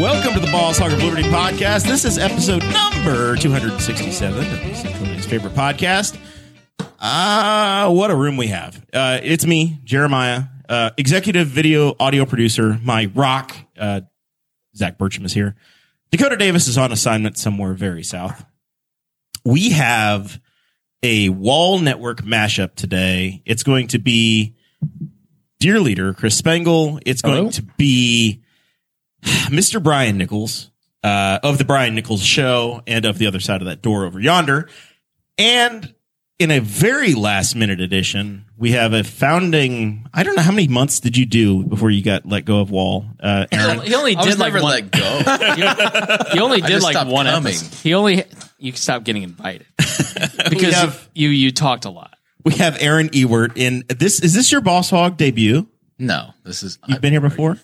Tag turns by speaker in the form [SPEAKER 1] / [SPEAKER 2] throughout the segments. [SPEAKER 1] Welcome to the Balls Hog of Liberty podcast. This is episode number 267 of Central Man's favorite podcast. Ah, what a room we have. Uh, it's me, Jeremiah, uh, executive video audio producer, my rock. Uh, Zach Bertram is here. Dakota Davis is on assignment somewhere very south. We have a wall network mashup today. It's going to be Dear Leader, Chris Spangle. It's going
[SPEAKER 2] Hello.
[SPEAKER 1] to be Mr. Brian Nichols uh, of the Brian Nichols Show and of the other side of that door over yonder. And in a very last minute edition, we have a founding. I don't know how many months did you do before you got let go of Wall, uh, Aaron?
[SPEAKER 3] He only
[SPEAKER 2] I was
[SPEAKER 3] did like
[SPEAKER 2] never
[SPEAKER 3] one.
[SPEAKER 4] let go.
[SPEAKER 3] He only did
[SPEAKER 4] just
[SPEAKER 3] like
[SPEAKER 4] stopped
[SPEAKER 3] one
[SPEAKER 4] coming.
[SPEAKER 3] episode. He only you stopped getting invited because
[SPEAKER 1] have-
[SPEAKER 3] you you talked a lot.
[SPEAKER 1] we have Aaron Ewert in this. Is this your Boss Hog debut?
[SPEAKER 4] no, this is.
[SPEAKER 1] You've been here before?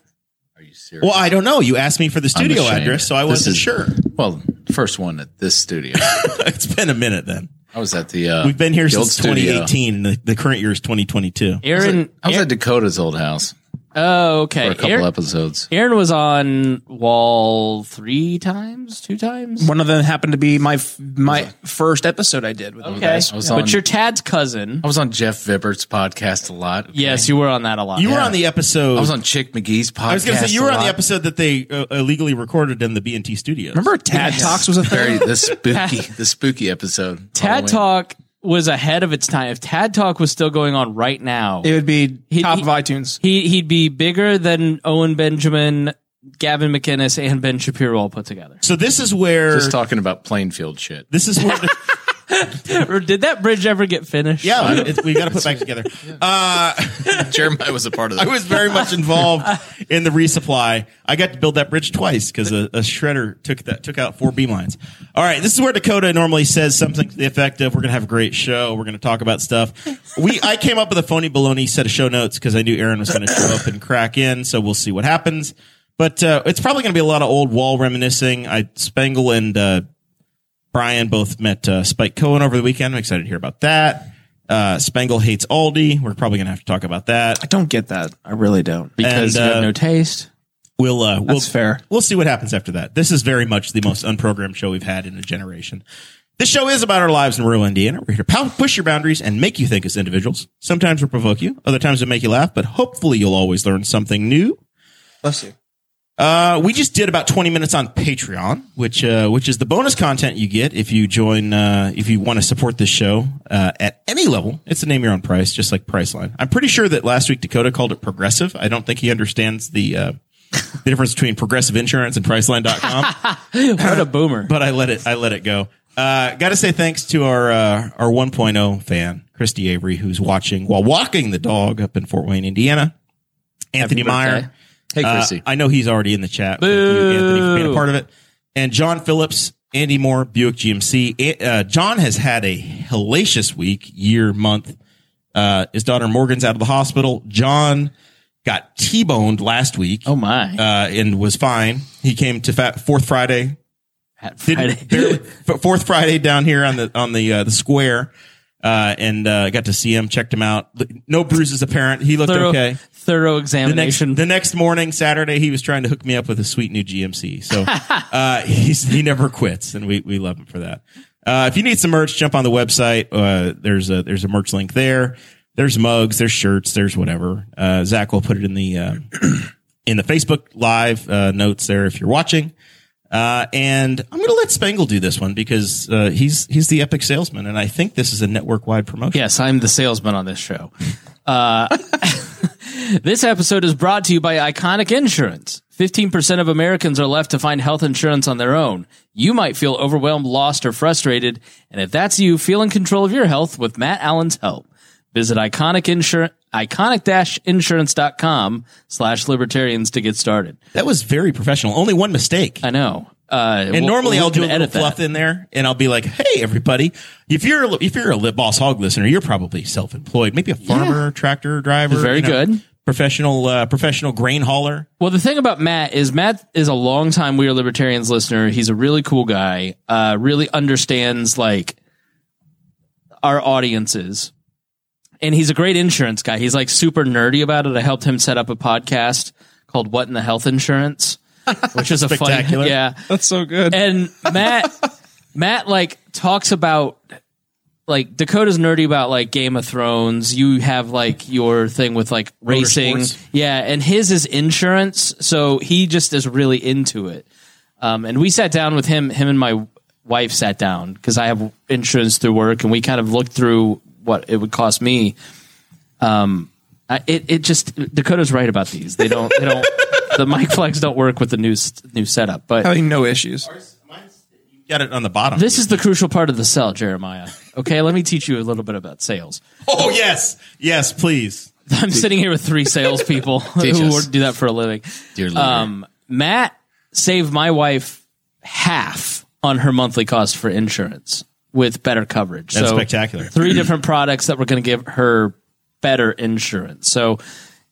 [SPEAKER 4] Are you serious?
[SPEAKER 1] Well, I don't know. You asked me for the
[SPEAKER 4] I'm
[SPEAKER 1] studio
[SPEAKER 4] ashamed.
[SPEAKER 1] address, so I
[SPEAKER 4] This
[SPEAKER 1] wasn't
[SPEAKER 4] is-
[SPEAKER 1] sure.
[SPEAKER 4] Well, first one at this studio.
[SPEAKER 1] it's been a minute then.
[SPEAKER 4] I was at the. Uh,
[SPEAKER 1] We've been here
[SPEAKER 4] the old
[SPEAKER 1] since
[SPEAKER 4] studio.
[SPEAKER 1] 2018, and the, the current year is 2022.
[SPEAKER 3] Aaron.
[SPEAKER 4] I was
[SPEAKER 3] Aaron
[SPEAKER 4] at Dakota's old house for
[SPEAKER 3] oh, okay.
[SPEAKER 4] a couple
[SPEAKER 3] Aaron,
[SPEAKER 4] episodes.
[SPEAKER 3] Aaron was on wall three times, two times.
[SPEAKER 5] One of them happened to be my my first episode I did with you
[SPEAKER 3] Okay,
[SPEAKER 5] guys.
[SPEAKER 4] I was on-
[SPEAKER 3] but you're Tad's cousin.
[SPEAKER 4] I was on Jeff Vibbert's podcast a lot. okay?
[SPEAKER 3] Yes, you were on that a lot.
[SPEAKER 1] You were on the episode.
[SPEAKER 4] I was on Chick McGee's podcast.
[SPEAKER 1] I was going to say you
[SPEAKER 4] a
[SPEAKER 1] were on the
[SPEAKER 4] lot.
[SPEAKER 1] episode that they uh, illegally recorded in the BNT studios.
[SPEAKER 5] Remember Tad Talks was a
[SPEAKER 4] Very
[SPEAKER 5] thing?
[SPEAKER 4] the spooky, the spooky episode.
[SPEAKER 3] Tad
[SPEAKER 4] Halloween.
[SPEAKER 3] Talk was ahead of its time. If Tad Talk was still going on right now,
[SPEAKER 5] It would be
[SPEAKER 3] He-
[SPEAKER 5] top
[SPEAKER 3] he-
[SPEAKER 5] of iTunes.
[SPEAKER 3] he he'd be bigger than Owen Benjamin, Gavin McInnes, and Ben Shapiro all put together.
[SPEAKER 1] So this is where
[SPEAKER 4] Just talking about Plainfield shit.
[SPEAKER 1] this is where. the-
[SPEAKER 3] Or did that bridge ever get finished?
[SPEAKER 1] yeah, it's, we got to put back together. Uh,
[SPEAKER 4] Jeremiah was a part of that.
[SPEAKER 1] I was very much involved in the resupply. I got to build that bridge twice because a, a shredder took that took out four beam lines. All right, this is where Dakota normally says something to the effect of "We're gonna have a great show. We're gonna talk about stuff." We I came up with a phony baloney set of show notes because I knew Aaron was gonna show up and crack in. So we'll see what happens. But uh, it's probably gonna be a lot of old wall reminiscing. I Spangle and uh, Brian both met uh, Spike Cohen over the weekend. I'm excited to hear about that. Uh, Spangle hates Aldi. We're probably gonna have to talk about that.
[SPEAKER 5] I don't get that. I really don't.
[SPEAKER 3] because
[SPEAKER 1] And,
[SPEAKER 3] you
[SPEAKER 1] uh,
[SPEAKER 3] have no taste.
[SPEAKER 1] We'll uh, we'll,
[SPEAKER 5] fair.
[SPEAKER 1] We'll see what happens after that. This is very much the most unprogrammed show we've had in a generation. This show is about our lives in rural Indiana. We're here to pow- push your boundaries and make you think as individuals. Sometimes we'll provoke you, other times we'll make you laugh, but hopefully you'll always learn something new.
[SPEAKER 5] Bless you.
[SPEAKER 1] Uh, we just did about 20 minutes on Patreon, which, uh, which is the bonus content you get if you join, uh, if you want to support this show, uh, at any level. It's a name your own price, just like Priceline. I'm pretty sure that last week Dakota called it progressive. I don't think he understands the, uh, the difference between progressive insurance and priceline.com.
[SPEAKER 3] What a boomer.
[SPEAKER 1] but I let it I let it go. Uh, got to say thanks to our uh, our 1.0 fan, Christy Avery, who's watching while walking the dog up in Fort Wayne, Indiana. Anthony Meyer.
[SPEAKER 4] Hey,
[SPEAKER 1] Uh,
[SPEAKER 4] Chrissy.
[SPEAKER 1] I know he's already in the chat. Thank you, Anthony, for being a part of it. And John Phillips, Andy Moore, Buick GMC. It, uh, John has had a hellacious week, year, month. Uh, his daughter Morgan's out of the hospital. John got T-boned last week
[SPEAKER 3] Oh my.
[SPEAKER 1] uh, and was fine. He came to Fat Fourth Friday
[SPEAKER 3] Pat Friday.
[SPEAKER 1] didn't barely, f- fourth Friday down here on the on the uh, the square, uh, and uh, got to see him, checked him out. L- No bruises apparent. He looked
[SPEAKER 3] thorough,
[SPEAKER 1] okay.
[SPEAKER 3] thorough
[SPEAKER 1] The next
[SPEAKER 3] examination.
[SPEAKER 1] the next morning, Saturday, he was trying to hook me up with a sweet new GMC. So uh, he's he never quits, and we we love him for that. Uh, if you need some merch, jump on the website. Uh, there's a there's a merch link there. There's mugs, there's shirts, there's whatever. Uh, Zach will put it in the uh, in the Facebook live uh, notes there if you're watching. Uh, and I'm going to let Spangle do this one because uh, he's he's the epic salesman, and I think this is a network wide promotion.
[SPEAKER 3] yes, I'm the salesman on this show. Uh, this episode is brought to you by Iconic Insurance. 15% of Americans are left to find health insurance on their own. You might feel overwhelmed, lost, or frustrated. And if that's you, feel in control of your health with Matt Allen's help. Visit iconic insur- iconic-insurance.com slash libertarians to get started.
[SPEAKER 1] That was very professional. Only one mistake.
[SPEAKER 3] I know. Uh,
[SPEAKER 1] And normally I'll do a little
[SPEAKER 3] edit
[SPEAKER 1] fluff
[SPEAKER 3] that.
[SPEAKER 1] in there, and I'll be like, "Hey, everybody! If you're a, if you're a Lit Boss Hog listener, you're probably self-employed, maybe a farmer, tractor driver,
[SPEAKER 3] Very
[SPEAKER 1] you know,
[SPEAKER 3] good.
[SPEAKER 1] professional uh, professional grain hauler.
[SPEAKER 3] Well, the thing about Matt is Matt is a longtime We Are Libertarians listener. He's a really cool guy. Uh, really understands like our audiences, and he's a great insurance guy. He's like super nerdy about it. I helped him set up a podcast called "What in the Health Insurance," which is a fun,
[SPEAKER 1] Spectacular.
[SPEAKER 3] yeah.
[SPEAKER 5] That's so good.
[SPEAKER 3] And Matt, Matt like talks about like Dakota's nerdy about like Game of Thrones. You have like your thing with like racing,
[SPEAKER 1] sports.
[SPEAKER 3] yeah, and his is insurance. So he just is really into it. Um, and we sat down with him. Him and my wife sat down because I have insurance through work, and we kind of looked through what it would cost me. Um, I, it it just Dakota's right about these. They don't they don't the mic flags don't work with the new s- new setup. But
[SPEAKER 5] Having no issues.
[SPEAKER 1] You got it on the bottom.
[SPEAKER 3] this is the crucial part of the sell, Jeremiah. Okay, let me teach you a little bit about sales.
[SPEAKER 1] oh yes, yes, please.
[SPEAKER 3] I'm sitting here with three salespeople
[SPEAKER 4] Teach
[SPEAKER 3] who
[SPEAKER 4] us.
[SPEAKER 3] do that for a living.
[SPEAKER 4] Dear leader.
[SPEAKER 3] Um, Matt saved my wife half on her monthly cost for insurance with better coverage.
[SPEAKER 1] That's
[SPEAKER 3] so
[SPEAKER 1] spectacular.
[SPEAKER 3] Three different products that were going to give her better insurance. So,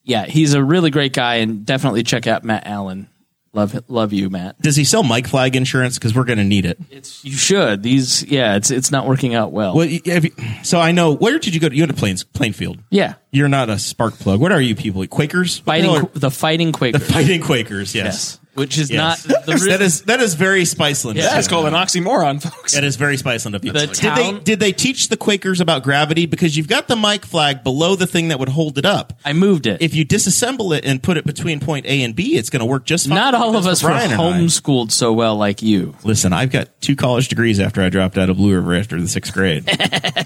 [SPEAKER 3] yeah, he's a really great guy, and definitely check out Matt Allen. Love, love you, Matt.
[SPEAKER 1] Does he sell Mike Flag insurance? Because we're going to need it.
[SPEAKER 3] It's, you should. These, yeah, it's it's not working out well.
[SPEAKER 1] Well, you- have you- so I know where did you go? To, you went to Plains, Plainfield.
[SPEAKER 3] Yeah.
[SPEAKER 1] you're not a spark plug. What are you people? Quakers? What the
[SPEAKER 3] Fighting,
[SPEAKER 1] hell are-
[SPEAKER 3] the fighting Quaker.
[SPEAKER 1] fighting Quakers. Yes,
[SPEAKER 3] which is
[SPEAKER 1] Yes.
[SPEAKER 3] not the
[SPEAKER 1] that is that is very Spiceland.
[SPEAKER 5] That is called an oxymoron, folks.
[SPEAKER 1] That is very Spiceland of you.
[SPEAKER 3] The
[SPEAKER 1] did
[SPEAKER 3] town-
[SPEAKER 1] they did they teach the Quakers about gravity? Because you've got the mic flag below the thing that would hold it up.
[SPEAKER 3] I moved it.
[SPEAKER 1] If you disassemble it and put it between point A and B, it's going to work just fine.
[SPEAKER 3] not all of
[SPEAKER 1] That's
[SPEAKER 3] us
[SPEAKER 1] what
[SPEAKER 3] were
[SPEAKER 1] Brian and I-
[SPEAKER 3] homeschooled so well like you.
[SPEAKER 1] Listen, I've got two college degrees after I dropped out of Blue River after the sixth grade.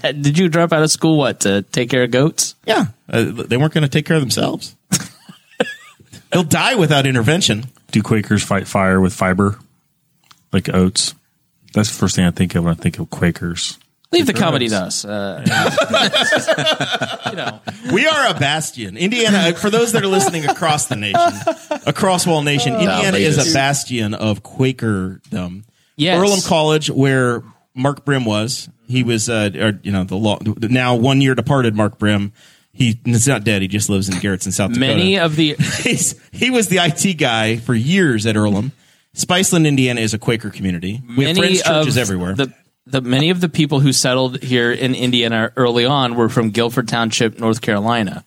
[SPEAKER 3] Did you drop out of school what to take care of goats?
[SPEAKER 1] yeah, uh, they weren't going to take care of themselves. They'll die without intervention.
[SPEAKER 6] Do Quakers fight fire with fiber, like oats? That's the first thing I think of when I think of Quakers.
[SPEAKER 3] Leave the comedy to us. Uh, you know,
[SPEAKER 1] We are a bastion. Indiana, for those that are listening across the nation, across Wall Nation, Indiana is a bastion of Quakerdom.
[SPEAKER 3] Yes.
[SPEAKER 1] Earlham College, where Mark Brim was, he was, uh, or, you know, the law, now one year departed Mark Brim. He, he's not dead. He just lives in Garrettson, South Dakota.
[SPEAKER 3] many of the
[SPEAKER 1] He's, he was the IT guy for years at Earlham. Spiceland, Indiana is a Quaker community. We have
[SPEAKER 3] many
[SPEAKER 1] Friends
[SPEAKER 3] of
[SPEAKER 1] churches everywhere.
[SPEAKER 3] the the many of the people who settled here in Indiana early on were from Guilford Township, North Carolina,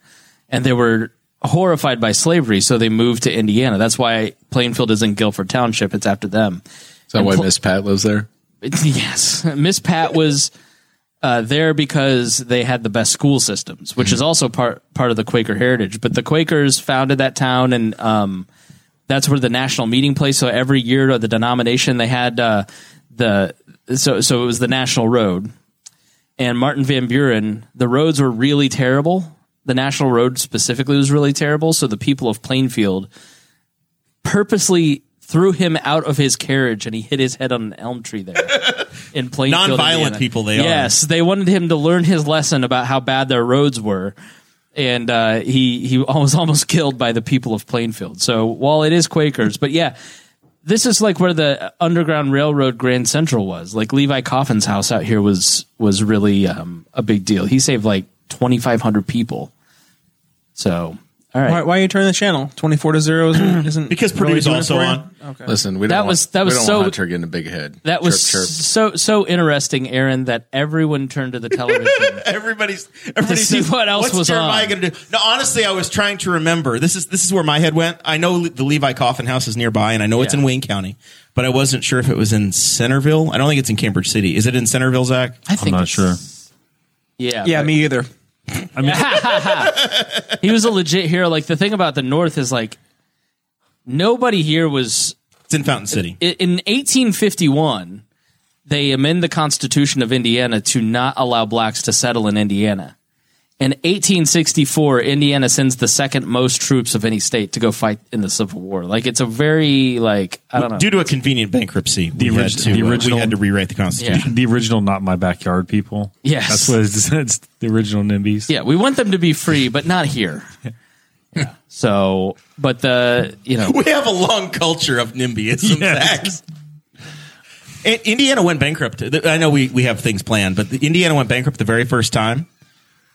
[SPEAKER 3] and they were horrified by slavery, so they moved to Indiana. That's why Plainfield is in Guilford Township. It's after them.
[SPEAKER 4] Is that why Miss Pat lives there?
[SPEAKER 3] Yes, Miss Pat was uh, there because they had the best school systems, which is also part part of the Quaker heritage. But the Quakers founded that town, and um, that's where the national meeting place. So every year, the denomination they had uh, the so so it was the National Road, and Martin Van Buren. The roads were really terrible. The National Road specifically was really terrible. So the people of Plainfield purposely threw him out of his carriage and he hit his head on an elm tree there in Plainfield.
[SPEAKER 1] Nonviolent
[SPEAKER 3] Indiana.
[SPEAKER 1] people they are.
[SPEAKER 3] Yes, they wanted him to learn his lesson about how bad their roads were. And uh, he he was almost killed by the people of Plainfield. So while it is Quakers, but yeah, this is like where the Underground Railroad Grand Central was. Like Levi Coffin's house out here was was really um, a big deal. He saved like twenty five hundred people. So all right,
[SPEAKER 5] Why, why are you turning the channel? 24 to 0 isn't. isn't
[SPEAKER 1] because
[SPEAKER 5] really
[SPEAKER 1] Purdue's
[SPEAKER 5] doing it
[SPEAKER 1] also
[SPEAKER 5] for you?
[SPEAKER 1] on.
[SPEAKER 4] Listen, we don't
[SPEAKER 3] That
[SPEAKER 4] want-
[SPEAKER 3] was- that was
[SPEAKER 4] we don't
[SPEAKER 3] so-
[SPEAKER 4] want Hunter getting a big head.
[SPEAKER 3] That was
[SPEAKER 4] chirp, chirp.
[SPEAKER 3] so so interesting, Aaron. That everyone turned to the television.
[SPEAKER 1] Everybody's everybody
[SPEAKER 3] To see
[SPEAKER 1] says,
[SPEAKER 3] what else
[SPEAKER 1] What's
[SPEAKER 3] was
[SPEAKER 1] Jeremiah
[SPEAKER 3] on."
[SPEAKER 1] going to do? No, honestly, I was trying to remember. This is this is where my head went. I know the Levi Coffin House is nearby, and I know it's
[SPEAKER 3] Yeah.
[SPEAKER 1] in Wayne County, but I wasn't sure if it was in Centerville. I don't think it's in Cambridge City. Is it in Centerville, Zach?
[SPEAKER 3] I think
[SPEAKER 6] I'm not
[SPEAKER 3] it's-
[SPEAKER 6] sure.
[SPEAKER 3] Yeah,
[SPEAKER 5] Yeah, me either.
[SPEAKER 3] but he was a legit hero. Like the thing about the North is like nobody here was
[SPEAKER 1] It's in Fountain City.
[SPEAKER 3] i- in 1851. They amend the Constitution of Indiana to not allow blacks to settle in Indiana. In 1864, Indiana sends the second most troops of any state to go fight in the Civil War. Like it's a very like I don't know.
[SPEAKER 1] Due to a convenient bankruptcy, the, we
[SPEAKER 6] orig-
[SPEAKER 1] had to,
[SPEAKER 6] the
[SPEAKER 1] uh,
[SPEAKER 6] original-
[SPEAKER 1] we had to rewrite the Constitution.
[SPEAKER 6] The original Not My Backyard people.
[SPEAKER 3] Yes.
[SPEAKER 6] That's what it's, it's the original NIMBYs.
[SPEAKER 3] Yeah, we want them to be free, but not here. Yeah. So, but the you know
[SPEAKER 1] We have a long culture of NIMBYism,
[SPEAKER 6] Yes.
[SPEAKER 1] Zach. And Indiana went bankrupt. Th- I know we, we have things planned, but the- Indiana went bankrupt the very first time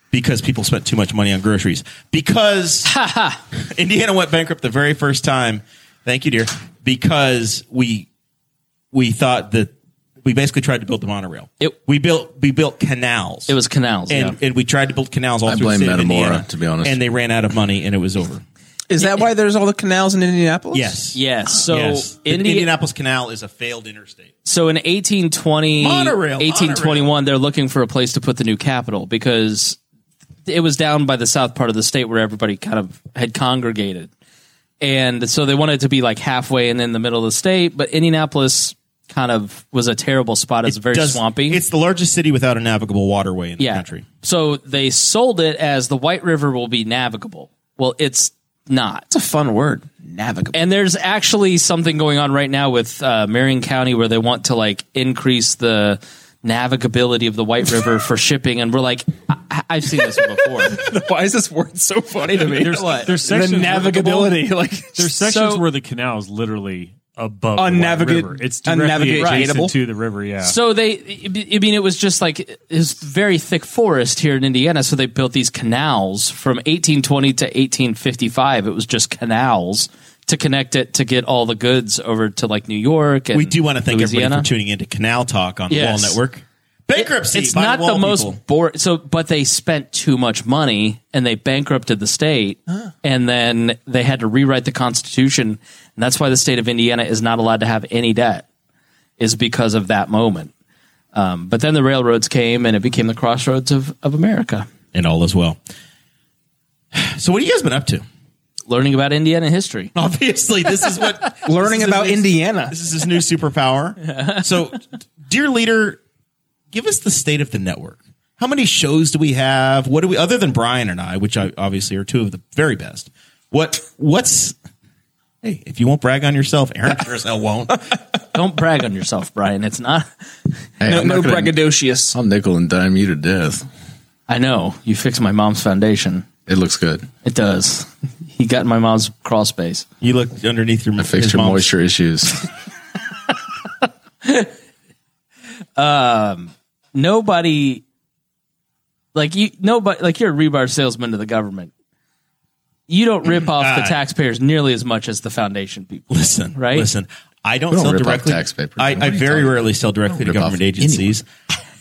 [SPEAKER 1] because people spent too much money on groceries. Because Indiana went bankrupt the very first time. Thank you, dear. Because we we thought that we basically tried to build the monorail.
[SPEAKER 3] It-
[SPEAKER 1] we built we built canals.
[SPEAKER 3] it was canals.
[SPEAKER 1] and,
[SPEAKER 3] yeah.
[SPEAKER 1] and we tried to build canals all
[SPEAKER 4] I
[SPEAKER 1] through the
[SPEAKER 4] blame
[SPEAKER 1] state of
[SPEAKER 4] Metamora,
[SPEAKER 1] Indiana.
[SPEAKER 4] to be honest.
[SPEAKER 1] and they ran out of money, and it was over.
[SPEAKER 5] Is that why there's all the canals in Indianapolis?
[SPEAKER 1] Yes,
[SPEAKER 3] yes. So
[SPEAKER 1] yes. The
[SPEAKER 3] Indi-
[SPEAKER 1] Indianapolis Canal is a failed interstate.
[SPEAKER 3] So in 1820,
[SPEAKER 1] Monorail,
[SPEAKER 3] 1821, they're looking for a place to put the new capital because it was down by the south part of the state where everybody kind of had congregated. And so they wanted it to be like halfway and in the middle of the state, but Indianapolis kind of was a terrible spot. It's very
[SPEAKER 1] Does-
[SPEAKER 3] swampy.
[SPEAKER 1] It's the largest city without a navigable waterway in the country.
[SPEAKER 3] So they sold it as the White River will be navigable. Well, it's not.
[SPEAKER 5] It's a fun word. Navigable.
[SPEAKER 3] And there's actually something going on right now with uh, Marion County where they want to like increase the navigability of the White River for shipping, and we're like, I- I've seen this one before.
[SPEAKER 5] why is this word so funny to me?
[SPEAKER 3] There's what?
[SPEAKER 6] There's sections
[SPEAKER 5] the
[SPEAKER 6] where the-
[SPEAKER 5] navigability, like
[SPEAKER 6] There's sections
[SPEAKER 3] So-
[SPEAKER 6] where the canal is literally above the
[SPEAKER 5] Unnavigate-
[SPEAKER 6] White river. It's directly
[SPEAKER 5] unnavigatable.
[SPEAKER 6] adjacent to the river. Yeah.
[SPEAKER 3] So they, I mean, it was just like it's very thick forest here in Indiana. So they built these canals from 1820 to 1855. It was just canals to connect it to get all the goods over to like New York. And
[SPEAKER 1] We do want to thank
[SPEAKER 3] Louisiana.
[SPEAKER 1] everybody for tuning in to Canal Talk on
[SPEAKER 3] Yes.
[SPEAKER 1] the Wall Network. Bankruptcy.
[SPEAKER 3] It's
[SPEAKER 1] by
[SPEAKER 3] not the,
[SPEAKER 1] Wall people.
[SPEAKER 3] most boring. So, but they spent too much money and they bankrupted the state, and then they had to rewrite the constitution, and that's why the state of Indiana is not allowed to have any debt, is because of that moment. Um, but then the railroads came, and it became the crossroads of of America.
[SPEAKER 1] and all as well. So, what have you guys been up to?
[SPEAKER 3] Learning about Indiana history.
[SPEAKER 1] Obviously, this is what
[SPEAKER 5] learning
[SPEAKER 1] this is
[SPEAKER 5] about
[SPEAKER 1] his-
[SPEAKER 5] Indiana.
[SPEAKER 1] This is his new superpower. So, dear leader, give us the state of the network. How many shows do we have? What do we other than Brian and I, which I obviously are two of the very best? What what's Hey, if you won't brag on yourself, Aaron sure as hell won't.
[SPEAKER 3] Don't brag on yourself, Brian. It's not.
[SPEAKER 4] Hey,
[SPEAKER 5] No,
[SPEAKER 4] I'm not
[SPEAKER 5] no
[SPEAKER 4] gonna-
[SPEAKER 5] braggadocious.
[SPEAKER 4] I'll nickel and dime you to death.
[SPEAKER 3] I know you fixed my mom's foundation.
[SPEAKER 4] It looks good.
[SPEAKER 3] It does. He got in my mom's crawl space.
[SPEAKER 1] You looked underneath your I
[SPEAKER 4] Fix your moisture issues.
[SPEAKER 3] nobody like you nobody like you're a rebar salesman to the government you don't rip off the taxpayers nearly as much as the foundation people
[SPEAKER 1] Listen,
[SPEAKER 3] Right?
[SPEAKER 1] Listen, I don't,
[SPEAKER 4] don't
[SPEAKER 1] sell
[SPEAKER 4] rip off
[SPEAKER 1] directly.
[SPEAKER 4] tax paper.
[SPEAKER 1] I,
[SPEAKER 4] What are
[SPEAKER 1] I
[SPEAKER 4] you
[SPEAKER 1] very
[SPEAKER 4] talking
[SPEAKER 1] rarely sell directly to
[SPEAKER 4] rip off
[SPEAKER 1] government agencies.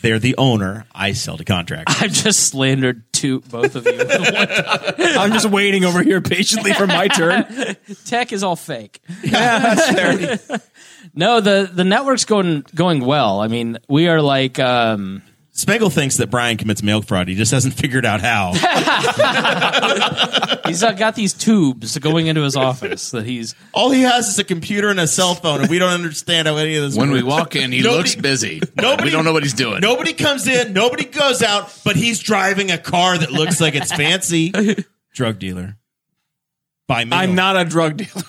[SPEAKER 1] They're the owner. I sell to contractors.
[SPEAKER 3] i've just slandered two both of you
[SPEAKER 5] I'm just waiting over here patiently for my turn.
[SPEAKER 3] tech is all fake no the the network's going going well i mean we are like um
[SPEAKER 1] Spangle thinks that Brian commits mail fraud. He just hasn't figured out how.
[SPEAKER 3] he's uh, got these tubes going into his office that he's
[SPEAKER 1] All he has is a computer and a cell phone, and we don't understand how any of this.
[SPEAKER 4] when we
[SPEAKER 1] works.
[SPEAKER 4] walk in, he
[SPEAKER 1] Nobody-
[SPEAKER 4] looks busy.
[SPEAKER 1] nobody-
[SPEAKER 4] we don't know what he's doing.
[SPEAKER 1] nobody comes in, nobody goes out, but he's driving a car that looks like it's fancy. Drug dealer. By mail.
[SPEAKER 5] I'm not a drug dealer.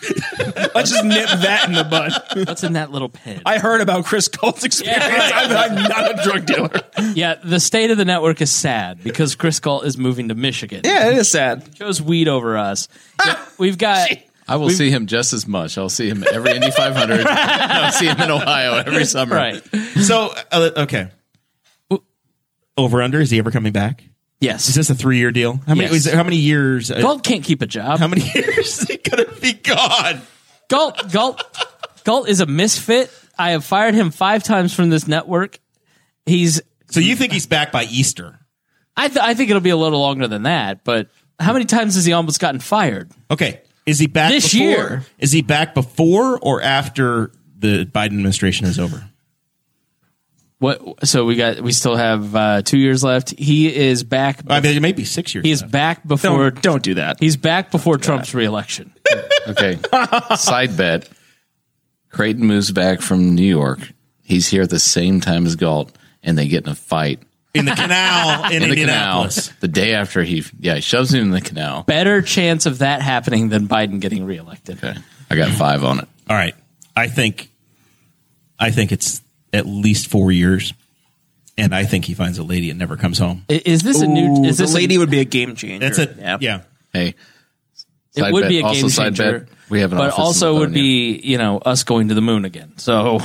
[SPEAKER 5] Let's just nip that in the bud.
[SPEAKER 3] what's in that little pen
[SPEAKER 5] I heard about Chris Colt's experience. I'm, I'm not a drug dealer.
[SPEAKER 3] yeah the state of the network is sad because chris Galt is moving to michigan
[SPEAKER 5] Yeah, Ah! it is sad.
[SPEAKER 3] chose weed over us. Yeah, We've got
[SPEAKER 4] I will see him just as much. I'll see him every Indy 500. I'll see him in Ohio every summer.
[SPEAKER 3] right.
[SPEAKER 1] So uh, okay. Over under is he ever coming back? Is
[SPEAKER 3] Yes,
[SPEAKER 1] this a three year deal? How many?
[SPEAKER 3] Yes.
[SPEAKER 1] Is there, how many years? uh,
[SPEAKER 3] Galt can't keep a job.
[SPEAKER 1] how many years is he gonna be gone?
[SPEAKER 3] Galt Galt Galt is a misfit. I have fired him five times from this network. He's
[SPEAKER 1] So you think he's back by Easter?
[SPEAKER 3] I th- I think it'll be a little longer than that. But how many times has he almost gotten fired?
[SPEAKER 1] Okay. Is he back
[SPEAKER 3] This
[SPEAKER 1] before?
[SPEAKER 3] year.
[SPEAKER 1] Is he back before or after the Biden administration is over?
[SPEAKER 3] What? So we got we still have uh, two years left. He is back.
[SPEAKER 1] I mean, it may be six years.
[SPEAKER 3] he is back before.
[SPEAKER 5] don't do that.
[SPEAKER 3] He's back before Trump's reelection.
[SPEAKER 4] Okay. Side bet. Creighton moves back from New York. He's here at the same time as Galt, and they get in a fight.
[SPEAKER 1] in the canal in,
[SPEAKER 4] in the canal.
[SPEAKER 1] Indianapolis.
[SPEAKER 4] The day after he, yeah, he shoves him in the canal.
[SPEAKER 3] Better chance of that happening than Biden getting reelected.
[SPEAKER 4] Okay, I got five on it.
[SPEAKER 1] All right, I think, I think it's at least four years, and I think he finds a lady and never comes home.
[SPEAKER 3] I- Is this a new? Is this
[SPEAKER 5] the
[SPEAKER 3] a-
[SPEAKER 5] lady would be a game changer.
[SPEAKER 1] That's it.
[SPEAKER 5] Yeah.
[SPEAKER 1] Yeah.
[SPEAKER 4] Hey,
[SPEAKER 3] it
[SPEAKER 4] side
[SPEAKER 3] would
[SPEAKER 4] bet-
[SPEAKER 3] be a
[SPEAKER 4] also
[SPEAKER 3] game
[SPEAKER 4] side
[SPEAKER 3] changer.
[SPEAKER 4] bet. We have an
[SPEAKER 3] but
[SPEAKER 4] office in
[SPEAKER 3] also would
[SPEAKER 4] Livonia.
[SPEAKER 3] be you know us going to the moon again. So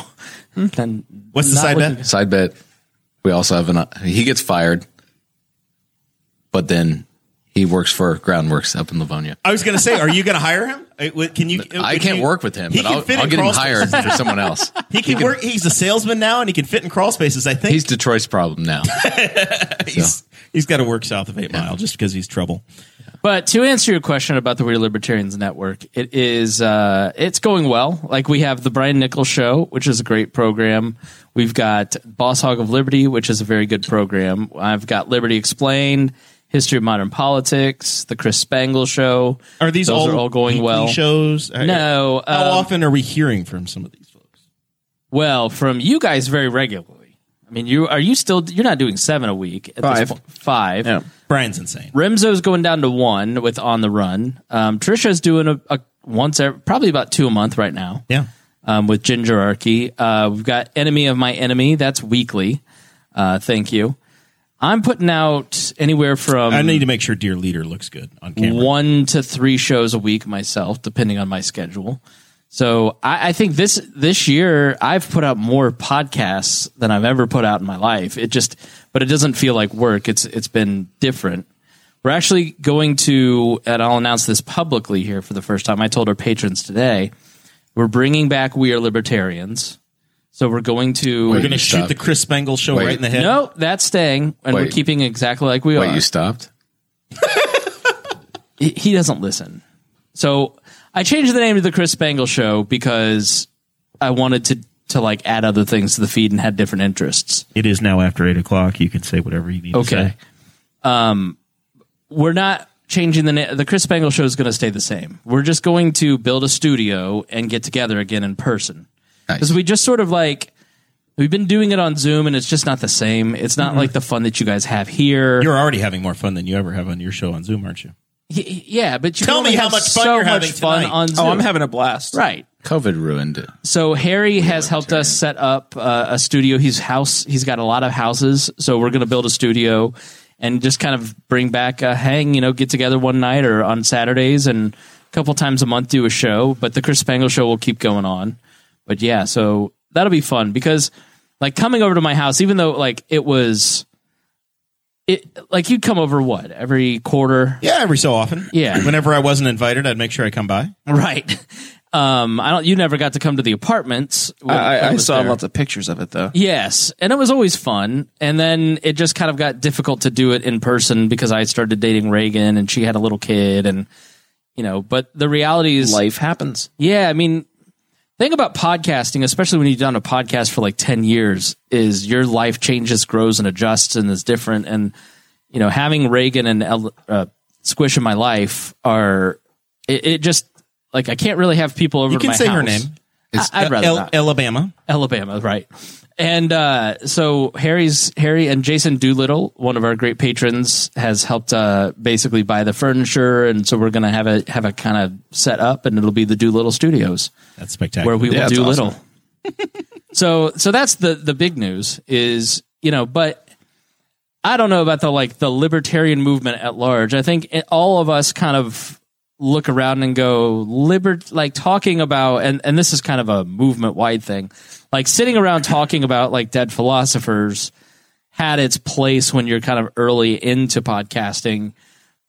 [SPEAKER 4] Hmm,
[SPEAKER 3] then
[SPEAKER 1] What's the
[SPEAKER 3] not
[SPEAKER 1] side
[SPEAKER 3] looking-
[SPEAKER 1] bet?
[SPEAKER 4] side bet. We also have an. He gets fired, but then he works for Groundworks up in Livonia.
[SPEAKER 1] I was going to say, are you going to hire him? Uh, w- Can you?
[SPEAKER 4] I
[SPEAKER 1] would
[SPEAKER 4] can't
[SPEAKER 1] you-
[SPEAKER 4] work with him,
[SPEAKER 1] He
[SPEAKER 4] but
[SPEAKER 1] can
[SPEAKER 4] I'll,
[SPEAKER 1] fit
[SPEAKER 4] I'll
[SPEAKER 1] in
[SPEAKER 4] get him
[SPEAKER 1] crawl
[SPEAKER 4] hired
[SPEAKER 1] spaces.
[SPEAKER 4] for someone else.
[SPEAKER 1] He can work. He's a salesman now, and he can fit in crawl spaces. I think
[SPEAKER 4] He's Detroit's problem now.
[SPEAKER 1] he's, he's got to work south of Eight Mile just because he's trouble.
[SPEAKER 3] But to answer your question about the Weird Libertarians Network, it is uh, it's going well. Like we have the Brian Nichols Show, which is a great program. We've got Boss Hog of Liberty, which is a very good program. I've got Liberty Explained, History of Modern Politics, the Chris Spangle Show.
[SPEAKER 1] Are these
[SPEAKER 3] Those
[SPEAKER 1] all,
[SPEAKER 3] are all going
[SPEAKER 1] weekly
[SPEAKER 3] well?
[SPEAKER 1] Shows?
[SPEAKER 3] No,
[SPEAKER 1] How
[SPEAKER 3] um,
[SPEAKER 1] often are we hearing from some of these folks?
[SPEAKER 3] Well, from you guys very regularly. I mean, you are you still you're not doing seven a week at
[SPEAKER 5] Five.
[SPEAKER 3] this point. Five.
[SPEAKER 1] Brian's insane.
[SPEAKER 3] Remzo's going down to one with on the run. Um, Trisha's doing a, a once every, probably about two a month right now.
[SPEAKER 1] Yeah.
[SPEAKER 3] Um, with Gingerarchy, uh, we've got Enemy of My Enemy. That's weekly. Uh, thank you. I'm putting out anywhere from
[SPEAKER 1] I need to make sure Dear Leader looks good on camera.
[SPEAKER 3] one to three shows a week myself, depending on my schedule. So I, I think this this year I've put out more podcasts than I've ever put out in my life. It just, but it doesn't feel like work. It's it's been different. We're actually going to, and I'll announce this publicly here for the first time. I told our patrons today we're bringing back We Are Libertarians. So we're going to
[SPEAKER 1] We're going to shoot
[SPEAKER 4] Stop.
[SPEAKER 1] the Chris Spangle show
[SPEAKER 4] Wait.
[SPEAKER 1] right in the head.
[SPEAKER 3] no, that's staying, and we're
[SPEAKER 4] Wait.
[SPEAKER 3] keeping exactly like we
[SPEAKER 4] Wait,
[SPEAKER 3] are
[SPEAKER 4] you stopped?
[SPEAKER 3] he- he doesn't listen. So I changed the name to the Chris Spangle Show because I wanted to to like add other things to the feed and had different interests.
[SPEAKER 1] It is now after eight o'clock. You can say whatever you need to
[SPEAKER 3] Okay.
[SPEAKER 1] say.
[SPEAKER 3] Um, We're not changing the name. The Chris Spangle Show is going to stay the same. We're just going to build a studio and get together again in person because we just sort of like we've been doing it on Zoom and it's just not the same. It's not like the fun that you guys have here.
[SPEAKER 1] Mm-hmm. You're already having more fun than you ever have on your show on Zoom, aren't you?
[SPEAKER 3] Y- y- yeah, but you
[SPEAKER 1] Tell
[SPEAKER 3] can only
[SPEAKER 1] me how
[SPEAKER 3] have
[SPEAKER 1] much fun
[SPEAKER 3] so
[SPEAKER 1] you're
[SPEAKER 3] much
[SPEAKER 1] having
[SPEAKER 3] fun
[SPEAKER 1] tonight.
[SPEAKER 3] on Zoom.
[SPEAKER 5] Oh, I'm having a blast.
[SPEAKER 3] right.
[SPEAKER 4] COVID ruined it.
[SPEAKER 3] So Harry has helped us set up uh, a studio. He's house. He's got a lot of houses, so we're going to build a studio and just kind of bring back a hang. You know, get together one night or on Saturdays and a couple times a month do a show. But the Chris Spangle show will keep going on. But yeah, so that'll be fun because like coming over to my house, even though like it was, it like you'd come over what every quarter,
[SPEAKER 1] Yeah, every so often.
[SPEAKER 3] Yeah.
[SPEAKER 1] Whenever I wasn't invited, I'd make sure I come by.
[SPEAKER 3] right? Um, I don't. You never got to come to the apartments. when
[SPEAKER 5] I, I- I
[SPEAKER 3] was
[SPEAKER 5] saw
[SPEAKER 3] there.
[SPEAKER 5] lots of pictures of it though.
[SPEAKER 3] Yes, and it was always fun. And then it just kind of got difficult to do it in person because I started dating Reagan and she had a little kid and you know, but the reality is
[SPEAKER 5] Life happens.
[SPEAKER 3] yeah, I mean, thing about podcasting, especially when you've done a podcast for like 10 years, is your life changes, grows, and adjusts and is different. And, you know, having Reagan and El- uh, Squish in my life are, it, it just, like, I can't really have people over
[SPEAKER 1] You
[SPEAKER 3] to
[SPEAKER 1] can
[SPEAKER 3] my
[SPEAKER 1] say her
[SPEAKER 3] house.
[SPEAKER 1] name.
[SPEAKER 3] I, would rather
[SPEAKER 1] Al-
[SPEAKER 3] not.
[SPEAKER 1] Alabama.
[SPEAKER 3] Alabama, right? And uh, so Harry's Harry and Jason Doolittle, one of our great patrons, has helped uh, basically buy the furniture, and so we're gonna have a have a kind of set up, and it'll be the Doolittle Studios
[SPEAKER 1] That's spectacular.
[SPEAKER 3] where we will
[SPEAKER 5] that's
[SPEAKER 3] do
[SPEAKER 5] awesome.
[SPEAKER 3] little. so so that's the the big news is you know, but I don't know about the like the libertarian movement at large. I think it, all of us kind of look around and go libert like talking about and and this is kind of a movement wide thing like sitting around talking about like dead philosophers had its place when you're kind of early into podcasting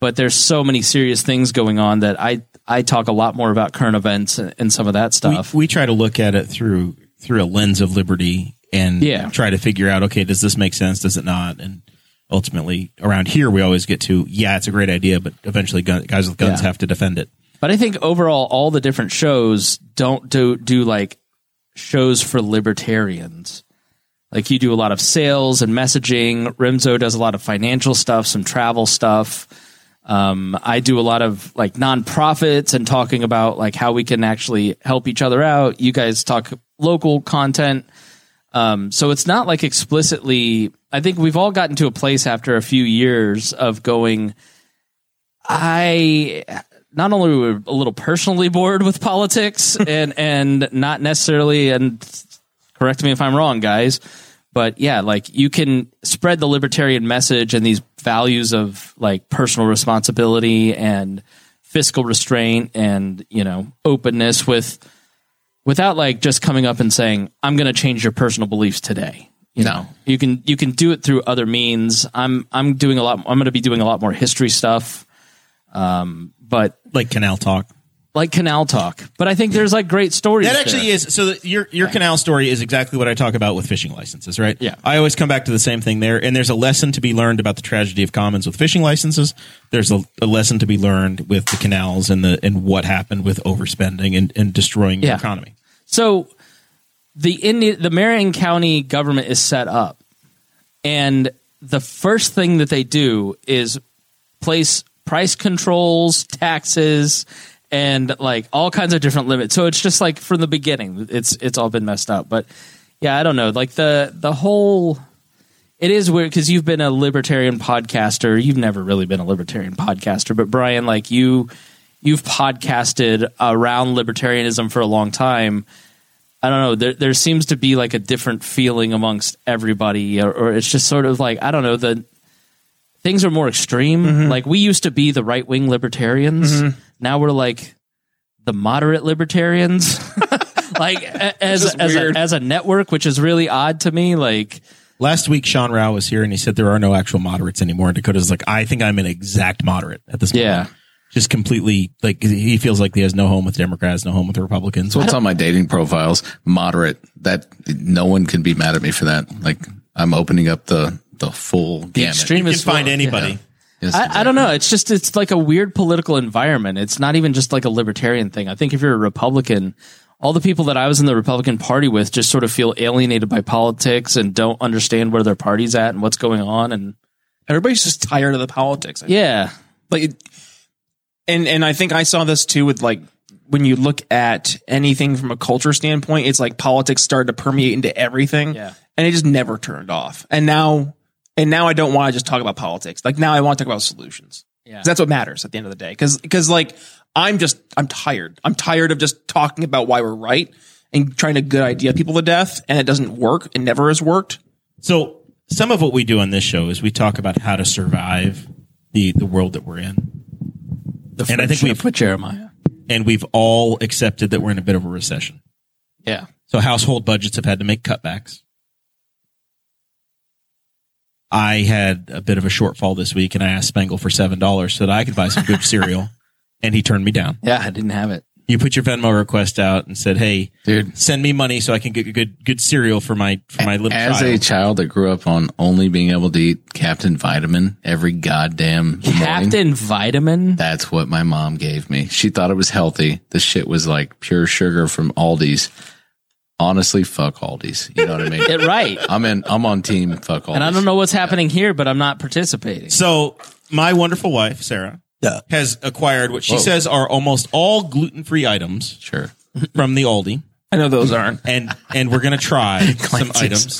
[SPEAKER 3] but there's so many serious things going on that i i talk a lot more about current events and, and some of that stuff
[SPEAKER 1] we, we try to look at it through through a lens of liberty and
[SPEAKER 3] Yeah.
[SPEAKER 1] try to figure out okay does this make sense does it not and ultimately around here we always get to yeah it's a great idea but eventually gun, guys with guns
[SPEAKER 3] Yeah.
[SPEAKER 1] have to defend it
[SPEAKER 3] But I think overall, all the different shows don't do do like shows for libertarians. Like you do a lot of sales and messaging. Remzo does a lot of financial stuff, some travel stuff. Um, I do a lot of like nonprofits and talking about like how we can actually help each other out. You guys talk local content. Um, so it's not like explicitly. I think we've all gotten to a place after a few years of going. I not only were a little personally bored with politics, and and not necessarily. And correct me if I'm wrong, guys. But yeah, like you can spread the libertarian message and these values of like personal responsibility and fiscal restraint and you know openness with without like just coming up and saying i'm going to change your personal beliefs today you know you can you can do it through other means i'm i'm doing a lot i'm going to be doing a lot more history stuff um but
[SPEAKER 7] like canal talk.
[SPEAKER 3] like canal talk but i think there's like great stories
[SPEAKER 1] That actually
[SPEAKER 3] there.
[SPEAKER 1] is so. that your your canal story is exactly what I talk about with fishing licenses, right?
[SPEAKER 3] Yeah.
[SPEAKER 1] I always come back to the same thing there, and there's a lesson to be learned about the tragedy of commons with fishing licenses. There's a, a lesson to be learned with the canals and the and what happened with overspending and, and destroying
[SPEAKER 3] Yeah.
[SPEAKER 1] the economy.
[SPEAKER 3] So the Indi- the Marion County government is set up, and the first thing that they do is place price controls, taxes, and like all kinds of different limits. So it's just like from the beginning, it's it's all been messed up. But yeah, I don't know. Like the the whole. It is weird because you've been a libertarian podcaster. You've never really been a libertarian podcaster, but Brian, like you, you've podcasted around libertarianism for a long time. I don't know. There, there seems to be like a different feeling amongst everybody, or, or it's just sort of like I don't know. The things are more extreme.
[SPEAKER 1] Mm-hmm.
[SPEAKER 3] Like we used to be the right wing libertarians. Now we're like the moderate libertarians. like a- as as a, as a network, which is really odd to me. Like
[SPEAKER 1] Last week, Sean Rao was here, and he said there are no actual moderates anymore. And Dakota's like, I think I'm an exact moderate at this point.
[SPEAKER 3] Yeah.
[SPEAKER 1] Just completely like he feels like he has no home with Democrats, no home with Republicans.
[SPEAKER 4] What's on my dating profiles? Moderate. That no one can be mad at me for that. Like I'm opening up the the full
[SPEAKER 3] the
[SPEAKER 4] gamut.
[SPEAKER 1] You can
[SPEAKER 3] extremists
[SPEAKER 1] find
[SPEAKER 3] will-
[SPEAKER 1] anybody.
[SPEAKER 4] Yes,
[SPEAKER 3] I, I don't know. It's just it's like a weird political environment. It's not even just like a libertarian thing. I think if you're a Republican, all the people that I was in the Republican Party with just sort of feel alienated by politics and don't understand where their party's at and what's going on. And
[SPEAKER 5] Everybody's just tired of the politics. I
[SPEAKER 3] yeah,
[SPEAKER 5] like it- and and I think I saw this too with like when you look at anything from a culture standpoint, it's like politics started to permeate into everything.
[SPEAKER 3] Yeah.
[SPEAKER 5] And it just never turned off. And now and now I don't want to just talk about politics. Like now I want to talk about solutions.
[SPEAKER 3] Yeah.
[SPEAKER 5] 'Cause That's what matters at the end of the day. Cause cause like I'm just I'm tired. I'm tired of just talking about why we're right and trying to good idea people to death and it doesn't work. It never has worked.
[SPEAKER 1] So some of what we do on this show is we talk about how to survive the the world that we're in,
[SPEAKER 3] the
[SPEAKER 1] And I think friendship we've-
[SPEAKER 3] with Jeremiah.
[SPEAKER 1] and we've all accepted that we're in a bit of a recession.
[SPEAKER 3] Yeah,
[SPEAKER 1] So household budgets have had to make cutbacks. I had a bit of a shortfall this week, and I asked Spangle for seven dollars so that I could buy some good cereal, and he turned me down.
[SPEAKER 3] yeah, I didn't have it.
[SPEAKER 1] You put your Venmo request out and said, "Hey,
[SPEAKER 4] Dude.
[SPEAKER 1] send me money so I can get good good cereal for my for my little
[SPEAKER 4] As a
[SPEAKER 1] child."
[SPEAKER 4] child that grew up on only being able to eat Captain Vitamin every goddamn morning,
[SPEAKER 3] Captain Vitamin.
[SPEAKER 4] that's what my mom gave me. She thought it was healthy. The shit was like pure sugar from Aldi's. Honestly, fuck Aldi's. You know what I mean?
[SPEAKER 3] It right.
[SPEAKER 4] I'm in. I'm on team. Fuck Aldi's.
[SPEAKER 3] And I don't know what's happening here, but I'm not participating.
[SPEAKER 1] So my wonderful wife, Sarah,
[SPEAKER 7] Yeah.
[SPEAKER 1] has acquired what she says are almost all gluten free items
[SPEAKER 4] Sure.
[SPEAKER 1] from the Aldi,
[SPEAKER 5] I know those aren't.
[SPEAKER 1] and and we're gonna try some items.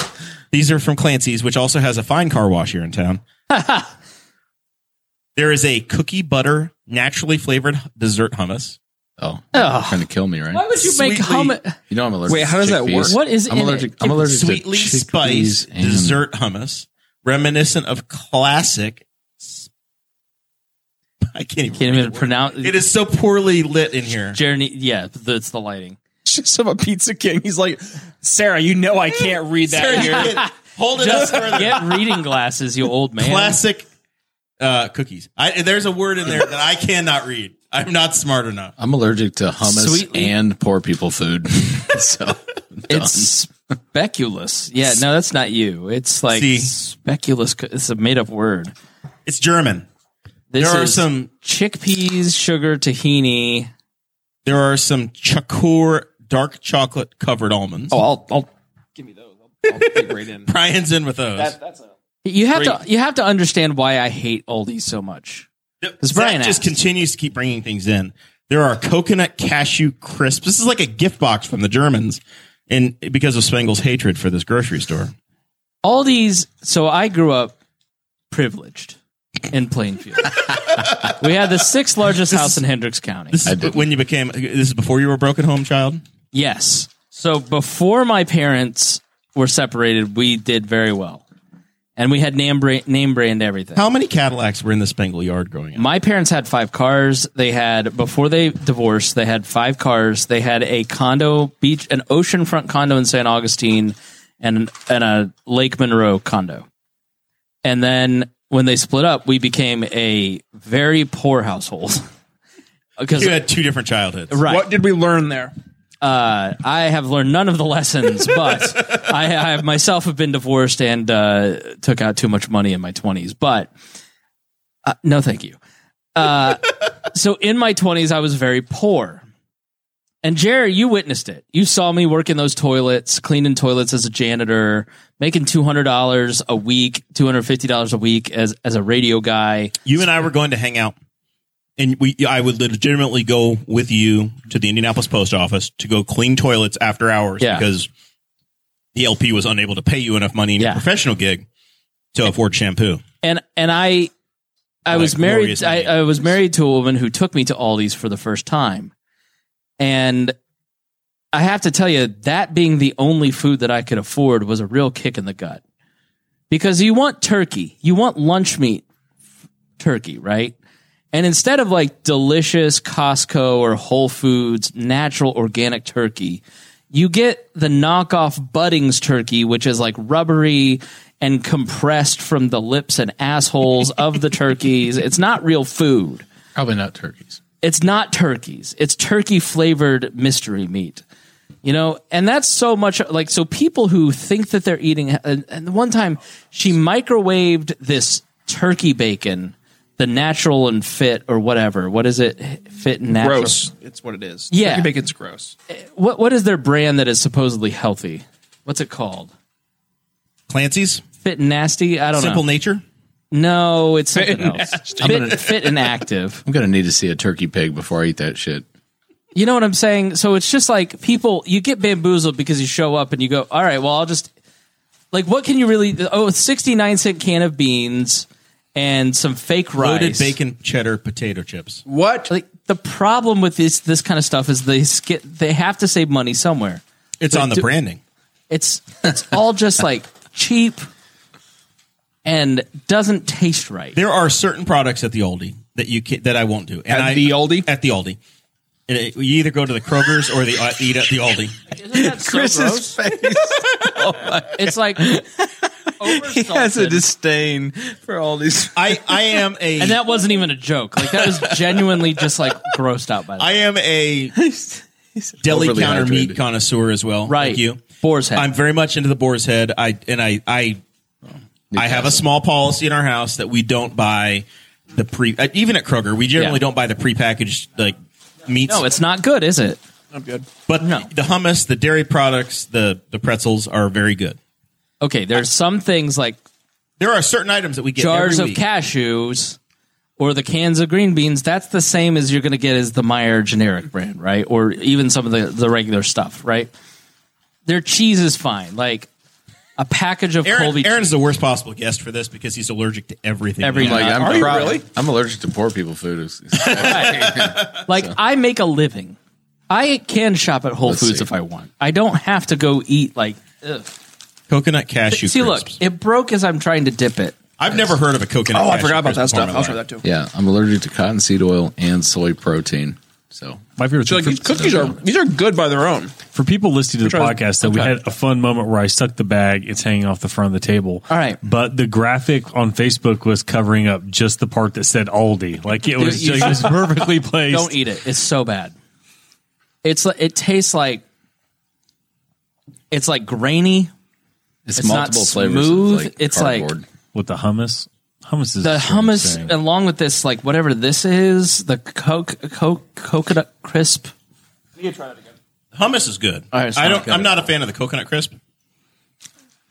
[SPEAKER 1] These are from Clancy's, which also has a fine car wash here in town. there is a cookie butter naturally flavored dessert hummus.
[SPEAKER 4] Oh, trying to kill me, right?
[SPEAKER 3] Why would you make
[SPEAKER 1] Sweetly-
[SPEAKER 3] hum?
[SPEAKER 4] You know I'm allergic.
[SPEAKER 5] Wait, how does
[SPEAKER 4] to
[SPEAKER 5] that work?
[SPEAKER 4] chickpeas.
[SPEAKER 3] What is
[SPEAKER 4] I'm
[SPEAKER 3] in
[SPEAKER 4] allergic?
[SPEAKER 3] it?
[SPEAKER 4] I'm allergic
[SPEAKER 1] Sweetly
[SPEAKER 4] to
[SPEAKER 1] spiced
[SPEAKER 4] chickpeas and-
[SPEAKER 1] dessert hummus, reminiscent of classic. s- I can't even.
[SPEAKER 3] Can't even pronounce.
[SPEAKER 1] It is so poorly lit in here.
[SPEAKER 3] Jeremy. Yeah, that's the lighting.
[SPEAKER 5] Just from a pizza king. He's like, Sarah, you know I can't read that here.
[SPEAKER 1] Hold it up further.
[SPEAKER 3] Get reading glasses, you old man.
[SPEAKER 1] classic uh, cookies. I, there's a word in there that I cannot read. I'm not smart enough.
[SPEAKER 4] I'm allergic to hummus
[SPEAKER 3] Sweetly-
[SPEAKER 4] and poor people food. so
[SPEAKER 3] It's speculous. Yeah, no, that's not you. It's like
[SPEAKER 1] See.
[SPEAKER 3] speculous. co- It's a made up word.
[SPEAKER 1] It's German.
[SPEAKER 3] This
[SPEAKER 1] There are
[SPEAKER 3] is
[SPEAKER 1] some-
[SPEAKER 3] chickpeas, sugar, tahini.
[SPEAKER 1] There are some chakur dark chocolate covered almonds.
[SPEAKER 5] Oh, I'll, I'll give me those. I'll, I'll dig right in.
[SPEAKER 1] Brian's in with those.
[SPEAKER 5] that's a
[SPEAKER 3] You have to you have to understand why I hate oldies so much.
[SPEAKER 1] Zach
[SPEAKER 3] Brian
[SPEAKER 1] just
[SPEAKER 3] asked.
[SPEAKER 1] continues to keep bringing things in. There are coconut cashew crisps. This is like a gift box from the Germans. and because of Spangle's hatred for this grocery store.
[SPEAKER 3] all these so i grew up privileged in plainfield we had the sixth largest house in hendricks county
[SPEAKER 1] This is when you became. This is before you were a broken home child.
[SPEAKER 3] yes so before my parents were separated we did very well and we had name brand, name brand everything
[SPEAKER 1] How many Cadillacs were in the Spangle yard growing up?
[SPEAKER 3] my parents had five cars they had before they divorced they had five cars they had a condo beach an oceanfront condo in san augustine and, and a lake monroe condo and then when they split up we became a very poor household because
[SPEAKER 1] You had two different childhoods.
[SPEAKER 3] right
[SPEAKER 5] What did we learn there?
[SPEAKER 3] uh, I have learned none of the lessons, but I, I have myself have been divorced and uh, took out too much money in my twenties. But uh, no, thank you. Uh, so in my twenties, I was very poor. And Jerry, you witnessed it. You saw me working those toilets, cleaning toilets as a janitor, making two hundred dollars a week, two hundred fifty dollars a week as as a radio guy.
[SPEAKER 1] You and I were going to hang out, and we. I would legitimately go with you to the Indianapolis post office to go clean toilets after hours
[SPEAKER 3] Yeah.
[SPEAKER 1] because the LP was unable to pay you enough money in your
[SPEAKER 3] Yeah.
[SPEAKER 1] professional gig to afford shampoo.
[SPEAKER 3] and and I I
[SPEAKER 1] Like
[SPEAKER 3] was
[SPEAKER 1] glorious
[SPEAKER 3] married I,
[SPEAKER 1] name.
[SPEAKER 3] I was married to a woman who took me to Aldi's for the first time. And I have to tell you that being the only food that I could afford was a real kick in the gut. Because you want turkey, you want lunch meat f- turkey, right? And instead of like delicious Costco or Whole Foods natural organic turkey, you get the knockoff Buddings turkey, which is like rubbery and compressed from the lips and assholes of the turkeys. It's not real food.
[SPEAKER 4] Probably not turkeys.
[SPEAKER 3] It's not turkeys. It's turkey flavored mystery meat. You know, and that's so much like so people who think that they're eating and, and the one time she microwaved this turkey bacon, the natural and fit or whatever. What is it? Fit and natural.
[SPEAKER 5] Gross. It's what it is.
[SPEAKER 3] Yeah.
[SPEAKER 5] Turkey bacon's gross.
[SPEAKER 3] What what is their brand that is supposedly healthy? What's it called?
[SPEAKER 1] Clancy's
[SPEAKER 3] Fit and nasty? I don't
[SPEAKER 1] simple
[SPEAKER 3] know.
[SPEAKER 1] nature.
[SPEAKER 3] No, it's something else. Fit, fit and active.
[SPEAKER 4] I'm gonna need to see a turkey pig before I eat that shit.
[SPEAKER 3] You know what I'm saying? So it's just like people, you get bamboozled because you show up and you go, all right, well, I'll just, like, what can you really, oh, a 69 cent can of beans and some fake rice.
[SPEAKER 1] Loaded bacon cheddar potato chips.
[SPEAKER 5] What?
[SPEAKER 3] Like, the problem with this, this kind of stuff is they, sk- they have to save money somewhere.
[SPEAKER 1] It's on the branding.
[SPEAKER 3] It's, it's all just like cheap and doesn't taste right.
[SPEAKER 1] There are certain products at the Aldi that you can, that I won't do. And
[SPEAKER 5] At
[SPEAKER 1] I,
[SPEAKER 5] the Aldi?
[SPEAKER 1] At the Aldi. And it- you either go to the Kroger's or the uh, eat at the Aldi.
[SPEAKER 3] Isn't that so gross? Oh It's like he
[SPEAKER 5] disdain for all these.
[SPEAKER 1] I, I am a
[SPEAKER 3] and that wasn't even a joke. Like that was genuinely just like grossed out by that.
[SPEAKER 1] I am a deli
[SPEAKER 4] overly
[SPEAKER 1] counter meat
[SPEAKER 4] hydrated.
[SPEAKER 1] connoisseur as well.
[SPEAKER 3] right.
[SPEAKER 1] Like you.
[SPEAKER 3] Boar's head.
[SPEAKER 1] I'm very much into the boar's head. I and I I I have a small policy in our house that we don't buy the pre uh, even at Kroger, we generally
[SPEAKER 3] Yeah.
[SPEAKER 1] don't buy the prepackaged like meats.
[SPEAKER 3] no, it's not good, is it?
[SPEAKER 5] I'm good.
[SPEAKER 1] but
[SPEAKER 3] no.
[SPEAKER 1] the hummus, the dairy products, the the pretzels are very good.
[SPEAKER 3] Okay, there's some things like
[SPEAKER 1] There are certain items that we get
[SPEAKER 3] jars
[SPEAKER 1] every
[SPEAKER 3] of
[SPEAKER 1] week.
[SPEAKER 3] cashews or the cans of green beans. That's the same as you're going to get as the Meyer generic brand, right? Or even some of the the regular stuff, right? Their cheese is fine. Like a package of
[SPEAKER 1] Aaron,
[SPEAKER 3] Colby
[SPEAKER 1] Aaron's the worst possible guest for this because he's allergic to everything.
[SPEAKER 3] Every-
[SPEAKER 4] Like I'm
[SPEAKER 5] you
[SPEAKER 4] prob-
[SPEAKER 5] really?
[SPEAKER 4] I'm allergic to poor people food.
[SPEAKER 3] Like I make a living. I can shop at Whole
[SPEAKER 4] Let's
[SPEAKER 3] Foods
[SPEAKER 4] see.
[SPEAKER 3] if I want. I don't have to go eat like. Ugh.
[SPEAKER 1] coconut cashew.
[SPEAKER 3] See, look,
[SPEAKER 1] crisps.
[SPEAKER 3] it broke as I'm trying to dip it.
[SPEAKER 1] I've never heard of a coconut.
[SPEAKER 5] Oh, I
[SPEAKER 1] cashew
[SPEAKER 5] forgot about that
[SPEAKER 1] crisp before
[SPEAKER 5] stuff.
[SPEAKER 1] in
[SPEAKER 5] I'll
[SPEAKER 1] my
[SPEAKER 5] try
[SPEAKER 1] life.
[SPEAKER 5] that too.
[SPEAKER 4] yeah, I'm allergic to cottonseed oil and soy protein. So
[SPEAKER 6] My favorite
[SPEAKER 5] So like
[SPEAKER 6] thing
[SPEAKER 5] these
[SPEAKER 6] for,
[SPEAKER 5] cookies are these are good by their own.
[SPEAKER 6] for people listening to the
[SPEAKER 5] Try-
[SPEAKER 6] podcast that we
[SPEAKER 5] okay.
[SPEAKER 6] had a fun moment where I sucked the bag. It's hanging off the front of the table.
[SPEAKER 3] All right.
[SPEAKER 6] But the graphic on Facebook was covering up just the part that said Aldi. Like it was,
[SPEAKER 3] you-
[SPEAKER 6] it was perfectly placed.
[SPEAKER 3] Don't eat it. It's so bad. It's li- it tastes like it's like grainy.
[SPEAKER 4] it's,
[SPEAKER 3] It's not
[SPEAKER 4] multiple flavors.
[SPEAKER 3] smooth,
[SPEAKER 4] Smooth.
[SPEAKER 3] it's like-
[SPEAKER 6] With the hummus. Hummus is
[SPEAKER 3] The hummus
[SPEAKER 6] insane.
[SPEAKER 3] along with this like whatever this is, the coke coke coconut crisp.
[SPEAKER 1] Hummus is good.
[SPEAKER 3] All right, it's
[SPEAKER 1] I
[SPEAKER 3] not
[SPEAKER 1] don't.
[SPEAKER 3] good.
[SPEAKER 1] I'm not a fan of the coconut crisp.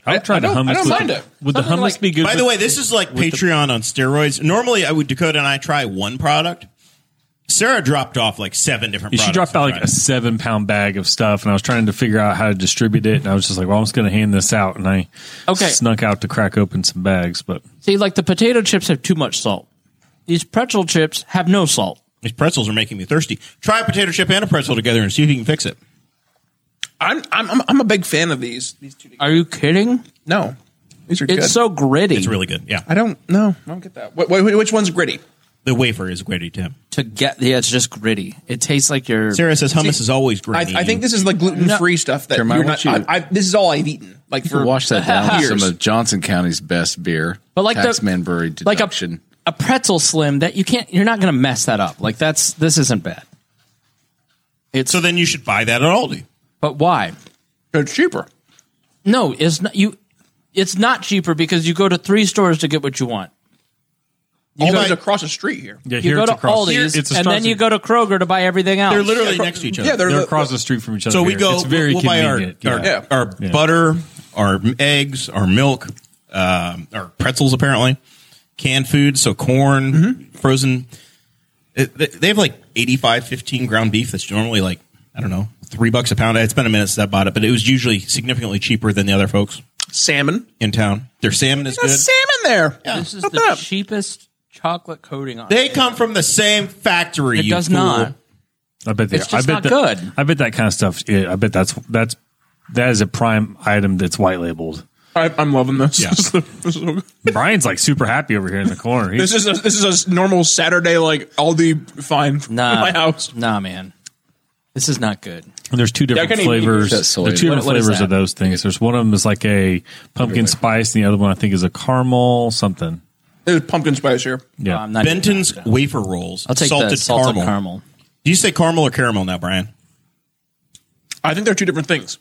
[SPEAKER 6] I would try the
[SPEAKER 5] don't- I
[SPEAKER 6] hummus.
[SPEAKER 5] don't
[SPEAKER 6] with
[SPEAKER 5] mind
[SPEAKER 6] the,
[SPEAKER 5] it.
[SPEAKER 6] Would the
[SPEAKER 3] Something
[SPEAKER 6] hummus
[SPEAKER 3] like-
[SPEAKER 6] be good?
[SPEAKER 1] By the
[SPEAKER 6] with-
[SPEAKER 1] way, this is like Patreon on steroids. Normally, I would Dakota and I try one product. Sarah dropped off like seven different.
[SPEAKER 6] She
[SPEAKER 1] products
[SPEAKER 6] dropped out
[SPEAKER 1] on
[SPEAKER 6] like a
[SPEAKER 1] Friday.
[SPEAKER 6] seven pound bag of stuff, and I was trying to figure out how to distribute it. And I was just like, "Well, I'm just going to hand this out." And I
[SPEAKER 3] Okay.
[SPEAKER 6] snuck out to crack open some bags, but
[SPEAKER 3] See, like the potato chips have too much salt. These pretzel chips have no salt.
[SPEAKER 1] These pretzels are making me thirsty. Try a potato chip and a pretzel together and see if you can fix it.
[SPEAKER 5] I'm I'm I'm- I'm a big fan of these. These two. together.
[SPEAKER 3] Are you kidding?
[SPEAKER 5] No, these are
[SPEAKER 3] It's
[SPEAKER 5] good.
[SPEAKER 3] so gritty.
[SPEAKER 1] It's really good. Yeah,
[SPEAKER 5] I don't know. I don't get that. Wh- wh- which one's gritty?
[SPEAKER 1] the wafer is gritty, Tim.
[SPEAKER 3] to get. Yeah, it's just gritty. It tastes like your.
[SPEAKER 1] Sarah says hummus is always
[SPEAKER 5] I,
[SPEAKER 1] gritty.
[SPEAKER 5] I think this is like gluten free stuff that
[SPEAKER 4] Jeremiah,
[SPEAKER 5] you're
[SPEAKER 4] why
[SPEAKER 5] not.
[SPEAKER 4] don't you-
[SPEAKER 5] I, I, this is all I've eaten. Like
[SPEAKER 4] You
[SPEAKER 5] for
[SPEAKER 4] can wash that down with
[SPEAKER 5] years.
[SPEAKER 4] some of Johnson County's best beer.
[SPEAKER 3] But like the-
[SPEAKER 4] Taxman Brewery
[SPEAKER 3] like a,
[SPEAKER 4] deduction.
[SPEAKER 3] a pretzel slim that you can't. You're not going to mess that up. Like that's this isn't bad. It's
[SPEAKER 1] so. Then you should buy that at Aldi.
[SPEAKER 3] but why?
[SPEAKER 5] It's cheaper.
[SPEAKER 3] No, it's not you. It's not cheaper because you go to three stores to get what you want. You
[SPEAKER 5] All
[SPEAKER 3] go
[SPEAKER 5] those
[SPEAKER 3] to-
[SPEAKER 5] across the street here.
[SPEAKER 6] yeah,
[SPEAKER 3] you
[SPEAKER 6] here
[SPEAKER 3] go
[SPEAKER 6] it's
[SPEAKER 3] to
[SPEAKER 6] across.
[SPEAKER 3] Aldi's
[SPEAKER 6] it's
[SPEAKER 3] and then you go to Kroger to buy everything else.
[SPEAKER 1] They're literally next to each other.
[SPEAKER 5] Yeah, they're,
[SPEAKER 6] They're
[SPEAKER 5] the-
[SPEAKER 6] across the street from each other.
[SPEAKER 1] so we
[SPEAKER 6] here.
[SPEAKER 1] go.
[SPEAKER 6] It's very
[SPEAKER 1] we'll buy our
[SPEAKER 6] convenient.
[SPEAKER 1] our,
[SPEAKER 6] yeah.
[SPEAKER 5] Yeah.
[SPEAKER 1] our
[SPEAKER 6] Yeah.
[SPEAKER 1] butter, our eggs, our milk, um, our pretzels. Apparently, canned food. So corn,
[SPEAKER 6] Mm-hmm.
[SPEAKER 1] frozen. It- they- they have like 85, 15 ground beef. That's normally like I don't know three bucks a pound. It's been a minute since I bought it, but it was usually significantly cheaper than the other folks
[SPEAKER 5] salmon.
[SPEAKER 1] in town. Their salmon is good.
[SPEAKER 5] There's salmon there.
[SPEAKER 3] This is
[SPEAKER 5] Not
[SPEAKER 3] the
[SPEAKER 5] bad.
[SPEAKER 3] cheapest chocolate coating on.
[SPEAKER 1] They come from the same factory.
[SPEAKER 3] it
[SPEAKER 1] you
[SPEAKER 3] does
[SPEAKER 1] fool.
[SPEAKER 3] not.
[SPEAKER 6] I bet. That,
[SPEAKER 3] It's just
[SPEAKER 6] I
[SPEAKER 3] not
[SPEAKER 6] bet that,
[SPEAKER 3] good.
[SPEAKER 6] I bet that kind of stuff. Yeah, I bet that's that's that is a prime item that's white labeled.
[SPEAKER 5] I, I'm loving this. This is- this is so good.
[SPEAKER 6] Brian's like super happy over here in the corner. He's,
[SPEAKER 5] This is a, this is a normal Saturday like Aldi find
[SPEAKER 3] Nah,
[SPEAKER 5] in my house.
[SPEAKER 3] Nah, man, this is not good.
[SPEAKER 6] and there's two different
[SPEAKER 5] I can't even
[SPEAKER 4] use
[SPEAKER 6] flavors.
[SPEAKER 4] that
[SPEAKER 6] There's two
[SPEAKER 4] soy.
[SPEAKER 3] What-
[SPEAKER 6] different
[SPEAKER 3] what is
[SPEAKER 6] flavors of
[SPEAKER 3] that?
[SPEAKER 6] those things. There's one of them is like a pumpkin spice, and the other one I think is a caramel something.
[SPEAKER 5] There's pumpkin spice here.
[SPEAKER 6] Yeah,
[SPEAKER 3] Uh, I'm not.
[SPEAKER 1] Benton's wafer rolls.
[SPEAKER 3] I'll take
[SPEAKER 1] salted,
[SPEAKER 3] the salted caramel.
[SPEAKER 1] Do you say caramel or caramel now, Brian?
[SPEAKER 5] I think they're two different things.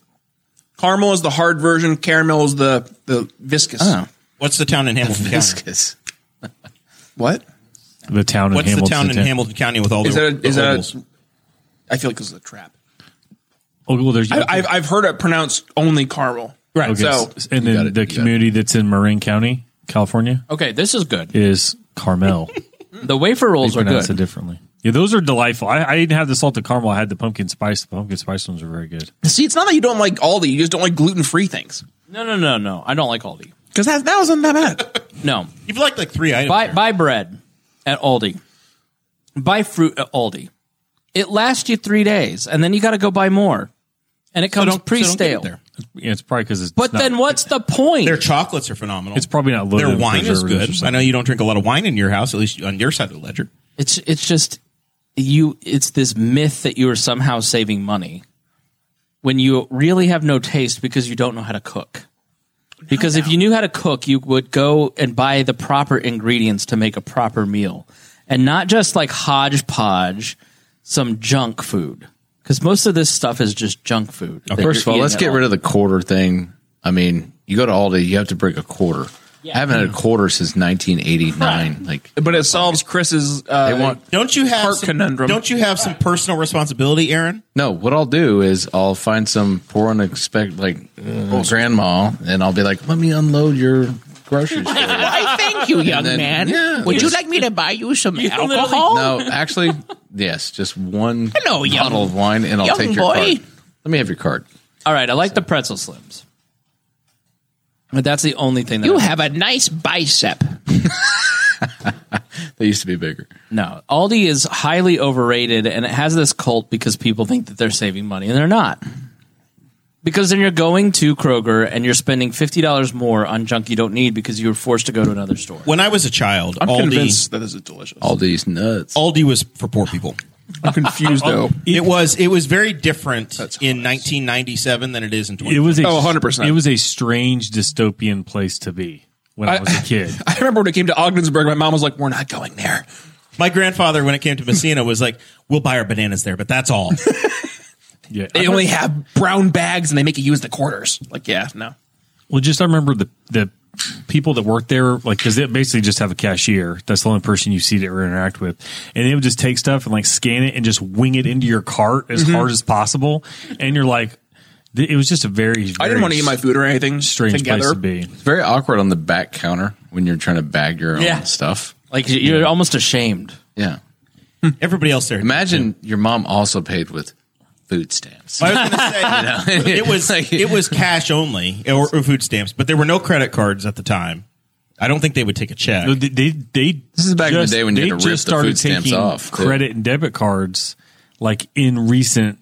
[SPEAKER 5] Caramel is the hard version. Caramel is the the viscous.
[SPEAKER 4] Oh.
[SPEAKER 1] What's the town in Hamilton County?
[SPEAKER 4] Viscous.
[SPEAKER 5] What
[SPEAKER 6] the town in
[SPEAKER 1] What's
[SPEAKER 6] Hamilton.
[SPEAKER 1] the town in Hamilton County with all
[SPEAKER 5] is
[SPEAKER 1] the,
[SPEAKER 5] that? A,
[SPEAKER 1] the
[SPEAKER 5] is that?
[SPEAKER 1] ovals?
[SPEAKER 5] A, I feel like this is a trap.
[SPEAKER 6] Oh, well, there's
[SPEAKER 5] I, I've I've heard it pronounced only caramel.
[SPEAKER 6] right.
[SPEAKER 5] So
[SPEAKER 6] and
[SPEAKER 4] got
[SPEAKER 6] then
[SPEAKER 4] it,
[SPEAKER 6] the
[SPEAKER 4] you got it.
[SPEAKER 6] community that's in Marin County, California,
[SPEAKER 3] Okay, this is good.
[SPEAKER 6] is Carmel.
[SPEAKER 3] The wafer rolls are
[SPEAKER 6] Pronounce it
[SPEAKER 3] good.
[SPEAKER 6] differently. Yeah, those are delightful. I, I didn't have the salted caramel. I had the pumpkin spice. The pumpkin spice ones are very good.
[SPEAKER 5] see, it's not that you don't like Aldi. You just don't like gluten free things.
[SPEAKER 3] No, no, no, no. I don't like Aldi.
[SPEAKER 5] Because that that wasn't that bad.
[SPEAKER 3] No,
[SPEAKER 1] You've liked like three items.
[SPEAKER 3] buy
[SPEAKER 1] there.
[SPEAKER 3] buy bread at Aldi. Buy fruit at Aldi. It lasts you three days, and then you got to go buy more, and it comes
[SPEAKER 1] don't- so don't
[SPEAKER 3] pre
[SPEAKER 1] get it
[SPEAKER 3] stale.
[SPEAKER 1] there.
[SPEAKER 6] Yeah, it's probably because it's.
[SPEAKER 3] but
[SPEAKER 6] not-
[SPEAKER 3] then what's the point?
[SPEAKER 1] Their chocolates are phenomenal.
[SPEAKER 6] It's probably not loaded
[SPEAKER 1] Their
[SPEAKER 6] with
[SPEAKER 1] wine is
[SPEAKER 6] preservatives or
[SPEAKER 1] good. I
[SPEAKER 6] something.
[SPEAKER 1] know you don't drink a lot of wine in your house, at least on your side of the ledger.
[SPEAKER 3] It's it's just you. It's this myth that you are somehow saving money when you really have no taste because you don't know how to cook. Because if you knew how to cook, you would go and buy the proper ingredients to make a proper meal, and not just like hodgepodge, some junk food. Because most of this stuff is just junk food.
[SPEAKER 4] First of all, let's get rid of the quarter thing. I mean, you go to Aldi, you have to break a quarter. I haven't had a quarter since 1989. Like,
[SPEAKER 5] but it solves Chris's. Uh,
[SPEAKER 4] They want-
[SPEAKER 1] Don't you have
[SPEAKER 5] Heart
[SPEAKER 1] some,
[SPEAKER 5] conundrum.
[SPEAKER 1] Don't you have some personal responsibility, Aaron?
[SPEAKER 4] no, what I'll do is I'll find some poor unexpected, like, old grandma, and I'll be like, let me unload your groceries. for you."
[SPEAKER 7] I thank you, young
[SPEAKER 4] then-
[SPEAKER 7] man.
[SPEAKER 4] Yeah.
[SPEAKER 7] Would you like me to buy you some
[SPEAKER 3] literally-
[SPEAKER 7] alcohol?
[SPEAKER 4] No, actually, yes, just one
[SPEAKER 7] Oh. Hello, young-
[SPEAKER 4] bottle of wine, and I'll
[SPEAKER 7] young
[SPEAKER 4] take your
[SPEAKER 7] boy.
[SPEAKER 4] card. Let me have your card.
[SPEAKER 3] All right, I like the pretzel slims, but that's the only thing that
[SPEAKER 7] You
[SPEAKER 3] I-
[SPEAKER 7] have a nice bicep.
[SPEAKER 4] They used to be bigger.
[SPEAKER 3] No, Aldi is highly overrated, and it has this cult because people think that they're saving money, and they're not. Because then you're going to Kroger and you're spending fifty dollars more on junk you don't need because you were forced to go to another store.
[SPEAKER 1] When I was a child,
[SPEAKER 5] I'm
[SPEAKER 1] Aldi,
[SPEAKER 5] convinced that this is delicious.
[SPEAKER 4] Aldi's nuts.
[SPEAKER 7] Oh.
[SPEAKER 1] Aldi was for poor people.
[SPEAKER 5] I'm confused though.
[SPEAKER 1] It was it was very different in 1997 than it is in 20.
[SPEAKER 6] it was a,
[SPEAKER 5] Oh, 100%.
[SPEAKER 6] It was a strange dystopian place to be when I,
[SPEAKER 5] I-
[SPEAKER 6] was a kid.
[SPEAKER 5] I remember when it came to Ogdensburg, my mom was like, "We're not going there."
[SPEAKER 1] My grandfather, when it came to Messina, was like, "We'll buy our bananas there, but that's all."
[SPEAKER 6] Yeah, I
[SPEAKER 5] They only have brown bags, and they make you use the quarters. Like, yeah, no.
[SPEAKER 6] Well, just I remember the the people that worked there, like because they basically just have a cashier. That's the only person you see that or interact with, and they would just take stuff and like scan it and just wing it into your cart as
[SPEAKER 5] Mm-hmm.
[SPEAKER 6] hard as possible. And you're like, th- it was just a very.
[SPEAKER 5] I didn't
[SPEAKER 6] very
[SPEAKER 5] want to eat my food or anything
[SPEAKER 6] strange place
[SPEAKER 5] together.
[SPEAKER 6] to be.
[SPEAKER 4] It's very awkward on the back counter when you're trying to bag your own
[SPEAKER 3] Yeah.
[SPEAKER 4] stuff.
[SPEAKER 3] Like you're almost ashamed.
[SPEAKER 4] Yeah.
[SPEAKER 1] Everybody else there.
[SPEAKER 4] Imagine your mom also paid with food stamps.
[SPEAKER 1] I was going to say it was
[SPEAKER 4] Like-
[SPEAKER 1] it was cash only or, or food stamps, but there were no credit cards at the time. I don't think they would take a check.
[SPEAKER 6] No, they, they, they
[SPEAKER 4] This is back in the day when you
[SPEAKER 6] they
[SPEAKER 4] had to rip
[SPEAKER 6] just
[SPEAKER 4] the food
[SPEAKER 6] started
[SPEAKER 4] stamps
[SPEAKER 6] taking
[SPEAKER 4] off, too.
[SPEAKER 6] Credit and debit cards, like in recent,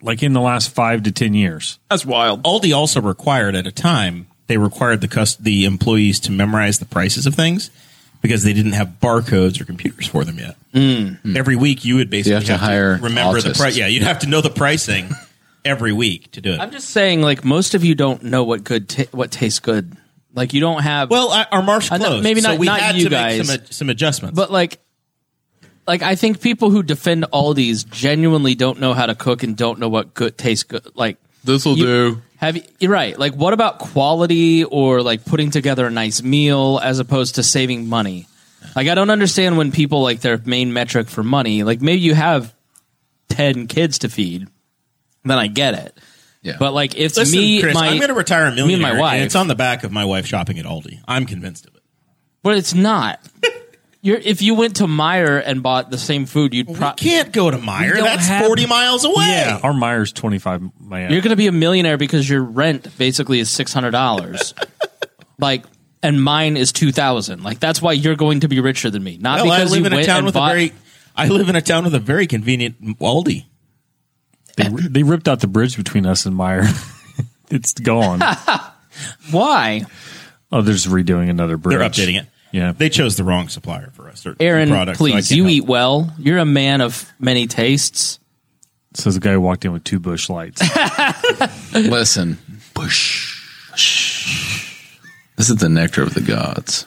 [SPEAKER 6] like in the last five to ten years.
[SPEAKER 5] That's wild.
[SPEAKER 1] Aldi also required at a time they required the cus- the employees to memorize the prices of things because they didn't have barcodes or computers for them yet. Every week you would basically
[SPEAKER 4] Mm. You have to hire
[SPEAKER 1] remember the
[SPEAKER 4] altists.
[SPEAKER 1] price. Yeah, you'd have to know the pricing every week to do it.
[SPEAKER 3] I'm just saying, like most of you don't know what good ta- what tastes good. Like you don't have
[SPEAKER 1] well, I- our marsh
[SPEAKER 3] Uh, no,
[SPEAKER 1] closed,
[SPEAKER 3] maybe
[SPEAKER 1] so
[SPEAKER 3] not-
[SPEAKER 1] we
[SPEAKER 3] not
[SPEAKER 1] had
[SPEAKER 3] you
[SPEAKER 1] to make
[SPEAKER 3] guys.
[SPEAKER 1] some, ad- some adjustments.
[SPEAKER 3] but like, like I think people who defend Aldi's genuinely don't know how to cook and don't know what good tastes good. Like
[SPEAKER 4] This'll
[SPEAKER 3] you-
[SPEAKER 4] do.
[SPEAKER 3] Have you you're right? Like, what about quality or like putting together a nice meal as opposed to saving money? Like, I don't understand when people like their main metric for money. Like, maybe you have ten kids to feed, then I get it.
[SPEAKER 4] Yeah.
[SPEAKER 3] But like, if
[SPEAKER 1] Listen,
[SPEAKER 3] me,
[SPEAKER 1] Chris,
[SPEAKER 3] my,
[SPEAKER 1] I'm going to retire a millionaire.
[SPEAKER 3] me and my wife,
[SPEAKER 1] and it's on the back of my wife shopping at Aldi. I'm convinced of it.
[SPEAKER 3] But it's not. You're, if you went to Meyer and bought the same food, you'd
[SPEAKER 1] We
[SPEAKER 3] pro-
[SPEAKER 1] can't go to Meyer.
[SPEAKER 6] don't
[SPEAKER 1] That's
[SPEAKER 6] have-
[SPEAKER 1] 40 miles away.
[SPEAKER 6] Yeah, our Myers twenty five man.
[SPEAKER 3] you're going to be a millionaire because your rent basically is six hundred dollars, like, and mine is two thousand. Like that's why you're going to be richer than me, not
[SPEAKER 1] Well, I
[SPEAKER 3] because
[SPEAKER 1] live
[SPEAKER 3] you
[SPEAKER 1] in a
[SPEAKER 3] went
[SPEAKER 1] town
[SPEAKER 3] and
[SPEAKER 1] with
[SPEAKER 3] bought.
[SPEAKER 1] a very. I live in a town with a very convenient Aldi.
[SPEAKER 6] they, they ripped out the bridge between us and Meyer. it's gone.
[SPEAKER 3] why,
[SPEAKER 6] oh, they're just redoing another bridge.
[SPEAKER 1] They're updating it.
[SPEAKER 6] Yeah.
[SPEAKER 1] they chose the wrong supplier for us.
[SPEAKER 3] Aaron?
[SPEAKER 1] product, so I
[SPEAKER 3] please,
[SPEAKER 1] can't
[SPEAKER 3] you
[SPEAKER 1] help.
[SPEAKER 3] eat well. You're a man of many tastes.
[SPEAKER 6] Says the guy who walked in with two bush lights.
[SPEAKER 4] Listen, push. This is the nectar of the gods.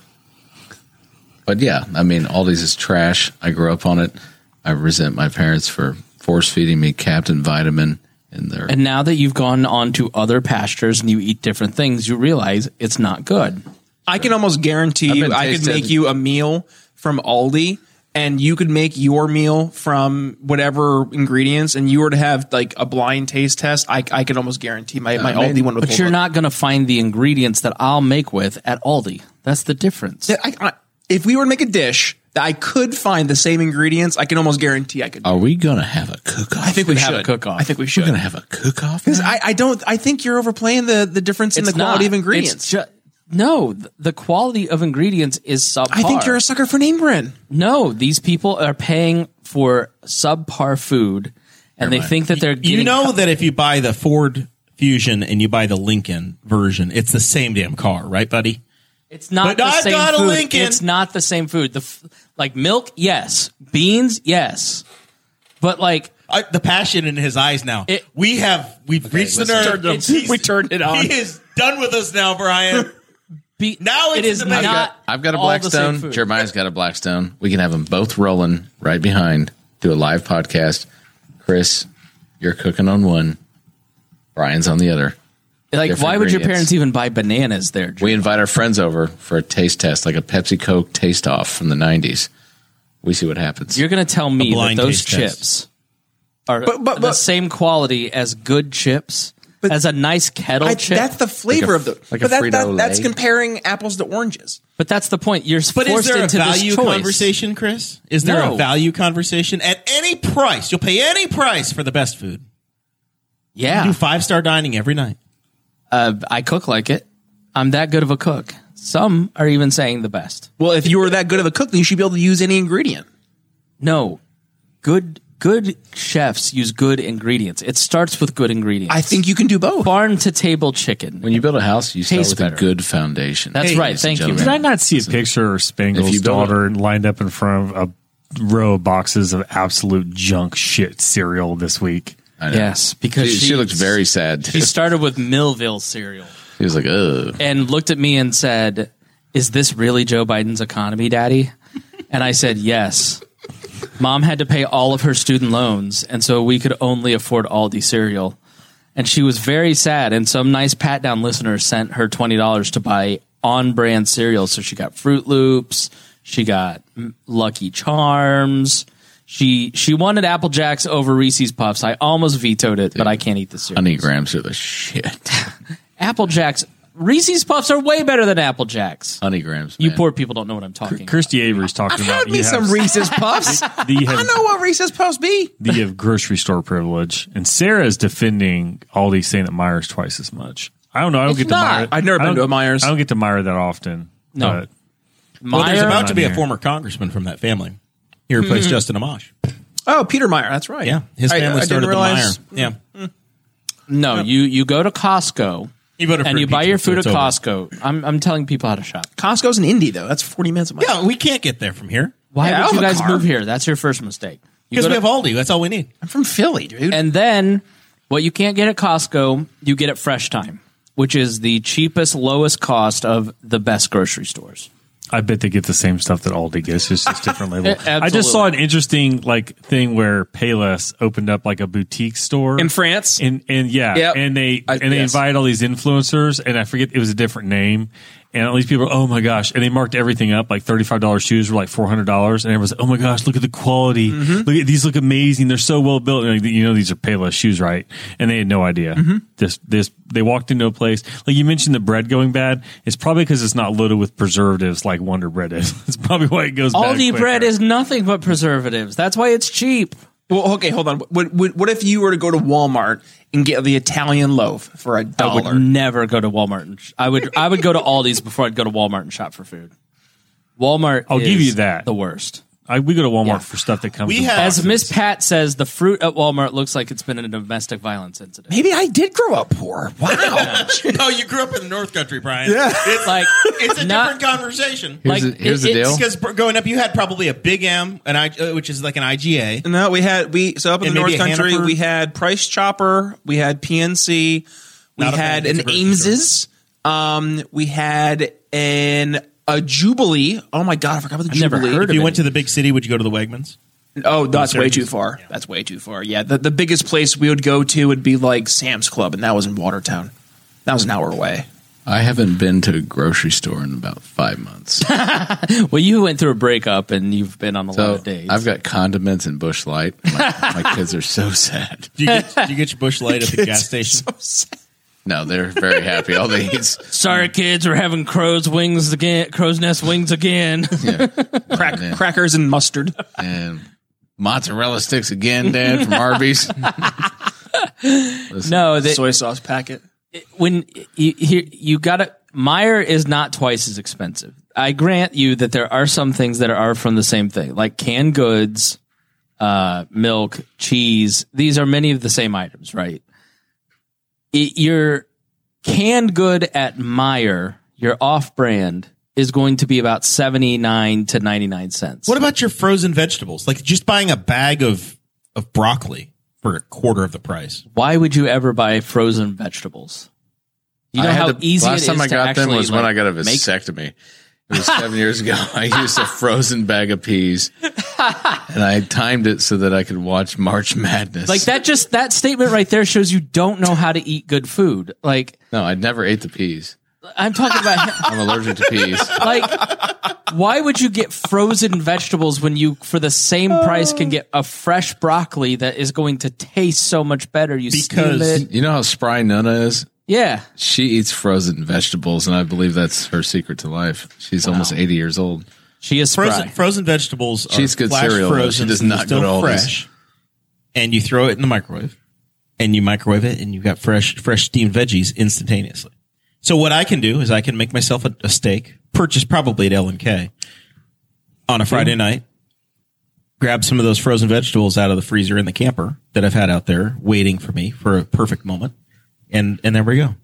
[SPEAKER 4] But yeah, I mean, Aldi's is trash. I grew up on it. I resent my parents for force feeding me Captain Vitamin in their
[SPEAKER 3] And now that you've gone on to other pastures and you eat different things, you realize it's not good.
[SPEAKER 5] I can almost guarantee
[SPEAKER 4] I've
[SPEAKER 5] you,
[SPEAKER 4] been
[SPEAKER 5] I could
[SPEAKER 4] tasted-
[SPEAKER 5] make you a meal from Aldi, and you could make your meal from whatever ingredients, and you were to have like a blind taste test. I, I could almost guarantee my, my Aldi one would.
[SPEAKER 3] But
[SPEAKER 5] hold
[SPEAKER 3] you're
[SPEAKER 5] up.
[SPEAKER 3] not going to find the ingredients that I'll make with at Aldi. That's the difference.
[SPEAKER 5] I, I, if we were to make a dish that I could find the same ingredients, I can almost guarantee I could.
[SPEAKER 4] Are we gonna have a Oh, cook off?
[SPEAKER 5] I think we should
[SPEAKER 3] have a cook-off.
[SPEAKER 5] I think we
[SPEAKER 4] we're
[SPEAKER 5] should.
[SPEAKER 4] gonna have a cook off.
[SPEAKER 5] Because I, I don't. I think you're overplaying the the difference in the quality of ingredients.
[SPEAKER 3] no, th- the quality of ingredients is subpar.
[SPEAKER 5] I think you're a sucker for name brand.
[SPEAKER 3] no. These people are paying for subpar food, and they think that they're getting
[SPEAKER 1] You know that if you buy the Ford Fusion and you buy the Lincoln version, it's the same damn car, right, buddy?
[SPEAKER 3] it's not
[SPEAKER 1] But
[SPEAKER 3] the
[SPEAKER 1] I've
[SPEAKER 3] same
[SPEAKER 1] got a
[SPEAKER 3] food.
[SPEAKER 1] Lincoln.
[SPEAKER 3] It's not the same food. The f- like milk, yes. Beans, yes. But like
[SPEAKER 1] I, the passion in his eyes now.
[SPEAKER 3] It-
[SPEAKER 1] we have we've reached the
[SPEAKER 4] listen.
[SPEAKER 1] nerve. He's-
[SPEAKER 5] we turned it on.
[SPEAKER 1] He is done with us now, Brian.
[SPEAKER 3] be-
[SPEAKER 1] Now
[SPEAKER 3] it
[SPEAKER 1] it's
[SPEAKER 3] is
[SPEAKER 1] the best.
[SPEAKER 3] not.
[SPEAKER 1] I've got-
[SPEAKER 4] I've got a
[SPEAKER 3] all the same
[SPEAKER 4] Blackstone.
[SPEAKER 3] food.
[SPEAKER 4] Jeremiah's got a Blackstone. We can have them both rolling right behind. Do a live podcast. Chris, you're cooking on one. Brian's on the other.
[SPEAKER 3] Like,
[SPEAKER 4] different
[SPEAKER 3] why would your
[SPEAKER 4] ingredients.
[SPEAKER 3] parents even buy bananas there? Jer-
[SPEAKER 4] We invite our friends over for a taste test, like a Pepsi Coke taste off from the '90s. We see what happens.
[SPEAKER 3] You're going to tell me that
[SPEAKER 1] blind
[SPEAKER 3] those
[SPEAKER 1] taste test.
[SPEAKER 3] chips are
[SPEAKER 5] But- but-
[SPEAKER 3] the
[SPEAKER 5] but-
[SPEAKER 3] same quality as good chips, as a nice kettle
[SPEAKER 5] I,
[SPEAKER 3] chip.
[SPEAKER 5] that's the flavor
[SPEAKER 4] a-
[SPEAKER 5] of the.
[SPEAKER 4] like a
[SPEAKER 5] but that, that,
[SPEAKER 4] Frito-Lay.
[SPEAKER 5] that's comparing apples to oranges.
[SPEAKER 3] but that's the point. You're
[SPEAKER 1] But
[SPEAKER 3] forced
[SPEAKER 1] is there a
[SPEAKER 3] into
[SPEAKER 1] value
[SPEAKER 3] this choice.
[SPEAKER 1] conversation, Chris? Is there
[SPEAKER 3] No.
[SPEAKER 1] a value conversation at any price? You'll pay any price for the best food.
[SPEAKER 3] Yeah,
[SPEAKER 2] Ah.
[SPEAKER 1] Do five star dining every night.
[SPEAKER 3] uh, I cook like it. I'm that good of a cook. Some are even saying the best.
[SPEAKER 5] Well, if you were that good of a cook, then you should be able to use any ingredient.
[SPEAKER 3] No, good good chefs use good ingredients. It starts with good ingredients.
[SPEAKER 5] I think you can do both.
[SPEAKER 3] farm to table chicken.
[SPEAKER 4] when you build a house, you start
[SPEAKER 3] Tastes
[SPEAKER 4] with
[SPEAKER 3] better.
[SPEAKER 4] a good foundation.
[SPEAKER 3] That's right.
[SPEAKER 4] ladies and
[SPEAKER 3] Thank you.
[SPEAKER 6] Did
[SPEAKER 4] gentlemen.
[SPEAKER 6] I not see a picture of
[SPEAKER 4] If
[SPEAKER 6] Spangle's
[SPEAKER 4] you don't-
[SPEAKER 6] daughter lined up in front of a row of boxes of absolute junk shit cereal this week?
[SPEAKER 4] I know.
[SPEAKER 3] Yes, because
[SPEAKER 4] She, she
[SPEAKER 3] she-
[SPEAKER 4] looked very sad.
[SPEAKER 3] He started with Millville cereal.
[SPEAKER 4] He was like, "Ugh."
[SPEAKER 3] and looked at me and said, "Is this really Joe Biden's economy, Daddy?" And I said, "Yes." Mom had to pay all of her student loans, and so we could only afford Aldi cereal. And she was very sad. And some nice pat down listener sent her twenty dollars to buy on brand cereal. So she got Fruit Loops, she got mm, Lucky Charms. She she wanted Apple Jacks over Reese's Puffs. I almost vetoed it, but I can't eat the cereal.
[SPEAKER 4] Honeygrams are the shit.
[SPEAKER 3] Apple Jacks
[SPEAKER 2] Reese's Puffs are way better than Apple Jacks.
[SPEAKER 4] Honey grams.
[SPEAKER 2] You
[SPEAKER 4] man.
[SPEAKER 2] poor people don't know what I'm talking.
[SPEAKER 6] Kirsty Avery's talking
[SPEAKER 5] I've
[SPEAKER 6] about
[SPEAKER 5] had me
[SPEAKER 6] you
[SPEAKER 5] some
[SPEAKER 6] have,
[SPEAKER 5] Reese's Puffs. I
[SPEAKER 6] the, you have,
[SPEAKER 5] know what Reese's Puffs be.
[SPEAKER 6] the you have grocery store privilege, and Sarah is defending Aldi saying that Meijer's twice as much. I don't know. I don't
[SPEAKER 2] It's
[SPEAKER 6] get to
[SPEAKER 2] not.
[SPEAKER 6] Meijer.
[SPEAKER 5] I've never
[SPEAKER 6] I
[SPEAKER 5] been
[SPEAKER 6] don't-
[SPEAKER 5] to a Meijer's.
[SPEAKER 6] I don't get to Meijer that often.
[SPEAKER 2] No.
[SPEAKER 6] but
[SPEAKER 2] About.
[SPEAKER 1] Well, there's
[SPEAKER 2] Meijer-
[SPEAKER 1] about to be a
[SPEAKER 6] Meyer.
[SPEAKER 1] former congressman from that family. He replaced Justin Amash.
[SPEAKER 5] Oh, Peter Meyer. That's right.
[SPEAKER 1] Yeah, his
[SPEAKER 5] I-
[SPEAKER 1] family
[SPEAKER 5] I
[SPEAKER 1] started
[SPEAKER 5] didn't realize-
[SPEAKER 1] the Meyer. Yeah,
[SPEAKER 2] no, you you go to Costco
[SPEAKER 1] You voted
[SPEAKER 2] and
[SPEAKER 1] for
[SPEAKER 2] you buy
[SPEAKER 1] impeachment,
[SPEAKER 2] your
[SPEAKER 1] so
[SPEAKER 2] food at
[SPEAKER 1] it's over.
[SPEAKER 2] Costco. I'm I'm telling people how to shop.
[SPEAKER 5] Costco's in Indy though. That's forty minutes. Of my
[SPEAKER 1] yeah. We can't get there from here
[SPEAKER 2] Why
[SPEAKER 5] Yeah, I
[SPEAKER 2] would you
[SPEAKER 5] have a
[SPEAKER 2] guys
[SPEAKER 5] car.
[SPEAKER 2] move here? That's your first mistake. You
[SPEAKER 1] because
[SPEAKER 2] go
[SPEAKER 1] we
[SPEAKER 2] to-
[SPEAKER 1] have Aldi. That's all we need.
[SPEAKER 5] I'm from Philly, dude.
[SPEAKER 2] And then what you can't get at Costco, you get at Fresh Time, which is the cheapest, lowest cost of the best grocery stores.
[SPEAKER 6] I bet they get the same stuff that Aldi gets. It's just a different label.
[SPEAKER 2] Absolutely.
[SPEAKER 6] I just saw an interesting like thing where Payless opened up like a boutique store
[SPEAKER 5] in France,
[SPEAKER 6] and and yeah,
[SPEAKER 5] Yep.
[SPEAKER 6] and they
[SPEAKER 5] I-
[SPEAKER 6] and they
[SPEAKER 5] yes.
[SPEAKER 6] invited all these influencers, and I forget it was a different name, and all these people, oh my gosh, and they marked everything up like thirty five dollars shoes were like four hundred dollars, and everyone's like, oh my gosh, look at the quality,
[SPEAKER 5] Mm-hmm.
[SPEAKER 6] look at these look amazing, they're so well built, and like, you know these are Payless shoes, right? And they had no idea
[SPEAKER 5] Mm-hmm.
[SPEAKER 6] this this they walked into a place like you mentioned the bread going bad, it's probably because it's not loaded with preservatives like Wonder Bread is. it's probably why it goes bad
[SPEAKER 2] Aldi
[SPEAKER 6] quicker.
[SPEAKER 2] bread is nothing but preservatives. That's why it's cheap.
[SPEAKER 5] Well, okay, hold on. What, what, what if you were to go to Walmart and get the Italian loaf for a
[SPEAKER 2] I would
[SPEAKER 5] dollar?
[SPEAKER 2] never go to Walmart. And sh- I would I would go to Aldi's before I'd go to Walmart and shop for food. Walmart.
[SPEAKER 6] I'll
[SPEAKER 2] is
[SPEAKER 6] give you that.
[SPEAKER 2] The worst.
[SPEAKER 6] I, we go to Walmart for stuff that comes.
[SPEAKER 1] We
[SPEAKER 6] in
[SPEAKER 1] have-
[SPEAKER 6] boxes.
[SPEAKER 2] As Miss Pat says, the fruit at Walmart looks like it's been in a domestic violence incident.
[SPEAKER 5] Maybe I did grow up poor. Wow.
[SPEAKER 1] No, you grew up in the North Country, Brian. Yeah, it's,
[SPEAKER 2] Like
[SPEAKER 1] it's a
[SPEAKER 2] not-
[SPEAKER 1] different conversation.
[SPEAKER 4] Here's,
[SPEAKER 2] like,
[SPEAKER 4] the, here's
[SPEAKER 2] it-
[SPEAKER 4] the
[SPEAKER 2] it's
[SPEAKER 4] deal.
[SPEAKER 1] Because br- growing up, you had probably a Big M, an I, uh, which is like an IGA.
[SPEAKER 5] no, we had we so up in
[SPEAKER 1] And
[SPEAKER 5] the
[SPEAKER 1] maybe
[SPEAKER 5] North
[SPEAKER 1] a
[SPEAKER 5] Country
[SPEAKER 1] Hannaford?
[SPEAKER 5] we had Price Chopper, we had PNC, we
[SPEAKER 1] Not a
[SPEAKER 5] had
[SPEAKER 1] fan, it's
[SPEAKER 5] an
[SPEAKER 1] a grocery store.
[SPEAKER 5] Ames's, um, we had an a Jubilee. Oh my god, I forgot about the
[SPEAKER 2] never
[SPEAKER 5] Jubilee.
[SPEAKER 2] heard
[SPEAKER 1] If you went to the big city, would you go to the Wegmans?
[SPEAKER 5] Oh, that's way too
[SPEAKER 1] Syracuse.
[SPEAKER 5] far. That's way too far. Yeah, the, the biggest place we would go to would be like Sam's Club, and that was in Watertown. That was an hour away.
[SPEAKER 4] I haven't been to a grocery store in about five months.
[SPEAKER 2] well, you went through a breakup and you've been on a lot
[SPEAKER 4] So
[SPEAKER 2] of dates.
[SPEAKER 4] I've got condiments and bush light. My, my kids are so sad.
[SPEAKER 1] Do you get, do you get your bush light at the gas station?
[SPEAKER 4] No, they're very happy. All they eat is
[SPEAKER 2] Sorry, kids, we're having crow's wings again. Crow's nest wings again.
[SPEAKER 5] Crack,
[SPEAKER 4] Yeah.
[SPEAKER 5] Crackers and mustard.
[SPEAKER 4] and mozzarella sticks again, Dad, from Arby's.
[SPEAKER 2] no, they,
[SPEAKER 5] soy sauce packet.
[SPEAKER 2] when you here you gotta Meyer is not twice as expensive. I grant you that there are some things that are from the same thing, like canned goods, uh, milk, cheese. These are many of the same items, right? It, your canned good at Meyer, your off brand, is going to be about seventy nine to ninety nine cents.
[SPEAKER 1] What about your frozen vegetables? Like just buying a bag of of broccoli for a quarter of the price.
[SPEAKER 2] Why would you ever buy frozen vegetables? You know
[SPEAKER 4] I had
[SPEAKER 2] how
[SPEAKER 4] to-
[SPEAKER 2] easy
[SPEAKER 4] last
[SPEAKER 2] it
[SPEAKER 4] time
[SPEAKER 2] is
[SPEAKER 4] I
[SPEAKER 2] to
[SPEAKER 4] got them
[SPEAKER 2] actually,
[SPEAKER 4] was when
[SPEAKER 2] like,
[SPEAKER 4] I got a
[SPEAKER 2] make
[SPEAKER 4] vasectomy. It was seven years ago. I used a frozen bag of peas, and I timed it so that I could watch March Madness.
[SPEAKER 2] Like that just that statement right there shows you don't know how to eat good food. Like
[SPEAKER 4] No, I never ate the peas.
[SPEAKER 2] I'm talking about
[SPEAKER 4] I'm allergic to peas.
[SPEAKER 2] like why would you get frozen vegetables when you for the same price can get a fresh broccoli that is going to taste so much better? You steam
[SPEAKER 1] Because-
[SPEAKER 2] it.
[SPEAKER 4] You know how spry Nona is?
[SPEAKER 2] Yeah.
[SPEAKER 4] She eats frozen vegetables, and I believe that's her secret to life. She's almost 80 years old.
[SPEAKER 2] She is spry.
[SPEAKER 1] Frozen frozen vegetables are
[SPEAKER 4] She eats good
[SPEAKER 1] flash
[SPEAKER 4] cereal, though. She
[SPEAKER 1] frozen,
[SPEAKER 4] does not
[SPEAKER 1] still
[SPEAKER 4] go to all these.
[SPEAKER 1] fresh. And you throw it in the microwave, and you microwave it, and you've got fresh fresh steamed veggies instantaneously. So what I can do is I can make myself a, a steak, purchased probably at L and K, on a
[SPEAKER 4] Mm-hmm.
[SPEAKER 1] Friday night. Grab some of those frozen vegetables out of the freezer in the camper that I've had out there waiting for me for a perfect moment, and and there we go.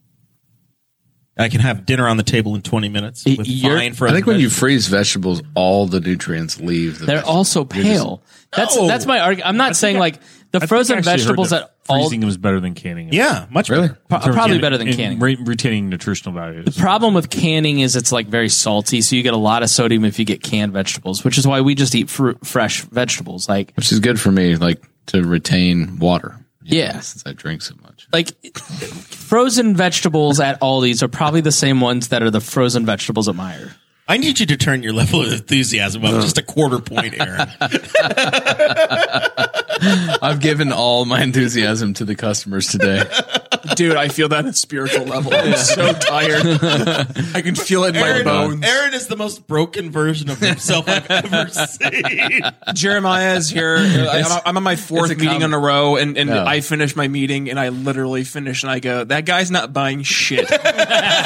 [SPEAKER 1] I can have dinner on the table in twenty minutes
[SPEAKER 2] Y-
[SPEAKER 1] with
[SPEAKER 2] you're-
[SPEAKER 1] fine
[SPEAKER 4] I
[SPEAKER 1] frozen.
[SPEAKER 4] think when you
[SPEAKER 1] vegetables.
[SPEAKER 4] freeze vegetables, all the nutrients leave. The
[SPEAKER 2] They're
[SPEAKER 4] vegetable.
[SPEAKER 2] also
[SPEAKER 4] You're just-
[SPEAKER 2] pale. that's
[SPEAKER 1] No.
[SPEAKER 2] that's my argument. I'm not saying
[SPEAKER 6] I-
[SPEAKER 2] like the
[SPEAKER 6] I think I
[SPEAKER 2] frozen
[SPEAKER 6] actually heard
[SPEAKER 2] vegetables
[SPEAKER 6] that
[SPEAKER 2] that all
[SPEAKER 6] freezing them is better than canning. them.
[SPEAKER 1] yeah, much
[SPEAKER 4] Really?
[SPEAKER 1] better.
[SPEAKER 2] pro-
[SPEAKER 6] terms of
[SPEAKER 2] probably
[SPEAKER 6] getting-
[SPEAKER 2] better than
[SPEAKER 6] and
[SPEAKER 2] canning.
[SPEAKER 6] re- retaining nutritional values.
[SPEAKER 2] problem with canning is it's like very salty, so you get a lot of sodium if you get canned vegetables, which is why we just eat fruit, fresh vegetables. Like,
[SPEAKER 4] Which is good for me, like to retain water. you know,
[SPEAKER 2] Yeah.
[SPEAKER 4] Since I drink so much.
[SPEAKER 2] like frozen vegetables at Aldi's are probably the same ones that are the frozen vegetables at Meyer.
[SPEAKER 1] I need you to turn your level of enthusiasm up just a quarter point, Aaron.
[SPEAKER 4] I've given all my enthusiasm to the customers today.
[SPEAKER 5] Dude, I feel that at a spiritual level. I'm so tired. I can feel it in my
[SPEAKER 1] Aaron,
[SPEAKER 5] bones.
[SPEAKER 1] Aaron is the most broken version of himself I've ever seen.
[SPEAKER 5] Jeremiah is here. I'm, I'm on my fourth
[SPEAKER 4] it's a
[SPEAKER 5] meeting
[SPEAKER 4] com-
[SPEAKER 5] in a row, and, and
[SPEAKER 4] No.
[SPEAKER 5] I finish my meeting, and I literally finish, and I go, "That guy's not buying shit."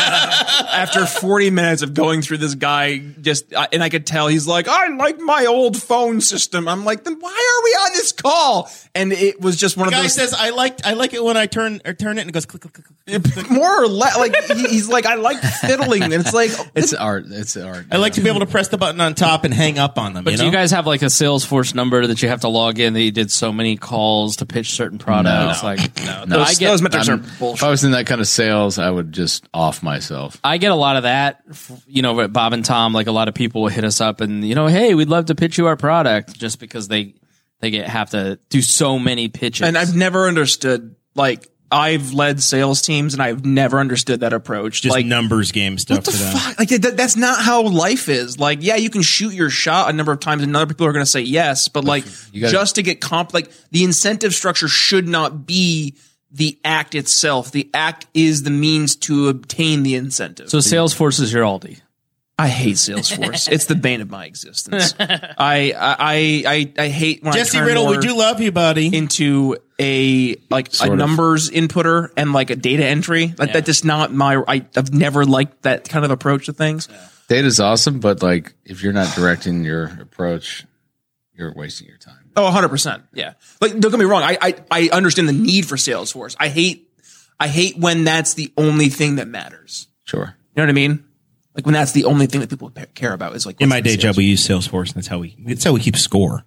[SPEAKER 5] After 40 minutes of going through this guy, just I- and I could tell he's like, "I like my old phone system." I'm like, "Then why are we on this call?" And it was just one of
[SPEAKER 1] Guy
[SPEAKER 5] those
[SPEAKER 1] says I liked I like it when I turn or turn it and it goes click click click. click.
[SPEAKER 5] more or less like he- he's like, "I like fiddling," and it's like
[SPEAKER 4] It's art. It's art.
[SPEAKER 1] I like to be able to press the button on top and hang up on them.
[SPEAKER 3] But
[SPEAKER 1] you
[SPEAKER 3] do
[SPEAKER 1] know?
[SPEAKER 3] you guys have like a Salesforce number that you have to log in that you did so many calls to pitch certain products? Like, no, I
[SPEAKER 5] those,
[SPEAKER 3] get
[SPEAKER 5] those metrics
[SPEAKER 3] I'm-
[SPEAKER 5] are
[SPEAKER 4] If
[SPEAKER 5] bullshit.
[SPEAKER 4] I was in that kind of sales, I would just off myself.
[SPEAKER 3] I get a lot of that, f- you know, at Bob and Tom, like a lot of people will hit us up and, you know, hey, we'd love to pitch you our product just because they, they get, have to do so many pitches.
[SPEAKER 5] And I've never understood like I've led sales teams and I've never understood that approach.
[SPEAKER 1] just
[SPEAKER 5] like
[SPEAKER 1] numbers game stuff
[SPEAKER 5] what the
[SPEAKER 1] for them.
[SPEAKER 5] fuck? Like that, that's not how life is. Like yeah, you can shoot your shot a number of times and other people are going to say yes, but like
[SPEAKER 4] gotta-
[SPEAKER 5] just to get comp like the incentive structure should not be the act itself. The act is the means to obtain the incentive.
[SPEAKER 3] so Salesforce is your Aldi.
[SPEAKER 5] I hate Salesforce. it's the bane of my existence. I I I I hate when
[SPEAKER 1] Jesse
[SPEAKER 5] I turn
[SPEAKER 1] Riddle, we
[SPEAKER 5] more-
[SPEAKER 1] do love you, buddy.
[SPEAKER 5] into a like a
[SPEAKER 4] of.
[SPEAKER 5] numbers inputter and like a data entry. Like that just not my. I, I've never liked that kind of approach to things.
[SPEAKER 4] Data's awesome, but like if you're not directing your approach, you're wasting your time.
[SPEAKER 5] Oh, 100 percent. Yeah. Like don't get me wrong. I, I I understand the need for Salesforce. I hate I hate when that's the only thing that matters.
[SPEAKER 4] Sure.
[SPEAKER 5] You know what I mean? Like when that's the only thing that people pa- care about is like
[SPEAKER 1] In
[SPEAKER 5] what's
[SPEAKER 1] my day job, we use Salesforce, and that's how we it's how we keep score.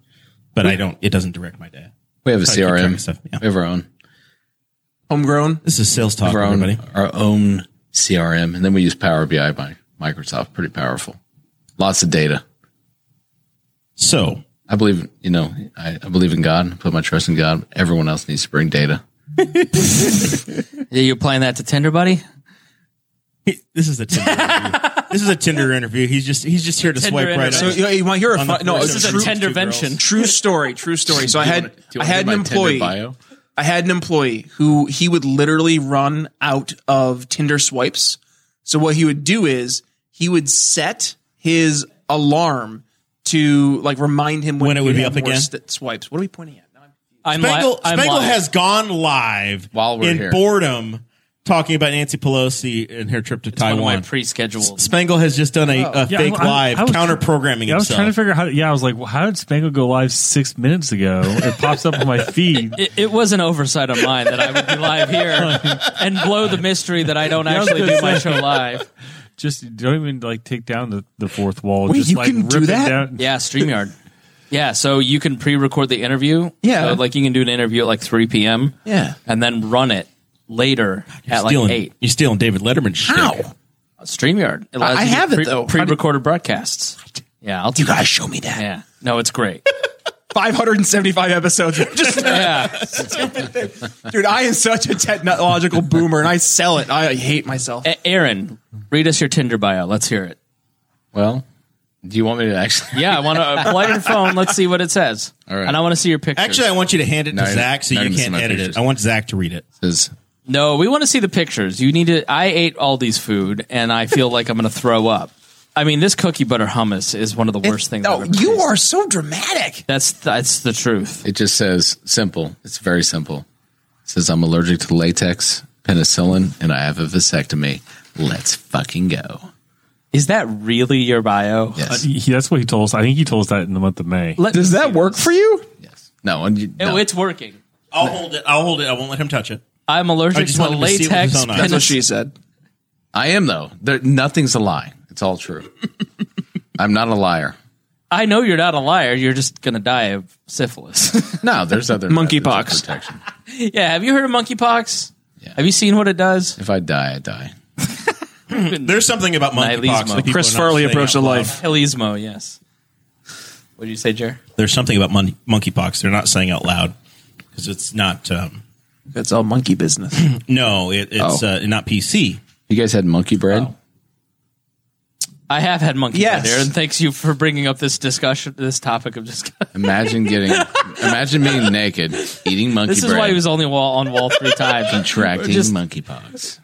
[SPEAKER 1] But I don't. It doesn't direct my day.
[SPEAKER 4] We have a
[SPEAKER 1] Try to keep track
[SPEAKER 4] CRM.
[SPEAKER 1] of stuff, yeah.
[SPEAKER 4] We have our own,
[SPEAKER 5] homegrown.
[SPEAKER 1] This is sales talk,
[SPEAKER 4] our own,
[SPEAKER 1] everybody.
[SPEAKER 4] our own CRM, and then we use Power BI by Microsoft. Pretty powerful. Lots of data.
[SPEAKER 1] So
[SPEAKER 4] I believe, you know, I, I believe in God. I put my trust in God. Everyone else needs to bring data.
[SPEAKER 3] Yeah, you applying that to Tinder, buddy?
[SPEAKER 1] this is a Tinder interview. this is a Tinder interview. He's just he's just here to
[SPEAKER 3] Tinder
[SPEAKER 1] swipe right.
[SPEAKER 3] interview.
[SPEAKER 5] So you, know, you want to hear a
[SPEAKER 1] On the
[SPEAKER 5] fun, no?
[SPEAKER 1] first
[SPEAKER 5] This
[SPEAKER 1] of
[SPEAKER 5] is a
[SPEAKER 1] True-
[SPEAKER 5] true,
[SPEAKER 1] Tinder-
[SPEAKER 3] Tindervention.
[SPEAKER 5] true story. True story. So I had
[SPEAKER 4] Do you
[SPEAKER 5] I
[SPEAKER 4] wanna hear
[SPEAKER 5] had an
[SPEAKER 4] my Tinder
[SPEAKER 5] employee.
[SPEAKER 4] bio?
[SPEAKER 5] I had an employee who he would literally run out of Tinder swipes. So what he would do is he would set his alarm to like remind him when,
[SPEAKER 1] When it
[SPEAKER 5] he
[SPEAKER 1] would be
[SPEAKER 5] had
[SPEAKER 1] up
[SPEAKER 5] more
[SPEAKER 1] again?
[SPEAKER 5] st- swipes. What are we pointing at? Now I'm-
[SPEAKER 3] I'm li-
[SPEAKER 1] Spangle,
[SPEAKER 3] I'm
[SPEAKER 1] Spangle
[SPEAKER 3] live.
[SPEAKER 1] has gone live
[SPEAKER 4] While we're
[SPEAKER 1] in
[SPEAKER 4] here.
[SPEAKER 1] boredom talking about Nancy Pelosi and her trip to
[SPEAKER 3] one of my
[SPEAKER 1] Taiwan.
[SPEAKER 3] pre-scheduled.
[SPEAKER 1] Spangle has just done a, a
[SPEAKER 6] Oh. Yeah,
[SPEAKER 1] fake
[SPEAKER 6] I- I-
[SPEAKER 1] live
[SPEAKER 6] I was tr-
[SPEAKER 1] counter programming
[SPEAKER 6] Yeah, I was
[SPEAKER 1] himself.
[SPEAKER 6] trying to figure out how. Yeah, I was like, well, how did Spangle go live six minutes ago? It pops up on my feed.
[SPEAKER 3] It, it was an oversight on mine that I would be live here and blow the mystery that I don't
[SPEAKER 6] I was
[SPEAKER 3] actually
[SPEAKER 6] gonna
[SPEAKER 3] do my
[SPEAKER 6] say.
[SPEAKER 3] show live.
[SPEAKER 6] Just don't even like take down the, the fourth wall.
[SPEAKER 5] Wait,
[SPEAKER 6] just
[SPEAKER 5] you
[SPEAKER 6] like
[SPEAKER 5] can
[SPEAKER 6] rip
[SPEAKER 5] do
[SPEAKER 6] it
[SPEAKER 5] that?
[SPEAKER 6] down.
[SPEAKER 3] Yeah, StreamYard. Yeah, so you can pre-record the interview. So,
[SPEAKER 5] Yeah.
[SPEAKER 3] like you can do an interview at like 3 p.m.
[SPEAKER 5] Yeah.
[SPEAKER 3] and then run it later at like
[SPEAKER 1] stealing,
[SPEAKER 3] eight.
[SPEAKER 1] You're stealing David Letterman.
[SPEAKER 5] Ow!
[SPEAKER 3] StreamYard. It allows
[SPEAKER 5] I
[SPEAKER 3] you to
[SPEAKER 5] have it,
[SPEAKER 3] pre-
[SPEAKER 5] though.
[SPEAKER 3] Pre-recorded broadcasts. Yeah, I'll do
[SPEAKER 5] You
[SPEAKER 3] that.
[SPEAKER 5] gotta show me that.
[SPEAKER 3] Yeah, no, it's great.
[SPEAKER 5] 575 episodes. Just
[SPEAKER 3] Yeah,
[SPEAKER 5] dude, I am such a technological boomer, and I sell it. I hate myself.
[SPEAKER 3] A- Aaron, read us your Tinder bio. Let's hear it.
[SPEAKER 4] Well, do you want me to actually?
[SPEAKER 3] Yeah, I want to play your phone. Let's see what it says.
[SPEAKER 4] All right.
[SPEAKER 3] And I want to see your picture.
[SPEAKER 1] Actually, I want you to hand it
[SPEAKER 4] No,
[SPEAKER 1] to
[SPEAKER 4] I-
[SPEAKER 1] Zach so
[SPEAKER 4] I
[SPEAKER 1] you
[SPEAKER 4] didn't see
[SPEAKER 1] can't
[SPEAKER 4] my
[SPEAKER 1] edit
[SPEAKER 4] pictures.
[SPEAKER 1] it. I want Zach to read it.
[SPEAKER 4] Is,
[SPEAKER 3] no, we want to see the pictures. You need to. I ate Aldi's food, and I feel like I'm going to throw up. I mean, this cookie butter hummus is one of the worst things. I've
[SPEAKER 5] Oh,
[SPEAKER 3] ever
[SPEAKER 5] you
[SPEAKER 3] tasted.
[SPEAKER 5] are so dramatic.
[SPEAKER 3] That's that's the truth.
[SPEAKER 4] it just says simple. It's very simple. It says I'm allergic to latex, penicillin, and I have a vasectomy. Let's fucking go.
[SPEAKER 3] Is that really your bio?
[SPEAKER 4] Yes.
[SPEAKER 6] He, that's what he told us. I think he told us that in the month of May.
[SPEAKER 3] Let me see this.
[SPEAKER 5] you?
[SPEAKER 4] yes. No, and you,
[SPEAKER 3] Oh,
[SPEAKER 4] no.
[SPEAKER 3] it's working.
[SPEAKER 1] I'll hold it. I'll hold it. I won't let him touch it.
[SPEAKER 3] I'm
[SPEAKER 1] I
[SPEAKER 3] allergic
[SPEAKER 1] just
[SPEAKER 3] to
[SPEAKER 1] wanted to see what
[SPEAKER 3] latex.
[SPEAKER 1] was on it. That's
[SPEAKER 5] That's
[SPEAKER 3] penicillin-
[SPEAKER 5] what she said.
[SPEAKER 4] I am though. There, nothing's a lie. It's all true. I'm not a liar.
[SPEAKER 3] I know you're not a liar. You're just gonna die of syphilis.
[SPEAKER 4] No, there's other
[SPEAKER 5] Monkeypox.
[SPEAKER 4] methods of protection.
[SPEAKER 3] yeah. Have you heard of monkeypox?
[SPEAKER 4] Yeah.
[SPEAKER 3] Have you seen what it does?
[SPEAKER 4] If I die, I die.
[SPEAKER 1] There's something about monkeypox.
[SPEAKER 3] Nihilismo.
[SPEAKER 1] that people
[SPEAKER 5] Chris
[SPEAKER 1] are not
[SPEAKER 5] Farley
[SPEAKER 1] saying
[SPEAKER 5] approach to
[SPEAKER 1] out loud.
[SPEAKER 5] life.
[SPEAKER 3] Helismo. Yes. What did you say, Jer?
[SPEAKER 1] There's something about mon- monkeypox they're not saying out loud because it's not. Um,
[SPEAKER 5] That's all monkey business.
[SPEAKER 1] no, it, it's
[SPEAKER 4] Oh.
[SPEAKER 1] uh, not PC.
[SPEAKER 3] Oh.
[SPEAKER 4] You guys had monkey bread?
[SPEAKER 3] I have had monkey
[SPEAKER 5] Yes.
[SPEAKER 3] bread, Aaron. Thanks you for bringing up this discussion, this topic of discussion.
[SPEAKER 4] Imagine getting, imagine being naked, eating monkey
[SPEAKER 3] This is
[SPEAKER 4] bread,
[SPEAKER 3] why he was only wall on wall three times.
[SPEAKER 4] contracting
[SPEAKER 3] Just-
[SPEAKER 4] monkeypox.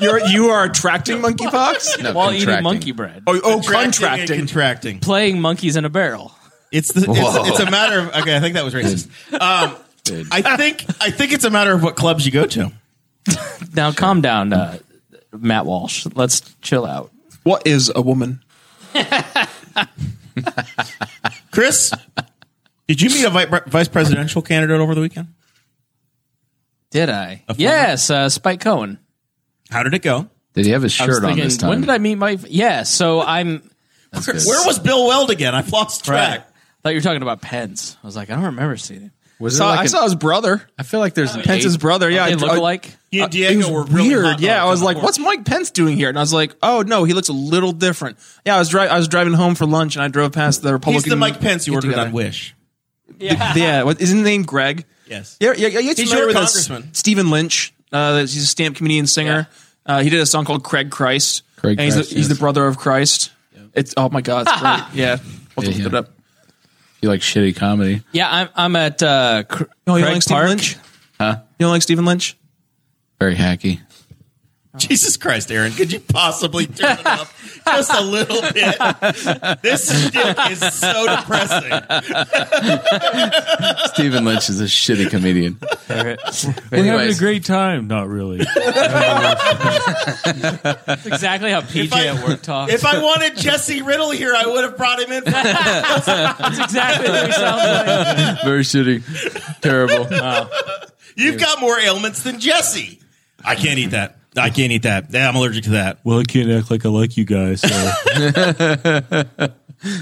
[SPEAKER 5] You're you are attracting monkeypox.
[SPEAKER 4] No,
[SPEAKER 3] while eating
[SPEAKER 4] contracting.
[SPEAKER 3] monkey bread,
[SPEAKER 5] Oh, oh
[SPEAKER 1] Contracting. and
[SPEAKER 5] contracting.
[SPEAKER 1] Contracting.
[SPEAKER 3] playing monkeys in a barrel.
[SPEAKER 1] It's the, it's, it's a matter of okay. I think that was racist. Um,
[SPEAKER 4] Dude.
[SPEAKER 1] I think I think it's a matter of what clubs you go to.
[SPEAKER 3] Now calm down, uh, Matt Walsh. Let's chill out.
[SPEAKER 5] What is a woman?
[SPEAKER 1] Chris, did you meet a vi- vice presidential candidate over the weekend?
[SPEAKER 3] Did I? Yes, uh, Spike Cohen.
[SPEAKER 1] How did it go?
[SPEAKER 4] Did he have his shirt
[SPEAKER 3] I was
[SPEAKER 4] on
[SPEAKER 3] thinking,
[SPEAKER 4] this time?
[SPEAKER 3] when did I meet my? Yeah, so I'm.
[SPEAKER 4] That's good.
[SPEAKER 1] Where was Bill Weld again? I've lost track.
[SPEAKER 3] thought you were talking about Pence. I was like, I don't remember seeing him.
[SPEAKER 4] Was
[SPEAKER 5] Saw,
[SPEAKER 4] there like
[SPEAKER 5] I
[SPEAKER 4] an-
[SPEAKER 5] saw his brother, Uh,
[SPEAKER 4] I feel like there's an
[SPEAKER 5] Pence's
[SPEAKER 4] eight-
[SPEAKER 5] brother. Yeah,
[SPEAKER 3] They
[SPEAKER 5] I-
[SPEAKER 3] look
[SPEAKER 5] I-
[SPEAKER 3] alike.
[SPEAKER 1] You and Diego
[SPEAKER 5] Uh, It was
[SPEAKER 1] were really
[SPEAKER 5] weird.
[SPEAKER 1] hot
[SPEAKER 5] yeah,
[SPEAKER 1] dogs
[SPEAKER 5] I
[SPEAKER 1] on
[SPEAKER 5] was
[SPEAKER 1] the
[SPEAKER 5] like,
[SPEAKER 1] porch.
[SPEAKER 5] "What's Mike Pence doing here?" And I was like, "Oh no, he looks a little different." Yeah, I was dri- I was driving home for lunch, and I drove past the Republican.
[SPEAKER 1] He's the Mike Pence you ordered
[SPEAKER 5] get-together.
[SPEAKER 1] on Wish.
[SPEAKER 5] yeah, what, isn't his name Greg?
[SPEAKER 1] Yes.
[SPEAKER 5] Yeah, yeah, yeah he's
[SPEAKER 1] your
[SPEAKER 5] familiar with this
[SPEAKER 1] congressman.
[SPEAKER 5] Stephen Lynch. Uh, he's a stand-up comedian, singer. Uh, he did a song called Craig Christ.
[SPEAKER 4] Craig
[SPEAKER 5] and he's,
[SPEAKER 4] Christ,
[SPEAKER 5] the, he's
[SPEAKER 4] yes.
[SPEAKER 5] the brother of Christ. It's oh my god, it's great. yeah, I'll have to
[SPEAKER 4] Yeah,
[SPEAKER 5] look
[SPEAKER 4] yeah.
[SPEAKER 5] it up.
[SPEAKER 4] You like shitty comedy?
[SPEAKER 3] Yeah, I'm. I'm at uh, Cr-
[SPEAKER 5] Oh, you don't
[SPEAKER 3] Craig
[SPEAKER 5] like Stephen
[SPEAKER 3] Park.
[SPEAKER 5] Lynch? Huh? You don't like Stephen Lynch?
[SPEAKER 4] Very hacky.
[SPEAKER 1] Jesus Christ, Aaron, could you possibly turn it up just a little bit? This shit is so depressing.
[SPEAKER 4] Stephen Lynch is a shitty comedian.
[SPEAKER 6] We're having a
[SPEAKER 4] Anyways.
[SPEAKER 6] great time. Not really.
[SPEAKER 3] That's exactly how PJ
[SPEAKER 1] I-
[SPEAKER 3] at work talks.
[SPEAKER 1] If I wanted Jesse Riddle here, I would have brought him in. For-
[SPEAKER 3] That's exactly what he sounds like.
[SPEAKER 4] Very shitty. Terrible.
[SPEAKER 3] Uh,
[SPEAKER 1] You've got more ailments than Jesse. I can't eat that. I can't eat that. Yeah, I'm allergic to that.
[SPEAKER 6] well, I can't act like I like you guys. So.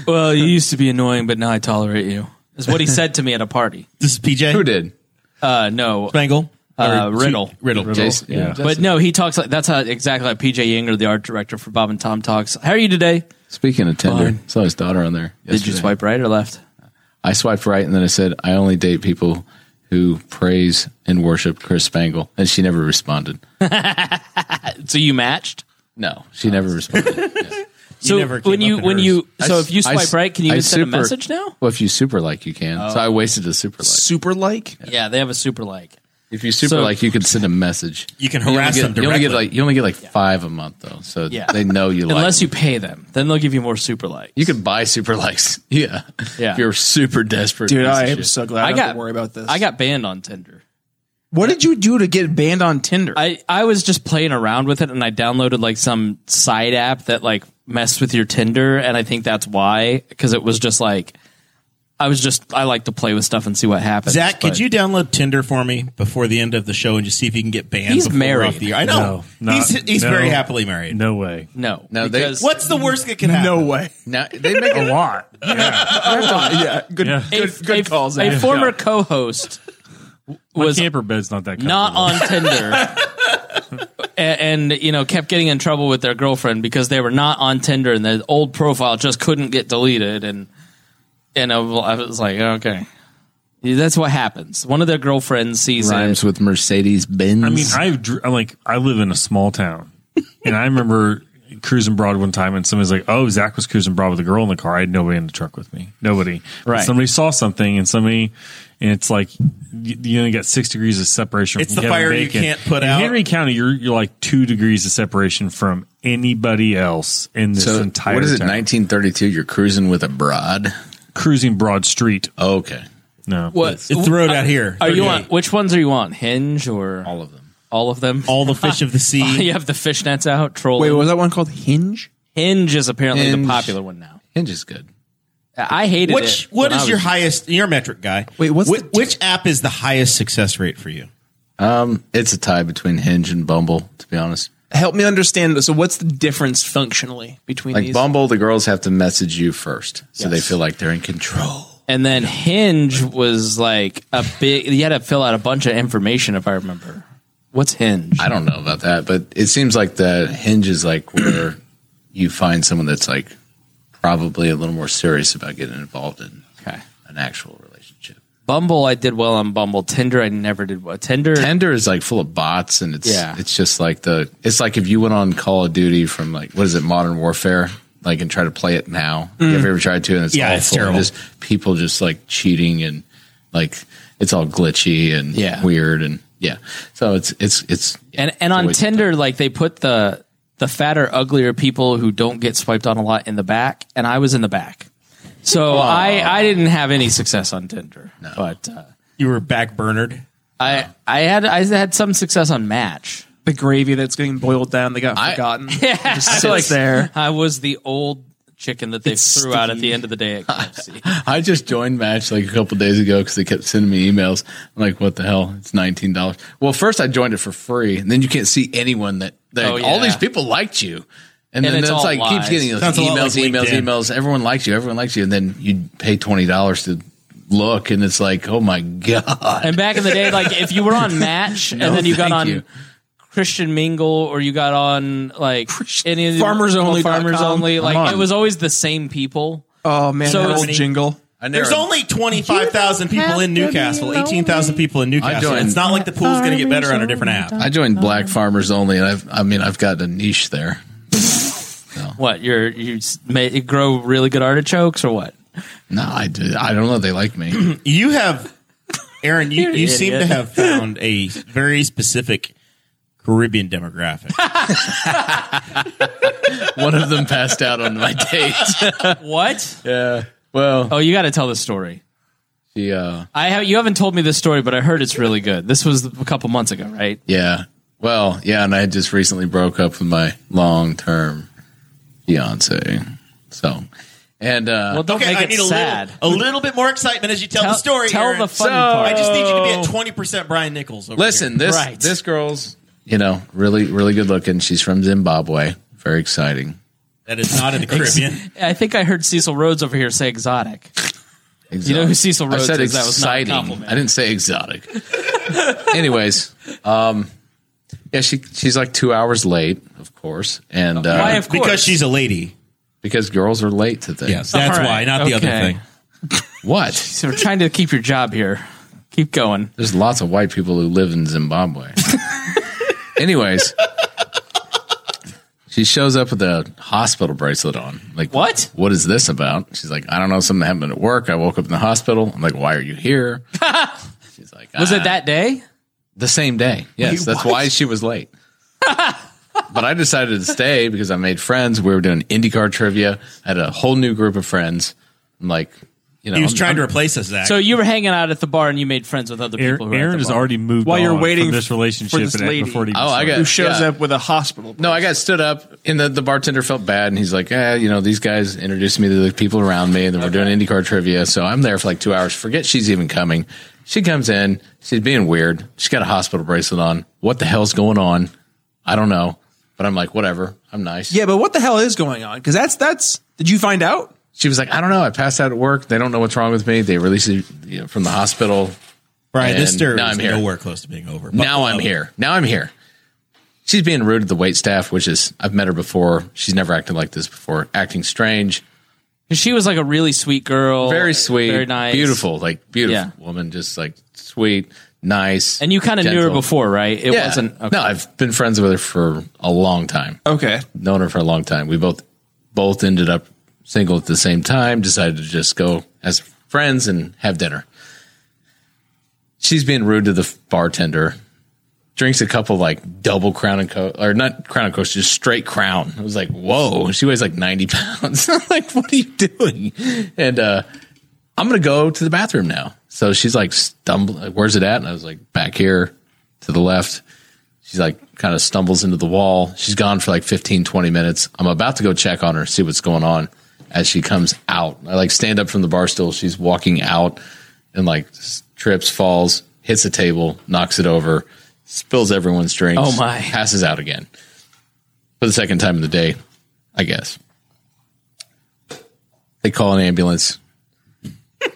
[SPEAKER 3] Well, you used to be annoying, but now I tolerate you. Is what he said to me at a party.
[SPEAKER 1] This is PJ.
[SPEAKER 4] Who did?
[SPEAKER 3] Uh, no,
[SPEAKER 1] Bangle.
[SPEAKER 3] uh, Riddle.
[SPEAKER 1] Riddle.
[SPEAKER 4] Jason. Yeah.
[SPEAKER 6] Yeah.
[SPEAKER 4] Jason.
[SPEAKER 3] But no, he talks like that's how exactly like PJ Yinger, the art director for Bob and Tom talks. How are you today?
[SPEAKER 4] Speaking of Tinder,
[SPEAKER 3] Fine.
[SPEAKER 4] saw his daughter on there.
[SPEAKER 3] Did you
[SPEAKER 4] yesterday.
[SPEAKER 3] swipe right or left?
[SPEAKER 4] I swiped right, and then I said, "I only date people who praise and worship Chris Spangle," and she never responded.
[SPEAKER 3] So you matched.
[SPEAKER 4] No, she never responded.
[SPEAKER 3] So
[SPEAKER 1] never came
[SPEAKER 3] when
[SPEAKER 1] up
[SPEAKER 3] you
[SPEAKER 1] in
[SPEAKER 3] when
[SPEAKER 1] hers.
[SPEAKER 3] you
[SPEAKER 4] I
[SPEAKER 3] so
[SPEAKER 4] s-
[SPEAKER 3] if you
[SPEAKER 4] I
[SPEAKER 3] swipe
[SPEAKER 4] s-
[SPEAKER 3] right, can you
[SPEAKER 4] I
[SPEAKER 3] just send a
[SPEAKER 4] super-
[SPEAKER 3] message now? Oh.
[SPEAKER 4] Well, if you super like, you can. So I wasted a super like.
[SPEAKER 5] Super like.
[SPEAKER 3] Yeah, they have a super like.
[SPEAKER 4] If you super
[SPEAKER 3] So-
[SPEAKER 4] like, you can send a message.
[SPEAKER 1] You can
[SPEAKER 4] only
[SPEAKER 1] harass
[SPEAKER 4] get-
[SPEAKER 1] them
[SPEAKER 4] You only get
[SPEAKER 1] directly.
[SPEAKER 4] like you only get like five a month though, so
[SPEAKER 3] Yeah.
[SPEAKER 4] they know you like.
[SPEAKER 3] Unless
[SPEAKER 4] them.
[SPEAKER 3] you pay them, then they'll give you more super likes.
[SPEAKER 4] you can buy super likes. Yeah,
[SPEAKER 3] Yeah.
[SPEAKER 4] If you're super desperate, piece
[SPEAKER 5] Dude,
[SPEAKER 4] of
[SPEAKER 5] I am
[SPEAKER 4] shit.
[SPEAKER 5] so glad I,
[SPEAKER 3] I
[SPEAKER 5] don't have
[SPEAKER 3] got-
[SPEAKER 5] to worry about this.
[SPEAKER 3] I got banned on Tinder.
[SPEAKER 5] What did you do to get banned on Tinder?
[SPEAKER 3] I, I was just playing around with it and I downloaded like some side app that like messed with your Tinder and I think that's why because it was just like I was just I like to play with stuff and see what happens.
[SPEAKER 1] Zach, could
[SPEAKER 3] but-
[SPEAKER 1] you download Tinder for me before the end of the show and just see if you can get banned?
[SPEAKER 3] He's
[SPEAKER 1] before we're
[SPEAKER 3] married.
[SPEAKER 1] Off the air? I know.
[SPEAKER 6] No,
[SPEAKER 1] he's
[SPEAKER 6] not-
[SPEAKER 1] he's
[SPEAKER 6] no.
[SPEAKER 1] very happily married.
[SPEAKER 6] No way.
[SPEAKER 3] No,
[SPEAKER 4] No, they-
[SPEAKER 3] because
[SPEAKER 1] What's the worst that can happen?
[SPEAKER 5] no way.
[SPEAKER 4] Now they make
[SPEAKER 6] A
[SPEAKER 4] it
[SPEAKER 6] lot. Yeah.
[SPEAKER 5] yeah, good,
[SPEAKER 6] Yeah.
[SPEAKER 3] a,
[SPEAKER 5] good, good
[SPEAKER 3] a-
[SPEAKER 5] calls.
[SPEAKER 3] a former co-host was
[SPEAKER 6] camper bed's not that.
[SPEAKER 3] not
[SPEAKER 6] comfortable.
[SPEAKER 3] on Tinder. A- And, you know, kept getting in trouble with their girlfriend because they were not on Tinder, and their old profile just couldn't get deleted. And and I was- I was like, okay, Yeah, that's what happens. One of their girlfriends sees
[SPEAKER 4] rhymes
[SPEAKER 3] it.
[SPEAKER 4] with Mercedes Benz.
[SPEAKER 6] I mean, I've dr- I'm like I live in a small town, and I remember cruising broad one time, and somebody's like, "Oh, Zach was cruising broad with a girl in the car. I had nobody in the truck with me. Nobody. But
[SPEAKER 3] Right.
[SPEAKER 6] somebody saw something, and somebody, and it's like y- you only got six degrees of separation.
[SPEAKER 1] It's
[SPEAKER 6] from
[SPEAKER 1] the
[SPEAKER 6] Kevin
[SPEAKER 1] fire you
[SPEAKER 6] Bacon.
[SPEAKER 1] can't put
[SPEAKER 6] in
[SPEAKER 1] out.
[SPEAKER 6] Henry County, you're you're like two degrees of separation from anybody else in this
[SPEAKER 4] so
[SPEAKER 6] entire.
[SPEAKER 4] what is it?
[SPEAKER 6] town.
[SPEAKER 4] 1932. You're cruising with a broad.
[SPEAKER 6] cruising broad street?
[SPEAKER 4] Okay,
[SPEAKER 6] No.
[SPEAKER 3] What
[SPEAKER 1] It's the road out here.
[SPEAKER 3] are you on?
[SPEAKER 1] 38.
[SPEAKER 3] Which ones are you on? Hinge or
[SPEAKER 4] all of them.
[SPEAKER 3] all of them?
[SPEAKER 1] All the fish of the sea.
[SPEAKER 3] you have the fishnets out trolling.
[SPEAKER 5] Wait, what was that one called Hinge?
[SPEAKER 3] Hinge is apparently the
[SPEAKER 4] Hinge.
[SPEAKER 3] popular one now.
[SPEAKER 4] Hinge is good.
[SPEAKER 3] I hated
[SPEAKER 1] Which
[SPEAKER 3] it.
[SPEAKER 1] what
[SPEAKER 3] when I
[SPEAKER 1] is
[SPEAKER 3] was-
[SPEAKER 1] your highest? You're a metric guy.
[SPEAKER 5] Wait, what's
[SPEAKER 1] which,
[SPEAKER 5] the-
[SPEAKER 1] which app is the highest success rate for you?
[SPEAKER 4] Um, It's a tie between Hinge and Bumble, to be honest.
[SPEAKER 5] Help me understand. So, what's the difference functionally between
[SPEAKER 4] Like
[SPEAKER 5] these?
[SPEAKER 4] Bumble, the girls have to message you first, so they feel like they're in control.
[SPEAKER 3] And then Hinge was like a big. You had to fill out a bunch of information, if I remember. What's Hinge?
[SPEAKER 4] I don't know about that, but it seems like the Hinge is like where you find someone that's like probably a little more serious about getting involved in
[SPEAKER 3] Okay.
[SPEAKER 4] an actual relationship.
[SPEAKER 3] Bumble, I did well on Bumble. Tinder, I never did well. Tinder,
[SPEAKER 4] Tender is like full of bots, and it's
[SPEAKER 3] Yeah.
[SPEAKER 4] it's just like the it's like if you went on Call of Duty from like what is it Modern Warfare like and try to play it now. You ever, ever tried to? And it's
[SPEAKER 1] Yeah,
[SPEAKER 4] awful.
[SPEAKER 1] it's terrible.
[SPEAKER 4] Just people just like cheating and like it's all glitchy and
[SPEAKER 3] Yeah.
[SPEAKER 4] weird and yeah. So it's it's it's
[SPEAKER 3] and and on
[SPEAKER 4] waste of
[SPEAKER 3] Tinder, like they put the the fatter, uglier people who don't get swiped on a lot in the back, and I was in the back, so I I didn't have any success on Tinder, but uh,
[SPEAKER 1] You were back burnered.
[SPEAKER 3] I I had I had some success on Match.
[SPEAKER 5] The gravy that's getting boiled down, they got
[SPEAKER 4] I-
[SPEAKER 5] forgotten. Yeah, just sits there.
[SPEAKER 3] I was the old chicken that they threw out at the end of the day at KFC.
[SPEAKER 4] I just joined Match like a couple days ago because they kept sending me emails. I'm like, what the hell? It's nineteen dollars. Well, first I joined it for free, and then you can't see anyone that, that
[SPEAKER 3] Oh,
[SPEAKER 4] all
[SPEAKER 3] yeah.
[SPEAKER 4] these people liked you. And, then
[SPEAKER 3] it's
[SPEAKER 4] it's,
[SPEAKER 3] all
[SPEAKER 4] like
[SPEAKER 3] lies.
[SPEAKER 4] keeps getting those
[SPEAKER 1] Sounds a lot
[SPEAKER 4] emails,
[SPEAKER 1] like
[SPEAKER 4] emails,
[SPEAKER 1] LinkedIn.
[SPEAKER 4] emails. Everyone likes you. Everyone likes you. And then you pay twenty dollars to look, and it's like, oh my god.
[SPEAKER 3] And back in the day, like if you were on Match
[SPEAKER 4] No,
[SPEAKER 3] and then you got
[SPEAKER 4] thank
[SPEAKER 3] on
[SPEAKER 4] you.
[SPEAKER 3] Christian Mingle or you got on like any of the-
[SPEAKER 5] Farmers Only dot
[SPEAKER 3] farmers
[SPEAKER 5] com.
[SPEAKER 3] only,
[SPEAKER 4] I'm
[SPEAKER 3] like
[SPEAKER 4] on.
[SPEAKER 3] it was always the same people.
[SPEAKER 5] Oh man,
[SPEAKER 3] So
[SPEAKER 5] that
[SPEAKER 3] it's-
[SPEAKER 5] old jingle.
[SPEAKER 4] I never-
[SPEAKER 1] There's only 25,000 people in Newcastle, 18,000 people in Newcastle.
[SPEAKER 4] joined-
[SPEAKER 1] It's not like the pool's going to get better on a different app.
[SPEAKER 4] I
[SPEAKER 3] Oh,
[SPEAKER 4] joined Black Farmers Only, and I've I mean I've got a niche there.
[SPEAKER 3] What you're you s- ma- you grow really good artichokes or what?
[SPEAKER 4] No, I do. I don't know. They like me.
[SPEAKER 1] You have, Aaron, you, you seem to
[SPEAKER 3] idiot.
[SPEAKER 1] have found a very specific Caribbean demographic.
[SPEAKER 4] One of them passed out on my date.
[SPEAKER 3] What?
[SPEAKER 4] yeah. Well,
[SPEAKER 3] Oh, you got to tell the story.
[SPEAKER 4] the uh,
[SPEAKER 3] I have you haven't told me this story, but I heard it's really good. This was a couple months ago, right?
[SPEAKER 4] Yeah. Well, yeah, and I had just recently broke up with my long term fiance. So and uh
[SPEAKER 3] Well, don't make it
[SPEAKER 1] a
[SPEAKER 3] sad.
[SPEAKER 1] little, a little bit more excitement as you tell,
[SPEAKER 3] Tell-
[SPEAKER 1] the story.
[SPEAKER 3] tell
[SPEAKER 1] Aaron.
[SPEAKER 3] the Oh. funny
[SPEAKER 1] So-
[SPEAKER 3] part.
[SPEAKER 1] I just need you to be at twenty percent Brian Nichols. Over
[SPEAKER 4] listen, this
[SPEAKER 3] Right.
[SPEAKER 4] this girl's you know, really really good looking. She's from Zimbabwe. Very exciting.
[SPEAKER 1] here. that is not in the Caribbean.
[SPEAKER 3] I think I heard Cecil Rhodes over here say exotic.
[SPEAKER 4] Exotic.
[SPEAKER 3] know who Cecil Rhodes
[SPEAKER 4] I said
[SPEAKER 3] is? That was not a
[SPEAKER 4] exciting.
[SPEAKER 3] compliment.
[SPEAKER 4] I didn't say exotic. Anyways, um yeah, she she's like 2 hours late, of course. And uh
[SPEAKER 3] Why, of course,
[SPEAKER 1] because she's a lady.
[SPEAKER 4] because girls are late to things.
[SPEAKER 1] Yes, that's
[SPEAKER 3] All right.
[SPEAKER 1] why, not the other
[SPEAKER 3] Okay.
[SPEAKER 1] thing.
[SPEAKER 4] What?
[SPEAKER 3] So we're trying to keep your job here. Keep going.
[SPEAKER 4] There's lots of white people who live in Zimbabwe. Anyways, she shows up with a hospital bracelet on. Like,
[SPEAKER 3] What?
[SPEAKER 4] What is this about? She's like, I don't know. Something happened at work. I woke up in the hospital. I'm like, why are you here? She's like,
[SPEAKER 3] Was
[SPEAKER 4] "Ah."
[SPEAKER 3] it that day?
[SPEAKER 4] the same day? Yes, that's why she was late. but I decided to stay because I made friends. We were doing IndyCar trivia. I had a whole new group of friends. I'm like, you know,
[SPEAKER 1] He was
[SPEAKER 4] I'm-
[SPEAKER 1] trying
[SPEAKER 4] I'm-
[SPEAKER 1] to replace us, Zach.
[SPEAKER 3] So you were hanging out at the bar and you made friends with other people. who
[SPEAKER 6] Aaron,
[SPEAKER 3] were at the
[SPEAKER 6] Aaron has
[SPEAKER 3] bar.
[SPEAKER 6] already moved
[SPEAKER 5] While you're
[SPEAKER 6] on
[SPEAKER 5] waiting
[SPEAKER 6] from this
[SPEAKER 5] for
[SPEAKER 6] relationship
[SPEAKER 5] this
[SPEAKER 6] and it-
[SPEAKER 5] lady.
[SPEAKER 6] before it even
[SPEAKER 4] Oh, I
[SPEAKER 6] started.
[SPEAKER 4] got
[SPEAKER 5] Who shows
[SPEAKER 4] yeah.
[SPEAKER 5] up with a hospital?
[SPEAKER 4] No, I got stood up, and the, the bartender felt bad, and he's like, eh, you know, these guys introduced me to the people around me, and then we're doing IndyCar trivia, so I'm there for like two hours. Forget she's even coming. She comes in, she's being weird. She's got a hospital bracelet on. What the hell's going on? I don't know, but I'm like, whatever. I'm nice.
[SPEAKER 5] Yeah, but what the hell is going on? Because that's that's. Did you find out?
[SPEAKER 4] She was like, I don't know. I passed out at work. They don't know what's wrong with me. They released me you know, from the hospital.
[SPEAKER 1] Brian, this
[SPEAKER 4] and
[SPEAKER 1] story
[SPEAKER 4] now
[SPEAKER 1] is
[SPEAKER 4] I'm here.
[SPEAKER 1] nowhere close to being over. uh,
[SPEAKER 4] now I'm here. Now I'm here. She's being rude to the wait staff, which is I've met her before. She's never acted like this before. Acting strange.
[SPEAKER 3] She was like a really sweet girl.
[SPEAKER 4] very sweet,
[SPEAKER 3] Very nice.
[SPEAKER 4] beautiful, like beautiful
[SPEAKER 3] Yeah.
[SPEAKER 4] woman, just like sweet, nice.
[SPEAKER 3] And you kind of knew her
[SPEAKER 4] gentle.
[SPEAKER 3] before, right? It
[SPEAKER 4] Yeah.
[SPEAKER 3] wasn't. Okay.
[SPEAKER 4] No, I've been friends with her for a long time.
[SPEAKER 5] Okay.
[SPEAKER 4] Known her for a long time. We both both ended up single at the same time. Decided to just go as friends and have dinner. She's being rude to the bartender. Drinks a couple like double crown and coke, or not crown and coke, just straight crown. I was like, whoa. She weighs like 90 pounds. I'm like, what are you doing? And uh, I'm gonna go to the bathroom now. So she's like stumbling. Where's it at? And I was like, back here to the left. She's like kind of stumbles into the wall. She's gone for like 15, 20 minutes. I'm about to go check on her, see what's going on as she comes out. I like stand up from the bar stool. She's walking out and like s- trips, falls, hits a table, knocks it over, spills everyone's drinks.
[SPEAKER 3] Oh, my.
[SPEAKER 4] Passes out again for the second time of the day, I guess. They call an ambulance,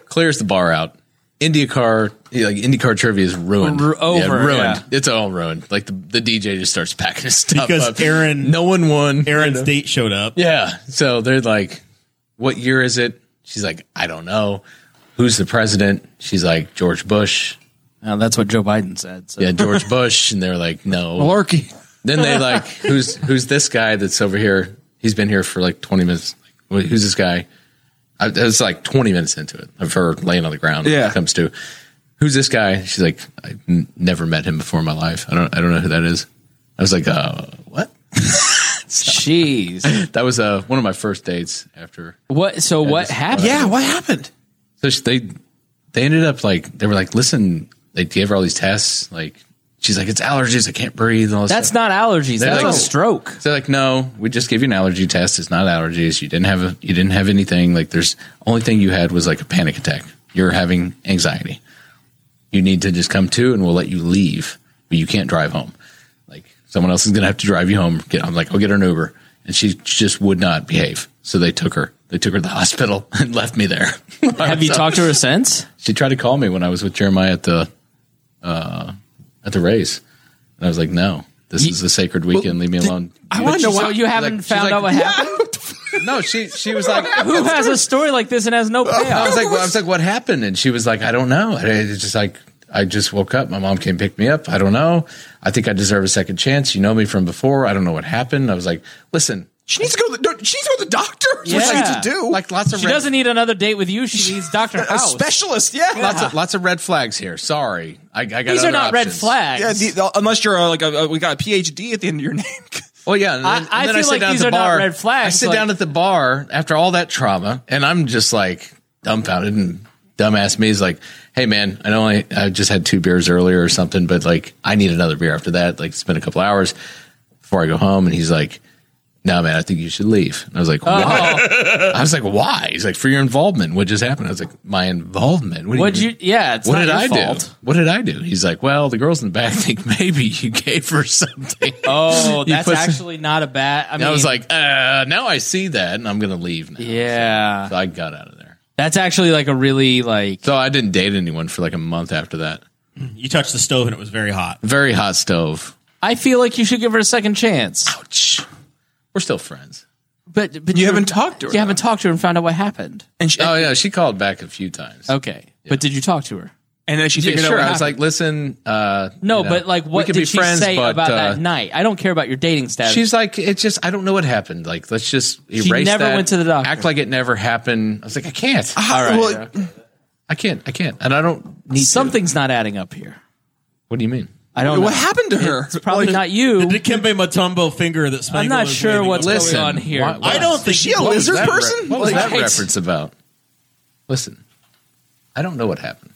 [SPEAKER 4] clears the bar out. IndyCar, yeah, like IndyCar trivia is ruined.
[SPEAKER 3] Ru- over,
[SPEAKER 4] Yeah, ruined.
[SPEAKER 3] yeah.
[SPEAKER 4] It's all ruined. Like the, the DJ just starts packing his stuff
[SPEAKER 1] Because
[SPEAKER 4] up.
[SPEAKER 1] Aaron-
[SPEAKER 4] no one won.
[SPEAKER 1] Aaron's date showed up.
[SPEAKER 4] yeah. So they're like, "What year is it?" She's like, "I don't know." who's the president? She's like, George Bush.
[SPEAKER 3] Now, that's what Joe Biden said. So.
[SPEAKER 4] Yeah, George Bush. And they're like, no.
[SPEAKER 3] Malarkey.
[SPEAKER 4] Then they like, who's who's this guy that's over here? He's been here for like 20 minutes. Wait, Who's this guy? I, it was like 20 minutes into it of her laying on the ground. when
[SPEAKER 5] Yeah.
[SPEAKER 4] it comes to who's this guy? She's like, I n- never met him before in my life. I don't I don't know who that is. I was like, uh, what?
[SPEAKER 3] Jeez.
[SPEAKER 4] That was uh, one of my first dates after.
[SPEAKER 3] What? So what
[SPEAKER 4] just-
[SPEAKER 3] happened?
[SPEAKER 5] Yeah, what happened?
[SPEAKER 4] So she, they they ended up like they were like, listen, they gave her all these tests. Like she's like, it's allergies. I can't breathe. And all this
[SPEAKER 3] That's
[SPEAKER 4] stuff.
[SPEAKER 3] not allergies.
[SPEAKER 4] They're
[SPEAKER 3] That's
[SPEAKER 4] like-
[SPEAKER 3] a stroke.
[SPEAKER 4] So they're like, no, we just gave you an allergy test. It's not allergies. You didn't have a, you didn't have anything. Like there's only thing you had was like a panic attack. You're having anxiety. You need to just come to, and we'll let you leave, but you can't drive home. Like someone else is gonna have to drive you home. Get, I'm like, I'll get her an Uber, and she just would not behave. So they took her. They took her to the hospital and left me there.
[SPEAKER 3] Have you talked to her since?
[SPEAKER 4] she tried to call me when I was with Jeremiah at the uh, at the race, and I was like, "No, this is a sacred weekend. Leave me alone."
[SPEAKER 5] I want to know
[SPEAKER 3] So
[SPEAKER 5] why.
[SPEAKER 3] you haven't
[SPEAKER 4] like- she's
[SPEAKER 3] found
[SPEAKER 4] like-
[SPEAKER 3] out what happened?
[SPEAKER 4] no, she she was like,
[SPEAKER 3] Who has a story like this and has no
[SPEAKER 4] I
[SPEAKER 3] payoff?
[SPEAKER 4] was like, well, I was like, what happened? And she was like, I don't know. And it's just like I just woke up. My mom came pick me up. I don't know. I think I deserve a second chance. You know me from before. I don't know what happened. I was like, listen,
[SPEAKER 5] She needs to go. To the, she needs to go to the doctor. That's what she
[SPEAKER 3] Yeah.
[SPEAKER 5] needs to do.
[SPEAKER 4] like lots of
[SPEAKER 3] She
[SPEAKER 4] red,
[SPEAKER 3] doesn't need another date with you. She needs Dr.
[SPEAKER 5] a
[SPEAKER 3] House.
[SPEAKER 5] specialist. Yeah.
[SPEAKER 4] lots of lots of red flags here. Sorry, I, I got
[SPEAKER 3] These are
[SPEAKER 4] other
[SPEAKER 3] not red
[SPEAKER 4] options.
[SPEAKER 3] flags.
[SPEAKER 5] Yeah, the, unless you're uh, like a, a, we got a PhD at the end of your name.
[SPEAKER 4] Well, yeah. And then,
[SPEAKER 3] I-
[SPEAKER 4] and
[SPEAKER 3] I
[SPEAKER 4] then
[SPEAKER 3] feel
[SPEAKER 4] sit
[SPEAKER 3] like
[SPEAKER 4] down at
[SPEAKER 3] these
[SPEAKER 4] the
[SPEAKER 3] are not
[SPEAKER 4] bar.
[SPEAKER 3] red
[SPEAKER 4] I
[SPEAKER 3] flags,
[SPEAKER 4] sit
[SPEAKER 3] like-
[SPEAKER 4] down at the bar after all that trauma, and I'm just like dumbfounded. And dumbass me is like, "Hey, man, I know I, I just had two beers earlier or something, but like I need another beer after that. Like it's been a couple hours before I go home." And he's like, "No, man, I think you should leave." And I was like,
[SPEAKER 3] Oh.
[SPEAKER 4] "Why?" I was like, "Why?" He's like, "For your involvement. What just happened?" I was like, "My involvement? What do
[SPEAKER 3] What'd
[SPEAKER 4] mean?"
[SPEAKER 3] you? Yeah, it's
[SPEAKER 4] what
[SPEAKER 3] not
[SPEAKER 4] did
[SPEAKER 3] your
[SPEAKER 4] I
[SPEAKER 3] fault.
[SPEAKER 4] do? What did I do? He's like, well, the girls in the back think maybe you gave her something.
[SPEAKER 3] Oh,
[SPEAKER 4] You
[SPEAKER 3] that's
[SPEAKER 4] put some-
[SPEAKER 3] actually not a bad. I mean,
[SPEAKER 4] and I was like, uh, now I see that, and I'm gonna leave now.
[SPEAKER 3] yeah,
[SPEAKER 4] So I got out of there.
[SPEAKER 3] that's actually like a really like.
[SPEAKER 4] So I didn't date anyone for like a month after that.
[SPEAKER 1] You touched the stove and it was very hot.
[SPEAKER 4] Very hot stove.
[SPEAKER 3] I feel like you should give her a second chance.
[SPEAKER 4] Ouch. We're still friends.
[SPEAKER 3] But but
[SPEAKER 5] You haven't talked to her.
[SPEAKER 3] You haven't talked to her and found out what happened.
[SPEAKER 5] And she,
[SPEAKER 4] Oh yeah, she called back a few times.
[SPEAKER 3] Okay, but did you talk to her?
[SPEAKER 5] and then she
[SPEAKER 4] Yeah,
[SPEAKER 5] figured
[SPEAKER 4] sure.
[SPEAKER 5] out.
[SPEAKER 4] I
[SPEAKER 5] what
[SPEAKER 4] was like, listen, uh,
[SPEAKER 3] No,
[SPEAKER 4] you know,
[SPEAKER 3] but like,
[SPEAKER 4] we
[SPEAKER 3] what
[SPEAKER 4] could
[SPEAKER 3] did
[SPEAKER 4] be
[SPEAKER 3] she
[SPEAKER 4] friends,
[SPEAKER 3] say
[SPEAKER 4] but,
[SPEAKER 3] about
[SPEAKER 4] uh,
[SPEAKER 3] that night? I don't care about your dating status.
[SPEAKER 4] She's like, it's just I don't know what happened. Like, let's just erase
[SPEAKER 3] never
[SPEAKER 4] that.
[SPEAKER 3] went to the doctor. Uh-huh.
[SPEAKER 4] Act like it never happened. I was like, I can't.
[SPEAKER 5] happened. Well,
[SPEAKER 4] I can't. I can't. And I don't need to.
[SPEAKER 3] something's not adding up here.
[SPEAKER 4] What do you mean?
[SPEAKER 3] I don't.
[SPEAKER 5] What
[SPEAKER 3] know.
[SPEAKER 5] happened to her?
[SPEAKER 3] It's probably
[SPEAKER 5] Like,
[SPEAKER 3] not you.
[SPEAKER 1] The Dikembe Mutombo finger that
[SPEAKER 3] I'm
[SPEAKER 1] Spangle
[SPEAKER 3] not
[SPEAKER 1] is
[SPEAKER 3] sure
[SPEAKER 1] waving
[SPEAKER 3] what's
[SPEAKER 1] over.
[SPEAKER 4] Listen,
[SPEAKER 3] going on here.
[SPEAKER 4] what-
[SPEAKER 1] I don't think
[SPEAKER 5] she a
[SPEAKER 1] What was
[SPEAKER 5] lizard
[SPEAKER 1] that
[SPEAKER 4] that
[SPEAKER 5] person?
[SPEAKER 4] re- what was that
[SPEAKER 3] Right.
[SPEAKER 4] reference about? Listen, I don't know what happened.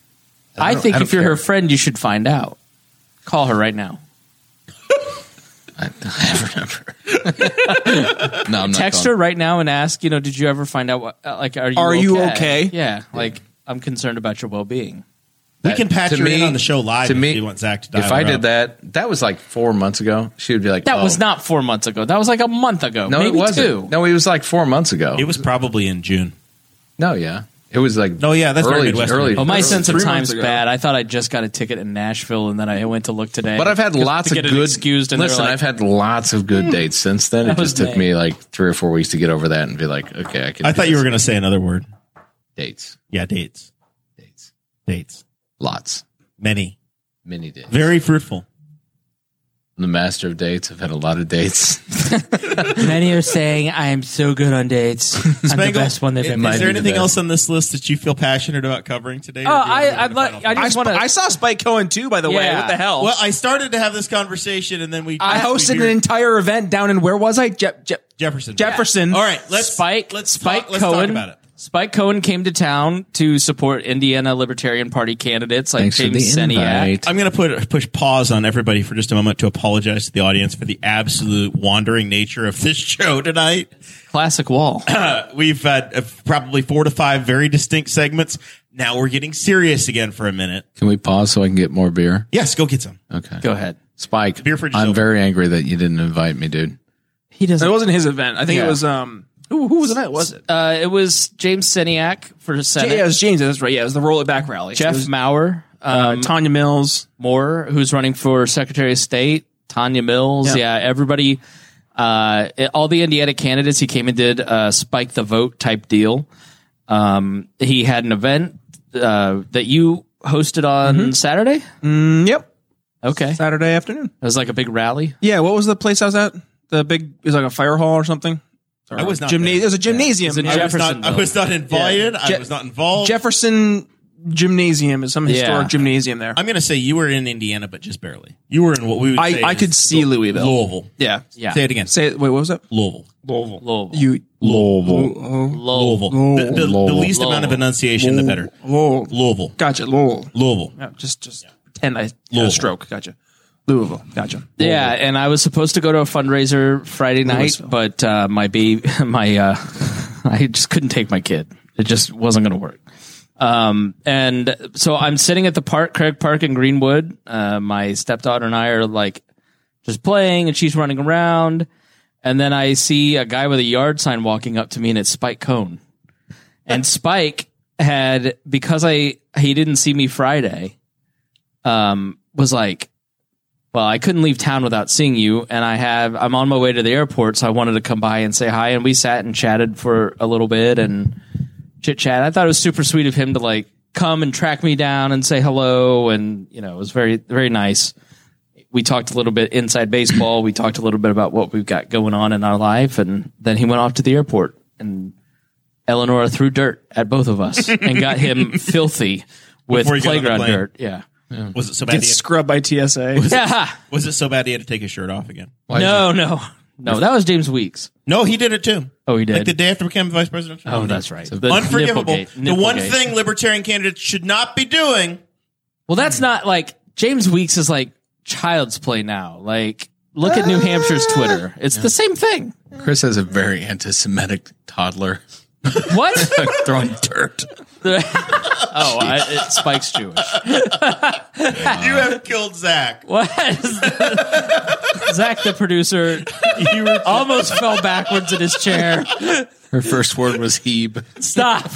[SPEAKER 3] I
[SPEAKER 4] don't-
[SPEAKER 3] think
[SPEAKER 4] I don't
[SPEAKER 3] if you're
[SPEAKER 4] care.
[SPEAKER 3] her friend, you should find out. Call her right now.
[SPEAKER 4] I, I remember. no, I'm not.
[SPEAKER 3] Text her
[SPEAKER 4] calling.
[SPEAKER 3] right now and ask. You know, did you ever find out what? uh, Like, are you
[SPEAKER 5] Are
[SPEAKER 3] okay?
[SPEAKER 5] you okay?
[SPEAKER 3] Yeah, like I'm concerned about your well being.
[SPEAKER 1] We can patch
[SPEAKER 4] To
[SPEAKER 1] her in
[SPEAKER 4] me-
[SPEAKER 1] on the show live
[SPEAKER 4] to
[SPEAKER 1] if
[SPEAKER 4] me-
[SPEAKER 1] you want Zach to dial
[SPEAKER 4] If I
[SPEAKER 1] her
[SPEAKER 4] did
[SPEAKER 1] up.
[SPEAKER 4] that, that was like four months ago. She would be like,
[SPEAKER 3] That
[SPEAKER 4] oh.
[SPEAKER 3] was not four months ago. That was like a month ago.
[SPEAKER 4] No,
[SPEAKER 3] maybe
[SPEAKER 4] it wasn't.
[SPEAKER 3] two.
[SPEAKER 4] No, it was like four months ago.
[SPEAKER 1] it was probably in June.
[SPEAKER 4] no, yeah, it was like.
[SPEAKER 1] No, Oh, yeah, that's very
[SPEAKER 4] early.
[SPEAKER 1] Midwestern.
[SPEAKER 4] early
[SPEAKER 3] Oh, my
[SPEAKER 4] early-
[SPEAKER 3] sense of
[SPEAKER 5] three
[SPEAKER 3] time's
[SPEAKER 5] months ago.
[SPEAKER 3] bad. I thought I just got a ticket in Nashville, and then I went to look today.
[SPEAKER 4] But I've had
[SPEAKER 3] to
[SPEAKER 4] lots of
[SPEAKER 3] get it
[SPEAKER 4] good.
[SPEAKER 3] excused. And they were
[SPEAKER 4] listen,
[SPEAKER 3] like, "Hmm,
[SPEAKER 4] I've had lots of good dates since then. It
[SPEAKER 3] That was
[SPEAKER 4] just took
[SPEAKER 3] May.
[SPEAKER 4] me like three or four weeks to get over that and be like, okay, I can.
[SPEAKER 1] I
[SPEAKER 4] do
[SPEAKER 1] thought you
[SPEAKER 4] this.
[SPEAKER 1] were going to say another word.
[SPEAKER 4] dates,
[SPEAKER 1] Yeah, dates,
[SPEAKER 4] dates,
[SPEAKER 1] dates,
[SPEAKER 4] lots,
[SPEAKER 1] many,
[SPEAKER 4] many dates.
[SPEAKER 1] very fruitful.
[SPEAKER 4] the master of dates. I've had a lot of dates.
[SPEAKER 3] many are saying I am so good on dates. I'm the
[SPEAKER 1] Spangle,
[SPEAKER 3] best one they've
[SPEAKER 1] is,
[SPEAKER 3] ever.
[SPEAKER 1] is
[SPEAKER 4] be
[SPEAKER 1] there
[SPEAKER 4] the
[SPEAKER 1] anything
[SPEAKER 4] best.
[SPEAKER 1] else on this list that you feel passionate about covering today? or
[SPEAKER 3] Oh,
[SPEAKER 1] do you wanna
[SPEAKER 3] I-
[SPEAKER 1] go to
[SPEAKER 3] I'd
[SPEAKER 1] the
[SPEAKER 3] like-
[SPEAKER 1] final
[SPEAKER 3] I
[SPEAKER 5] I,
[SPEAKER 1] thought?
[SPEAKER 3] just
[SPEAKER 5] sp-
[SPEAKER 3] wanna-
[SPEAKER 5] I saw Spike Cohen too. By the way,
[SPEAKER 3] Yeah.
[SPEAKER 5] what the hell?
[SPEAKER 3] uh,
[SPEAKER 1] well, I started to have this conversation, and then we.
[SPEAKER 5] I hosted an entire event down in where was I? Je- Je-
[SPEAKER 1] Jefferson.
[SPEAKER 5] Jefferson.
[SPEAKER 1] All right, let's
[SPEAKER 3] Spike.
[SPEAKER 1] Let's
[SPEAKER 3] Spike
[SPEAKER 1] talk, let's
[SPEAKER 3] Cohen.
[SPEAKER 1] talk about it.
[SPEAKER 3] Spike Cohen came to town to support Indiana Libertarian Party candidates like James Seniak.
[SPEAKER 1] I'm going to put push pause on everybody for just a moment to apologize to the audience for the absolute wandering nature of this show tonight.
[SPEAKER 3] Classic wall.
[SPEAKER 1] We've had uh, probably four to five very distinct segments. Now we're getting serious again for a minute.
[SPEAKER 4] Can we pause so I can get more beer?
[SPEAKER 1] Yes, go get some.
[SPEAKER 4] Okay.
[SPEAKER 3] Go ahead.
[SPEAKER 4] Spike,
[SPEAKER 1] Beer fridge is
[SPEAKER 4] I'm
[SPEAKER 1] open.
[SPEAKER 4] very angry that you didn't invite me, dude.
[SPEAKER 3] He
[SPEAKER 5] it
[SPEAKER 3] doesn't.
[SPEAKER 5] wasn't his event. I think
[SPEAKER 3] Yeah.
[SPEAKER 5] it was um. Who, who was it? Was it?
[SPEAKER 3] Uh, it was James Siniak for Senate.
[SPEAKER 5] Yeah, it was James. That's right. Yeah, it was the roll it back rally.
[SPEAKER 3] Jeff
[SPEAKER 5] It was,
[SPEAKER 3] Maurer, um,
[SPEAKER 5] uh, Tanya Mills.
[SPEAKER 3] Moore, who's running for Secretary of State, Tanya Mills. Yeah, everybody, uh, it- all the Indiana candidates. He came and did uh, spike the vote type deal. Um, he had an event uh, that you hosted on Saturday.
[SPEAKER 5] Yep.
[SPEAKER 3] Okay, it
[SPEAKER 5] Saturday afternoon.
[SPEAKER 3] was like a big rally.
[SPEAKER 5] Yeah, what was the place I was at? The big it was like a fire hall or something. Or
[SPEAKER 1] I was not
[SPEAKER 5] gymna-
[SPEAKER 1] there.
[SPEAKER 5] It was a gymnasium.
[SPEAKER 3] It was in
[SPEAKER 5] I
[SPEAKER 1] was
[SPEAKER 5] was-
[SPEAKER 1] not, I
[SPEAKER 3] Jeffersonville.
[SPEAKER 1] was not invited.
[SPEAKER 5] Je-
[SPEAKER 1] I was not involved.
[SPEAKER 5] Jefferson Gymnasium is some historic
[SPEAKER 3] Yeah.
[SPEAKER 5] gymnasium there.
[SPEAKER 1] I'm going to say you were in Indiana, but just barely. You were in what we would
[SPEAKER 5] I,
[SPEAKER 1] say
[SPEAKER 5] I
[SPEAKER 1] is
[SPEAKER 5] could see Louisville.
[SPEAKER 1] Louisville.
[SPEAKER 5] Yeah.
[SPEAKER 3] Yeah.
[SPEAKER 1] Say it again.
[SPEAKER 5] Say wait, what was that?
[SPEAKER 1] Louisville.
[SPEAKER 3] Louisville.
[SPEAKER 5] You
[SPEAKER 6] Louisville.
[SPEAKER 5] oh,
[SPEAKER 1] Louisville. The, the- the least amount of enunciation, the better.
[SPEAKER 5] Lowell.
[SPEAKER 1] Louisville.
[SPEAKER 5] Gotcha, Lowell.
[SPEAKER 1] Louisville.
[SPEAKER 5] Yeah, just just pretend I had
[SPEAKER 1] Louisville.
[SPEAKER 5] a stroke. Gotcha. Louisville. Gotcha.
[SPEAKER 3] Yeah, and I was supposed to go to a fundraiser Friday night,
[SPEAKER 5] Louisville.
[SPEAKER 3] but uh, my baby, my uh, I just couldn't take my kid. It just wasn't going to work. Um, and so I'm sitting at the park, Craig Park in Greenwood. Uh, my stepdaughter and I are like just playing, and she's running around. And then I see a guy with a yard sign walking up to me, and it's Spike Cone. And Spike had because I he didn't see me Friday, um, was like, well, I couldn't leave town without seeing you, and I have I'm on my way to the airport, so I wanted to come by and say hi. And we sat and chatted for a little bit and chit chat. I thought it was super sweet of him to like come and track me down and say hello, and you know it was very very nice. We talked a little bit inside baseball. We talked a little bit about what we've got going on in our life, and then he went off to the airport, and Eleanor threw dirt at both of us and got him filthy with
[SPEAKER 1] Before he got on the
[SPEAKER 3] playground
[SPEAKER 1] plane.
[SPEAKER 3] dirt. Yeah.
[SPEAKER 1] Was it so bad? He had,
[SPEAKER 5] Scrub by TSA.
[SPEAKER 3] Yeah.
[SPEAKER 1] was it so bad he had to take his shirt off again?
[SPEAKER 3] No, no, no. That was James Weeks.
[SPEAKER 1] No, he did it too.
[SPEAKER 3] Oh, he
[SPEAKER 1] Like
[SPEAKER 3] did?
[SPEAKER 1] the day after he became vice president.
[SPEAKER 3] Oh, that's right. The
[SPEAKER 1] Unforgivable.
[SPEAKER 3] Nipplegate-
[SPEAKER 1] the one
[SPEAKER 3] Nipplegate.
[SPEAKER 1] thing libertarian candidates should not be doing.
[SPEAKER 3] Well, that's not like James Weeks is like child's play now. Like, look at New Hampshire's Twitter. It's the same thing.
[SPEAKER 4] Chris has a very anti-Semitic toddler
[SPEAKER 3] What?
[SPEAKER 4] throwing dirt.
[SPEAKER 3] oh, I, it spikes Jewish.
[SPEAKER 1] you have killed Zach.
[SPEAKER 3] Uh. What? is that? Zach, the producer, almost fell backwards in his chair.
[SPEAKER 4] Her first word was "hebe."
[SPEAKER 3] Stop.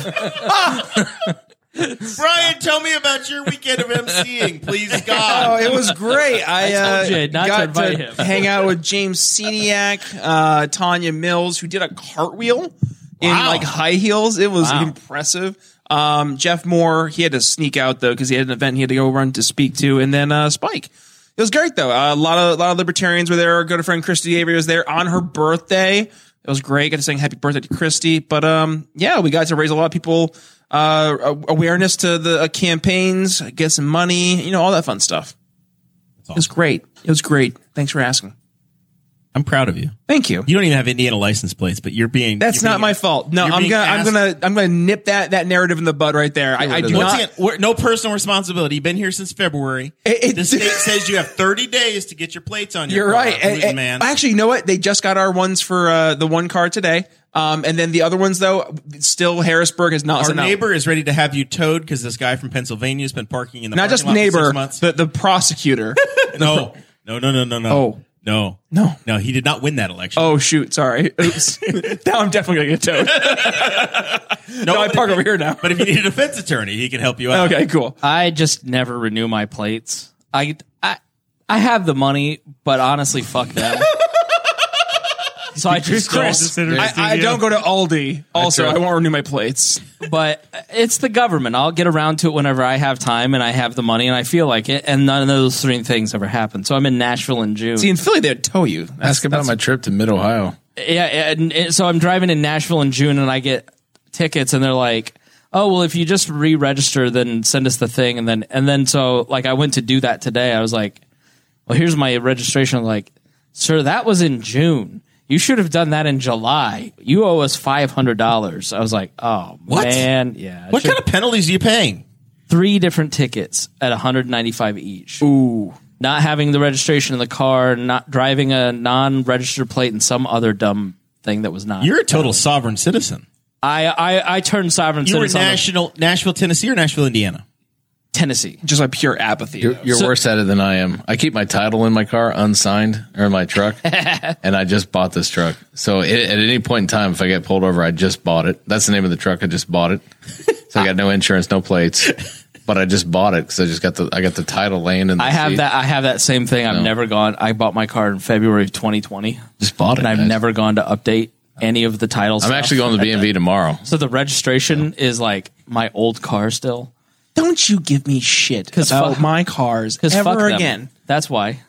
[SPEAKER 1] Brian, tell me about your weekend of emceeing, please
[SPEAKER 5] Oh,
[SPEAKER 1] God.
[SPEAKER 5] it was great. I, uh,
[SPEAKER 3] told you not to
[SPEAKER 5] got
[SPEAKER 3] invite him.
[SPEAKER 5] hang out with James Seniak, uh, Tanya Mills, who did a cartwheel in
[SPEAKER 1] Wow.
[SPEAKER 5] like high heels. It was
[SPEAKER 3] Wow.
[SPEAKER 5] impressive. Um, Jeff Moore, he had to sneak out though because he had an event he had to go run to speak to, and then uh, Spike. It was great though. Uh, a lot of a lot of libertarians were there. Our good friend Christy Avery was there on her birthday. It was great. Got to sing happy birthday to Christy. But um, yeah, we got to raise a lot of people uh, a- awareness to the uh, campaigns, get some money, you know, all that fun stuff. It was great. It was great. Thanks for asking.
[SPEAKER 1] I'm proud of you.
[SPEAKER 5] Thank you.
[SPEAKER 1] You don't even have Indiana license plates, but you're being.
[SPEAKER 5] That's
[SPEAKER 1] you're
[SPEAKER 5] not
[SPEAKER 1] being-
[SPEAKER 5] my fault. No,
[SPEAKER 1] you're
[SPEAKER 5] I'm
[SPEAKER 1] being
[SPEAKER 5] gonna,
[SPEAKER 1] asked-
[SPEAKER 5] I'm gonna, I'm gonna nip that that narrative in the bud right there. I, I do
[SPEAKER 1] Once
[SPEAKER 5] not.
[SPEAKER 1] again, we're, no personal responsibility. You've been here since February.
[SPEAKER 5] It- it-
[SPEAKER 1] the state says you have 30 days to get your plates on your
[SPEAKER 5] You're
[SPEAKER 1] car,
[SPEAKER 5] right. And-
[SPEAKER 1] gluten
[SPEAKER 5] and-
[SPEAKER 1] man.
[SPEAKER 5] Actually, you know what? They just got our ones for uh, the one car today. Um, and then the other ones though, still Harrisburg has not
[SPEAKER 1] Our
[SPEAKER 5] sent out.
[SPEAKER 1] neighbor is ready to have you towed because this guy from Pennsylvania has been parking in the
[SPEAKER 5] Not
[SPEAKER 1] parking
[SPEAKER 5] just
[SPEAKER 1] lot for
[SPEAKER 5] neighbor,
[SPEAKER 1] six months.
[SPEAKER 5] the, the prosecutor.
[SPEAKER 1] no, no, no, no, no, no.
[SPEAKER 5] Oh.
[SPEAKER 1] no,
[SPEAKER 5] No.
[SPEAKER 1] no. He did not win that election.
[SPEAKER 5] oh shoot, sorry. Oops. now I'm definitely gonna get towed.
[SPEAKER 1] no,
[SPEAKER 5] I
[SPEAKER 1] but
[SPEAKER 5] park
[SPEAKER 1] if-
[SPEAKER 5] over here now.
[SPEAKER 1] But if you need a defense attorney, he can help you out.
[SPEAKER 5] Okay, cool.
[SPEAKER 3] I just never renew my plates. I I I have the money, but honestly, fuck them. so I just
[SPEAKER 6] Chris,
[SPEAKER 5] I, I
[SPEAKER 1] uh,
[SPEAKER 5] don't go to Aldi. Also, I won't renew my plates.
[SPEAKER 3] but it's the government. I'll get around to it whenever I have time and I have the money and I feel like it. And none of those three things ever happen. So I'm in Nashville in June.
[SPEAKER 5] See, in Philly, they'd tow you.
[SPEAKER 4] Ask about my trip to Mid Ohio.
[SPEAKER 3] yeah, and, and so I'm driving in Nashville in June and I get tickets and they're like, "Oh, well, if you just re-register, then send us the thing." And then and then so like I went to do that today. I was like, "Well, here's my registration." I'm like, sir, that was in June. You should have done that in July. You owe us five hundred dollars. I was like, "Oh
[SPEAKER 1] What?
[SPEAKER 3] man, yeah." I
[SPEAKER 1] What
[SPEAKER 3] should-
[SPEAKER 1] kind of penalties are you paying?
[SPEAKER 3] three different tickets at 195 each. Ooh. Not having the registration in the car, not driving a non-registered plate and some other dumb thing that was not.
[SPEAKER 1] You're a total sovereign citizen.
[SPEAKER 3] I I I turned sovereign
[SPEAKER 1] You were
[SPEAKER 3] citizen on
[SPEAKER 1] national, Nashville, Tennessee, or Nashville, Indiana.
[SPEAKER 3] Tennessee.
[SPEAKER 5] Just like pure apathy.
[SPEAKER 4] You're, you're worse at it than I am. I keep my title in my car unsigned or in my truck, and I just bought this truck. So it, at any point in time, if I get pulled over, I just bought it. That's the name of the truck. I just bought it. So I got no insurance, no plates, but I just bought it because I just got the I got the title laying in. The
[SPEAKER 3] I have
[SPEAKER 4] seat.
[SPEAKER 3] that I have that same thing. I've never gone. I bought my car in February of 2020,
[SPEAKER 4] Just bought it.
[SPEAKER 3] and I've
[SPEAKER 4] guys.
[SPEAKER 3] never gone to update any of the titles.
[SPEAKER 4] I'm actually going to the BMV tomorrow.
[SPEAKER 3] So the registration is like my old car still.
[SPEAKER 5] Don't you give me shit
[SPEAKER 3] 'Cause
[SPEAKER 5] about
[SPEAKER 3] fuck-
[SPEAKER 5] my cars
[SPEAKER 3] 'Cause
[SPEAKER 5] ever
[SPEAKER 3] fuck them.
[SPEAKER 5] again.
[SPEAKER 3] That's why.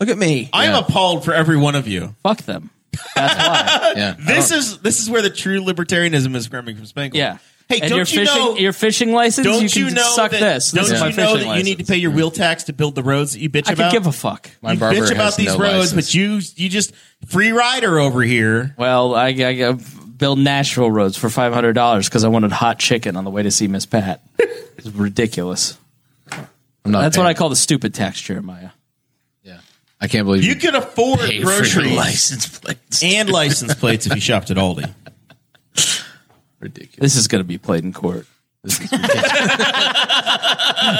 [SPEAKER 5] Look at me.
[SPEAKER 1] I am appalled for every one of you.
[SPEAKER 3] Fuck them. That's why.
[SPEAKER 4] Yeah.
[SPEAKER 1] This is this is where the true libertarianism is coming from Spangle.
[SPEAKER 3] Uh-huh. Yeah.
[SPEAKER 1] Hey,
[SPEAKER 3] and
[SPEAKER 1] don't
[SPEAKER 3] your
[SPEAKER 1] you
[SPEAKER 3] fishing,
[SPEAKER 1] know?
[SPEAKER 3] your fishing license?
[SPEAKER 1] Oh. don't
[SPEAKER 3] you, can
[SPEAKER 1] you, know
[SPEAKER 3] suck
[SPEAKER 1] that,
[SPEAKER 3] this.
[SPEAKER 1] Don't
[SPEAKER 3] This is my
[SPEAKER 1] you know
[SPEAKER 3] fishing
[SPEAKER 1] that you need to
[SPEAKER 3] license.
[SPEAKER 1] pay your wheel tax to build the roads that you bitch
[SPEAKER 3] I
[SPEAKER 1] about?
[SPEAKER 3] could give a fuck.
[SPEAKER 4] My
[SPEAKER 1] you
[SPEAKER 4] barber
[SPEAKER 1] bitch
[SPEAKER 4] has
[SPEAKER 1] about these
[SPEAKER 4] no
[SPEAKER 1] roads,
[SPEAKER 4] license.
[SPEAKER 1] but you you just free rider over here.
[SPEAKER 3] Well, I, I, I built Nashville roads for five hundred dollars because I wanted hot chicken on the way to see Miss Pat. It's ridiculous.
[SPEAKER 4] I'm not
[SPEAKER 3] That's what I
[SPEAKER 4] paying.
[SPEAKER 3] call the stupid tax, Jeremiah.
[SPEAKER 4] Yeah. I can't believe
[SPEAKER 1] You could afford
[SPEAKER 4] pay for your
[SPEAKER 1] groceries
[SPEAKER 4] license plates.
[SPEAKER 1] and license plates if you shopped at Aldi.
[SPEAKER 4] Ridiculous.
[SPEAKER 3] This is going to be played in court.
[SPEAKER 4] This is ridiculous.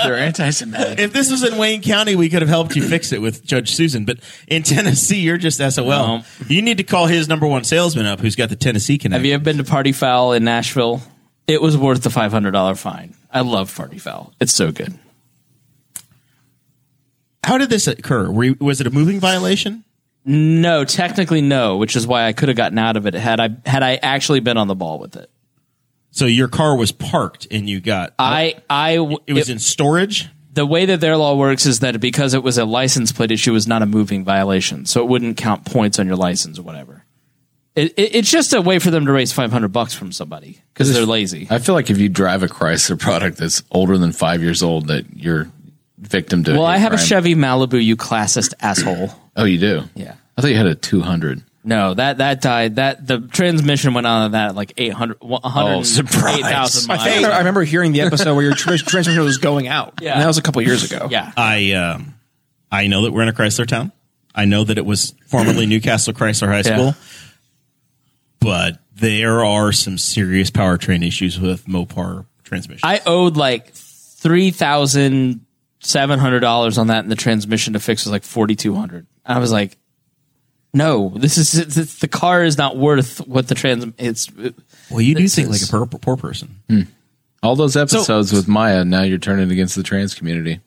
[SPEAKER 4] They're anti-Semitic.
[SPEAKER 1] If this was in Wayne County, we could have helped you fix it with Judge Susan. But in Tennessee, you're just SOL.
[SPEAKER 3] No.
[SPEAKER 1] You need to call his number one salesman up, who's got the Tennessee
[SPEAKER 3] Have
[SPEAKER 1] connection.
[SPEAKER 3] you ever been to Party Foul in Nashville? It was worth the five hundred dollar fine. I love Party Foul. It's so good.
[SPEAKER 1] How did this occur? Were you, was it a moving violation?
[SPEAKER 3] No, technically no, which is why I could have gotten out of it had I had I actually been on the ball with it.
[SPEAKER 1] So your car was parked and you got
[SPEAKER 3] I I w-
[SPEAKER 1] it was in storage.
[SPEAKER 3] the way that their law works is that because it was a license plate issue, it was not a moving violation, so it wouldn't count points on your license or whatever. It, it, it's just a way for them to raise five hundred bucks from somebody because they're lazy.
[SPEAKER 4] I feel like if you drive a Chrysler product that's older than five years old, that you're victim to.
[SPEAKER 3] Well, I
[SPEAKER 4] hate
[SPEAKER 3] have a
[SPEAKER 4] crime.
[SPEAKER 3] Chevy Malibu, you classist asshole.
[SPEAKER 4] Oh, you do?
[SPEAKER 3] Yeah.
[SPEAKER 4] I thought you had a 200.
[SPEAKER 3] No, that that died. That the transmission went on that at like 800
[SPEAKER 4] surprise.
[SPEAKER 3] 108,000
[SPEAKER 5] I, think I,
[SPEAKER 3] miles.
[SPEAKER 5] I remember hearing the episode where your tr- transmission was going out.
[SPEAKER 3] Yeah.
[SPEAKER 5] And that was a couple years ago.
[SPEAKER 3] Yeah.
[SPEAKER 1] I um, I know that we're in a Chrysler town. I know that it was formerly Newcastle Chrysler High School, but there are some serious powertrain issues with Mopar transmission.
[SPEAKER 3] I owed like $3,700 on that and the transmission to fix was like 4200. And I was like no, this is it's, it's- the car is not worth what the trans it's
[SPEAKER 1] well, you do
[SPEAKER 3] This
[SPEAKER 1] think like
[SPEAKER 3] is-
[SPEAKER 1] a poor, poor person.
[SPEAKER 4] All those episodes with Maya, now you're turning against the trans community.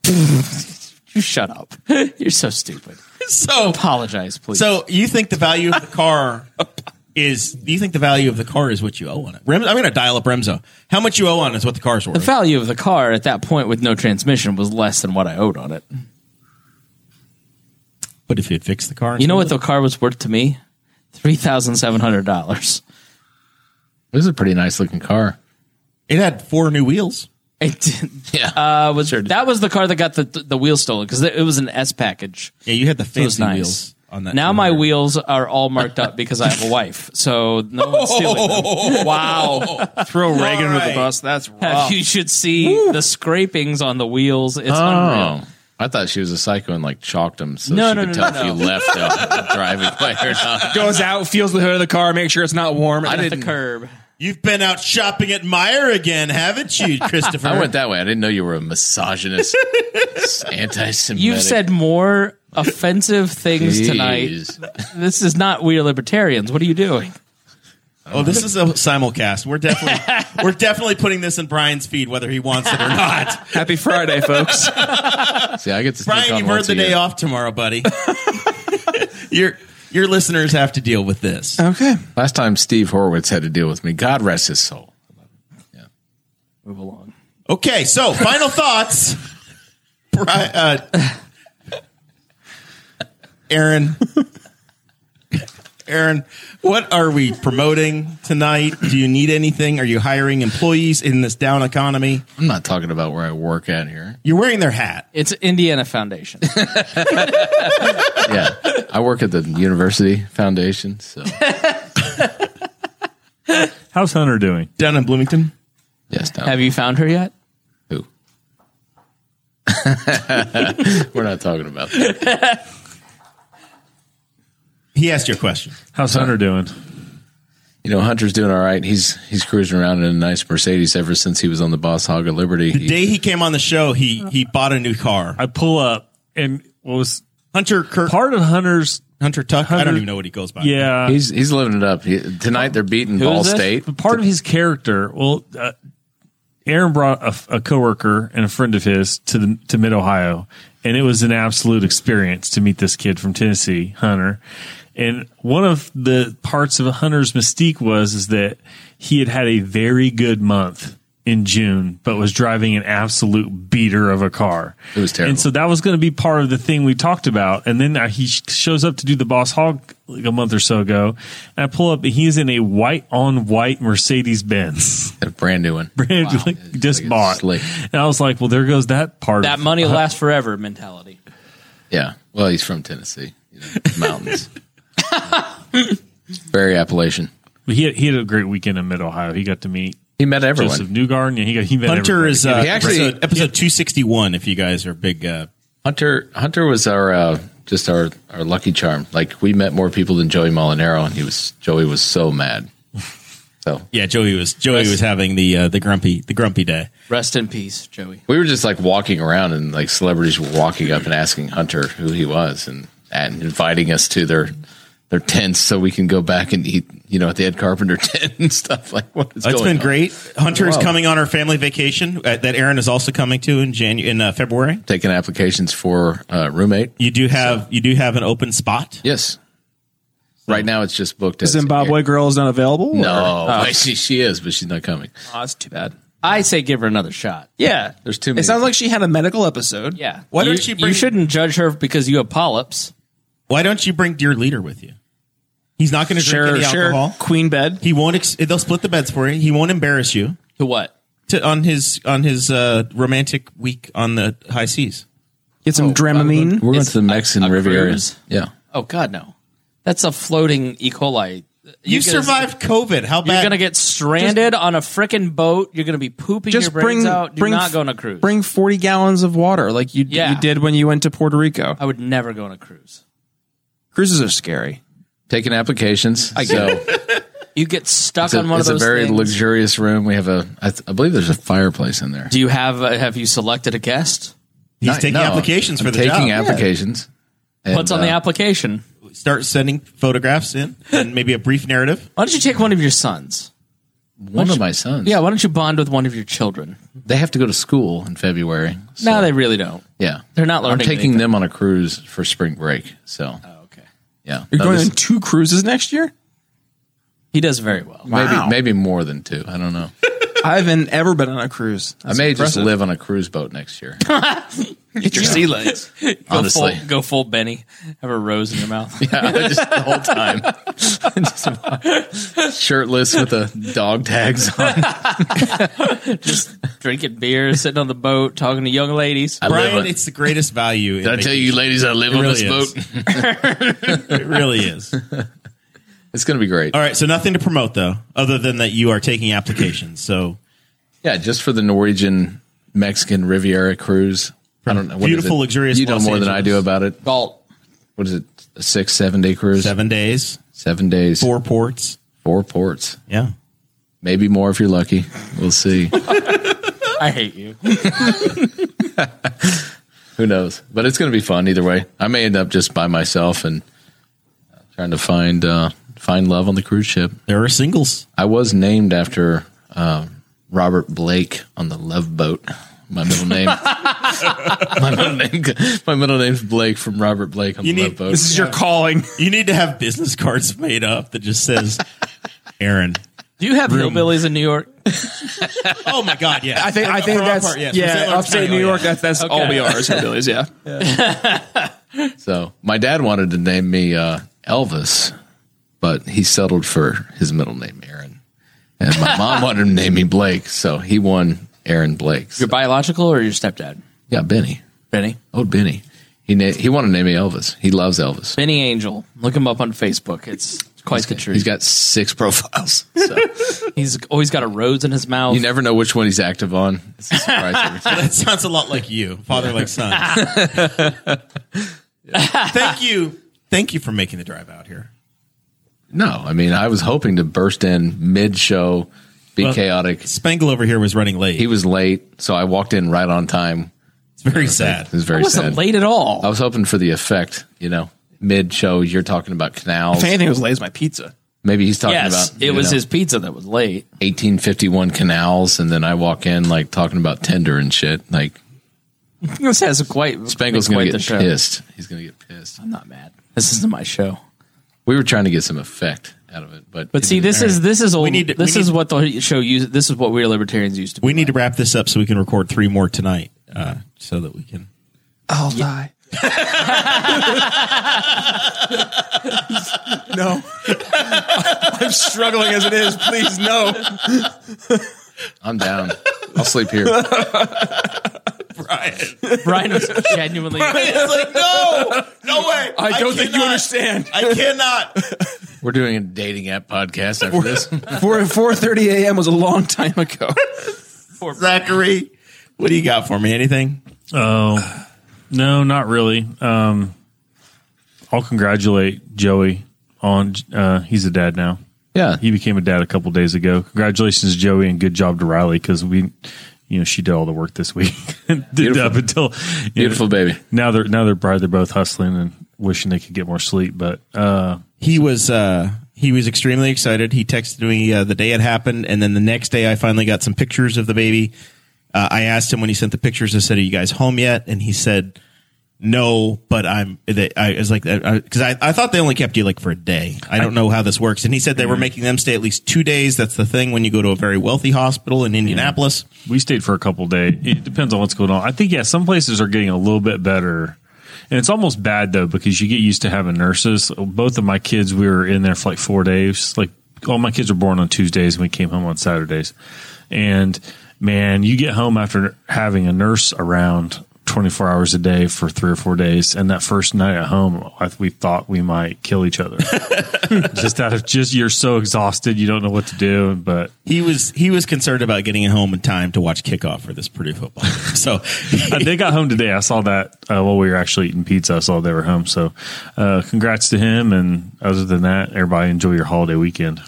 [SPEAKER 3] you shut up. You're so stupid.
[SPEAKER 1] So
[SPEAKER 3] Apologize, please.
[SPEAKER 1] So you think the value of the car is? Do you think the value of the car is what you owe on it? Rem, I'm going to dial up Remzo. How much you owe on is what the car's worth.
[SPEAKER 3] the value of the car at that point with no transmission was less than what I owed on it.
[SPEAKER 1] but if you had fixed the car,
[SPEAKER 3] You know what the car was worth to me? $3,700.
[SPEAKER 4] It was a pretty nice looking car.
[SPEAKER 1] it had four new wheels.
[SPEAKER 3] It did.
[SPEAKER 4] Yeah.
[SPEAKER 3] Uh, was that was the car that got the the wheel stolen because it was an S package.
[SPEAKER 1] Yeah, you had the fancy
[SPEAKER 3] It was nice.
[SPEAKER 1] wheels on that.
[SPEAKER 3] now
[SPEAKER 1] 200.
[SPEAKER 3] my wheels are all marked up because I have a wife, so no one's stealing them.
[SPEAKER 5] Wow. Throw Reagan with
[SPEAKER 1] right.
[SPEAKER 5] the bus. That's rough.
[SPEAKER 3] Have- You should see the scrapings on the wheels. It's unreal.
[SPEAKER 4] Oh. I thought she was a psycho and like chalked him so
[SPEAKER 3] No,
[SPEAKER 4] she
[SPEAKER 3] no,
[SPEAKER 4] could
[SPEAKER 3] no,
[SPEAKER 4] tell
[SPEAKER 3] no,
[SPEAKER 4] if
[SPEAKER 3] no.
[SPEAKER 4] you left the driving way or not.
[SPEAKER 5] Goes out, feels the hood of the car, make sure it's not warm.
[SPEAKER 3] At
[SPEAKER 5] I
[SPEAKER 3] the curb.
[SPEAKER 1] You've been out shopping at Meyer again, haven't you, Christopher?
[SPEAKER 4] I went that way. I didn't know you were a misogynist, anti-Semitic.
[SPEAKER 3] You've said more offensive things tonight.
[SPEAKER 4] Jeez.
[SPEAKER 3] This is not we are libertarians. What are you doing?
[SPEAKER 1] oh, this is a simulcast. We're definitely we're definitely putting this in Brian's feed, whether he wants it or not.
[SPEAKER 5] Happy Friday, folks.
[SPEAKER 4] See, I get to sneak
[SPEAKER 1] Brian,
[SPEAKER 4] on
[SPEAKER 1] you've earned
[SPEAKER 4] once
[SPEAKER 1] the
[SPEAKER 4] a
[SPEAKER 1] day
[SPEAKER 4] year.
[SPEAKER 1] off tomorrow, buddy. your your listeners have to deal with this.
[SPEAKER 5] okay.
[SPEAKER 4] Last time Steve Horowitz had to deal with me. God rest his soul.
[SPEAKER 3] Move along.
[SPEAKER 1] Okay, so final thoughts. Bri- uh, Aaron, Aaron, what are we promoting tonight? Do you need anything? Are you hiring employees in this down economy?
[SPEAKER 4] I'm not talking about where I work at here.
[SPEAKER 1] You're wearing their hat.
[SPEAKER 3] It's Indiana Foundation.
[SPEAKER 4] Yeah, I work at the University Foundation. So
[SPEAKER 6] How's Hunter doing?
[SPEAKER 1] Down in Bloomington.
[SPEAKER 4] yes, no.
[SPEAKER 3] have you found her yet?
[SPEAKER 4] Who? We're not talking about that.
[SPEAKER 1] He asked your question.
[SPEAKER 6] How's Hunter doing?
[SPEAKER 4] You know, Hunter's doing all right. He's he's cruising around in a nice Mercedes ever since he was on the Boss Hog of Liberty.
[SPEAKER 1] The day he came on the show, he he bought a new car.
[SPEAKER 6] I pull up and what was
[SPEAKER 1] Hunter Kirk,
[SPEAKER 6] part of Hunter's
[SPEAKER 1] Hunter Tuck. I don't
[SPEAKER 6] Hunter-
[SPEAKER 1] even know what he goes by.
[SPEAKER 6] yeah.
[SPEAKER 4] he's he's living it up. He, tonight they're beating
[SPEAKER 3] is
[SPEAKER 4] Ball
[SPEAKER 3] this?
[SPEAKER 4] State.
[SPEAKER 6] But part of his character, well, uh, Aaron brought a, a coworker and a friend of his to the to Mid Ohio, and it was an absolute experience to meet this kid from Tennessee, Hunter. And one of the parts of Hunter's mystique was is that he had had a very good month in June, but was driving an absolute beater of a car.
[SPEAKER 4] It was terrible.
[SPEAKER 6] And so that was going to be part of the thing we talked about. And then uh, he sh- shows up to do the Boss Hog like a month or so ago. And I pull up, and he's in a white on white Mercedes Benz.
[SPEAKER 4] Got a brand new one.
[SPEAKER 6] Brand like,
[SPEAKER 4] It's
[SPEAKER 6] just
[SPEAKER 4] like it's
[SPEAKER 6] bought.
[SPEAKER 4] slick.
[SPEAKER 6] And I was like, well, there goes that part
[SPEAKER 3] That
[SPEAKER 6] of
[SPEAKER 3] money will last forever mentality.
[SPEAKER 4] Yeah. Well, he's from Tennessee, you know, mountains. Very Appalachian.
[SPEAKER 6] He had, he had a great weekend in Mid Ohio. He got to meet
[SPEAKER 4] He met everyone.
[SPEAKER 6] Joseph Newgarden. Yeah, he got he met
[SPEAKER 1] Hunter
[SPEAKER 6] everybody.
[SPEAKER 1] is uh,
[SPEAKER 4] He actually-
[SPEAKER 1] episode, episode 261 if you guys are big uh,
[SPEAKER 4] Hunter Hunter was our uh, just our our lucky charm. Like we met more people than Joey Molinaro, and he was Joey was so mad. So
[SPEAKER 1] yeah Joey was Joey was having the uh, the grumpy the grumpy day.
[SPEAKER 3] Rest in peace, Joey.
[SPEAKER 4] we were just like walking around, and like celebrities were walking up and asking Hunter who he was, and and inviting us to their their tents so we can go back and eat, you know, at the Ed Carpenter tent and stuff. Like what is
[SPEAKER 1] It's
[SPEAKER 4] going
[SPEAKER 1] been
[SPEAKER 4] on?
[SPEAKER 1] great. Hunter is
[SPEAKER 4] Wow.
[SPEAKER 1] coming on our family vacation uh, that Aaron is also coming to in Janu- in uh, February.
[SPEAKER 4] Taking applications for uh, roommate.
[SPEAKER 1] You do have you do have an open spot.
[SPEAKER 4] Yes. Right now, it's just booked. as-
[SPEAKER 5] Zimbabwe girl is not available.
[SPEAKER 4] No, she she is, but she's not coming.
[SPEAKER 5] Oh, that's too bad.
[SPEAKER 3] I say give her another shot.
[SPEAKER 5] Yeah,
[SPEAKER 4] There's too
[SPEAKER 5] It
[SPEAKER 4] many.
[SPEAKER 5] sounds like she had a medical episode.
[SPEAKER 3] Yeah.
[SPEAKER 1] Why
[SPEAKER 3] you,
[SPEAKER 1] don't she bring-
[SPEAKER 3] you shouldn't judge her because you have polyps.
[SPEAKER 1] Why don't you bring Dear Leader with you? He's not going to drink
[SPEAKER 5] Share,
[SPEAKER 1] any
[SPEAKER 5] share
[SPEAKER 1] alcohol.
[SPEAKER 5] queen bed.
[SPEAKER 1] He won't. Ex- they'll split the beds for you. He won't embarrass you
[SPEAKER 3] To what?
[SPEAKER 1] to, on his on his uh, romantic week on the high seas.
[SPEAKER 5] Get some Dramamine.
[SPEAKER 4] We're going
[SPEAKER 3] It's
[SPEAKER 4] to the Mexican
[SPEAKER 3] a- a
[SPEAKER 4] Riviera.
[SPEAKER 3] cruise.
[SPEAKER 4] Yeah.
[SPEAKER 3] Oh God, no. That's a floating E. coli.
[SPEAKER 1] You,
[SPEAKER 3] You're gonna-
[SPEAKER 1] survived COVID. How bad?
[SPEAKER 3] You're gonna get stranded on a frickin' boat. You're gonna be pooping
[SPEAKER 5] Just
[SPEAKER 3] your brains
[SPEAKER 5] bring
[SPEAKER 3] out. Do
[SPEAKER 5] bring
[SPEAKER 3] not go on a cruise.
[SPEAKER 5] Bring forty gallons of water, like you
[SPEAKER 3] Yeah.
[SPEAKER 5] you did when you went to Puerto Rico.
[SPEAKER 3] I would never go on a cruise.
[SPEAKER 5] Cruises are scary.
[SPEAKER 4] Taking applications. I so it's
[SPEAKER 3] You get stuck
[SPEAKER 4] a,
[SPEAKER 3] on one
[SPEAKER 4] it's
[SPEAKER 3] of
[SPEAKER 4] a
[SPEAKER 3] those.
[SPEAKER 4] very
[SPEAKER 3] things.
[SPEAKER 4] luxurious room. We have a, I, th- I believe there's a fireplace in there.
[SPEAKER 3] Do you have? Uh, have you selected a guest?
[SPEAKER 1] He's
[SPEAKER 4] Not-
[SPEAKER 1] taking
[SPEAKER 4] no,
[SPEAKER 1] applications for
[SPEAKER 4] I'm
[SPEAKER 1] the
[SPEAKER 4] taking
[SPEAKER 1] job.
[SPEAKER 4] applications. And,
[SPEAKER 3] What's on the
[SPEAKER 4] uh,
[SPEAKER 3] application?
[SPEAKER 1] Start sending photographs in and maybe a brief narrative.
[SPEAKER 3] Why don't you take one of your sons?
[SPEAKER 4] One of my sons.
[SPEAKER 3] Yeah, why don't you bond with one of your children?
[SPEAKER 4] They have to go to school in February. so-
[SPEAKER 3] No, they really don't.
[SPEAKER 4] Yeah.
[SPEAKER 3] They're not
[SPEAKER 4] I'm
[SPEAKER 3] learning.
[SPEAKER 4] taking
[SPEAKER 3] anything.
[SPEAKER 4] them on a cruise for spring break. So,
[SPEAKER 3] Okay.
[SPEAKER 4] yeah.
[SPEAKER 5] You're
[SPEAKER 4] No,
[SPEAKER 5] going
[SPEAKER 4] this-
[SPEAKER 5] on two cruises next year.
[SPEAKER 3] He does very well.
[SPEAKER 4] maybe,
[SPEAKER 5] Wow.
[SPEAKER 4] maybe more than two. I don't know.
[SPEAKER 5] I haven't ever been on a cruise.
[SPEAKER 4] I may just live on a cruise boat next year.
[SPEAKER 3] Get your sea legs. go
[SPEAKER 4] Honestly.
[SPEAKER 3] full, go full Benny. Have a rose in your mouth.
[SPEAKER 4] Yeah, just the whole time. Just shirtless with the dog tags on.
[SPEAKER 3] Drinking beer, sitting on the boat, talking to young ladies.
[SPEAKER 4] I live
[SPEAKER 1] Brian,
[SPEAKER 4] on-
[SPEAKER 1] it's the greatest value.
[SPEAKER 4] Did I tell you, ladies, I live on
[SPEAKER 1] really
[SPEAKER 4] this
[SPEAKER 1] is.
[SPEAKER 4] boat?
[SPEAKER 1] it really is.
[SPEAKER 4] It's going to be great.
[SPEAKER 1] All right, so nothing to promote though, other than that you are taking applications. So
[SPEAKER 4] Yeah, just for the Norwegian Mexican Riviera cruise. I don't know. What is
[SPEAKER 1] Beautiful,
[SPEAKER 4] it?
[SPEAKER 1] luxurious
[SPEAKER 4] You know
[SPEAKER 1] Los
[SPEAKER 4] more than I do
[SPEAKER 1] Angeles.
[SPEAKER 4] about it.
[SPEAKER 3] Galt.
[SPEAKER 4] What is it? A six, seven day cruise?
[SPEAKER 1] seven days,
[SPEAKER 4] Seven days.
[SPEAKER 1] four ports.
[SPEAKER 4] Four ports.
[SPEAKER 1] Yeah.
[SPEAKER 4] Maybe more if you're lucky. We'll see.
[SPEAKER 3] I hate you.
[SPEAKER 4] Who knows? But it's going to be fun either way. I may end up just by myself and trying to find uh, find love on the cruise ship.
[SPEAKER 1] There are singles.
[SPEAKER 4] I was named after um, Robert Blake on the Love Boat. My middle name. my middle name. My middle name's Blake from Robert Blake on
[SPEAKER 1] You
[SPEAKER 4] the
[SPEAKER 1] need-
[SPEAKER 4] Love Boat.
[SPEAKER 5] This is your calling.
[SPEAKER 1] You need to have business cards made up that just says Aaron.
[SPEAKER 3] Do you have hillbillies in New York?
[SPEAKER 1] Oh my God! Yeah,
[SPEAKER 5] I think I think
[SPEAKER 1] our
[SPEAKER 5] that's
[SPEAKER 1] part, yes. From St.
[SPEAKER 5] yeah.
[SPEAKER 1] Lawrence
[SPEAKER 5] Upstate
[SPEAKER 1] County,
[SPEAKER 5] New
[SPEAKER 1] oh,
[SPEAKER 5] York.
[SPEAKER 1] yeah.
[SPEAKER 5] That's that's all we are. Is hillbillies. Yeah.
[SPEAKER 4] So my dad wanted to name me uh, Elvis, but he settled for his middle name Aaron. And my mom wanted to name me Blake, so he won Aaron Blake. So-
[SPEAKER 3] Your biological or your stepdad?
[SPEAKER 4] yeah, Benny.
[SPEAKER 3] Benny.
[SPEAKER 4] Oh, Benny. He na- he wanted to name me Elvis. He loves Elvis.
[SPEAKER 3] Benny Angel. Look him up on Facebook. It's quite the truth.
[SPEAKER 4] He's got six profiles. So
[SPEAKER 3] He's always got a rose in his mouth.
[SPEAKER 4] you never know which one he's active on. It's a surprise every time.
[SPEAKER 1] That sounds a lot like you, father like son. Thank you, thank you for making the drive out here.
[SPEAKER 4] No, I mean I was hoping to burst in mid show, be chaotic.
[SPEAKER 1] Spangle over here was running late.
[SPEAKER 4] He
[SPEAKER 1] He was
[SPEAKER 4] was late, so I walked in right on time.
[SPEAKER 1] very sad.
[SPEAKER 4] It was very
[SPEAKER 3] I wasn't
[SPEAKER 4] sad.
[SPEAKER 3] late at all.
[SPEAKER 4] I was hoping for the effect, you know, mid show. You're talking about canals.
[SPEAKER 5] If anything was late, is my pizza.
[SPEAKER 4] Maybe he's talking
[SPEAKER 3] yes,
[SPEAKER 4] about
[SPEAKER 3] it
[SPEAKER 4] you
[SPEAKER 3] was
[SPEAKER 4] know,
[SPEAKER 3] his pizza that was late.
[SPEAKER 4] 1851 canals, and then I walk in like talking about tender and shit. Like
[SPEAKER 3] This has quite
[SPEAKER 4] Spangle's
[SPEAKER 3] quite
[SPEAKER 4] gonna
[SPEAKER 3] the
[SPEAKER 4] get
[SPEAKER 3] show.
[SPEAKER 4] pissed. He's gonna get pissed.
[SPEAKER 3] I'm not mad. This isn't my show.
[SPEAKER 4] We were trying to get some effect out of it. But
[SPEAKER 3] But see, this
[SPEAKER 1] All
[SPEAKER 3] is
[SPEAKER 1] right.
[SPEAKER 3] this is old.
[SPEAKER 1] need to-
[SPEAKER 3] this
[SPEAKER 1] we
[SPEAKER 3] is
[SPEAKER 1] need-
[SPEAKER 3] what the show used. This is what we are libertarians used to. Be
[SPEAKER 1] We need to wrap this up so we can record three more tonight, uh, so that we can.
[SPEAKER 5] I'll die. no. I'm struggling as it is. Please, no.
[SPEAKER 4] I'm down. I'll sleep here.
[SPEAKER 1] Brian,
[SPEAKER 3] Brian was genuinely.
[SPEAKER 1] it's like no, no way.
[SPEAKER 5] I don't think you understand.
[SPEAKER 1] I cannot.
[SPEAKER 4] We're doing a dating app podcast after this.
[SPEAKER 5] 4 four thirty a.m. was a long time ago.
[SPEAKER 1] Zachary, what do you got for me? Anything?
[SPEAKER 6] Oh, no, not really. Um, I'll congratulate Joey on. Uh, he's a dad now.
[SPEAKER 4] Yeah.
[SPEAKER 6] He became a dad a couple days ago. Congratulations, Joey, and good job to Riley because we, you know, she did all the work this week. did up until you know,
[SPEAKER 4] Beautiful baby.
[SPEAKER 6] Now they're now they're bride. They're both hustling and wishing they could get more sleep. But uh,
[SPEAKER 1] He was uh, he was extremely excited. He texted me uh, the day it happened, and then the next day I finally got some pictures of the baby. Uh, I asked him when he sent the pictures. I said, "Are you guys home yet?" And he said, "No, but I'm." They, I was like, because I, I thought they only kept you like for a day. I don't know how this works. And he said they were making them stay at least two days. That's the thing when you go to a very wealthy hospital in Indianapolis.
[SPEAKER 6] we stayed for a couple days. It depends on what's going on. I think yeah, some places are getting a little bit better, and it's almost bad though because you get used to having nurses. Both of my kids, we were in there for like four days. Like all my kids were born on Tuesdays, and we came home on Saturdays. And man, you get home after having a nurse around. 24 hours a day for three or four days. And that first night at home, I, we thought we might kill each other. just out of just, you're so exhausted. You don't know what to do. But
[SPEAKER 1] He was he was concerned about getting it home in time to watch kickoff for this Purdue football. so
[SPEAKER 6] Uh, they got home today. I saw that uh, while we were actually eating pizza. I saw they were home. So, uh, congrats to him. And other than that, everybody enjoy your holiday weekend.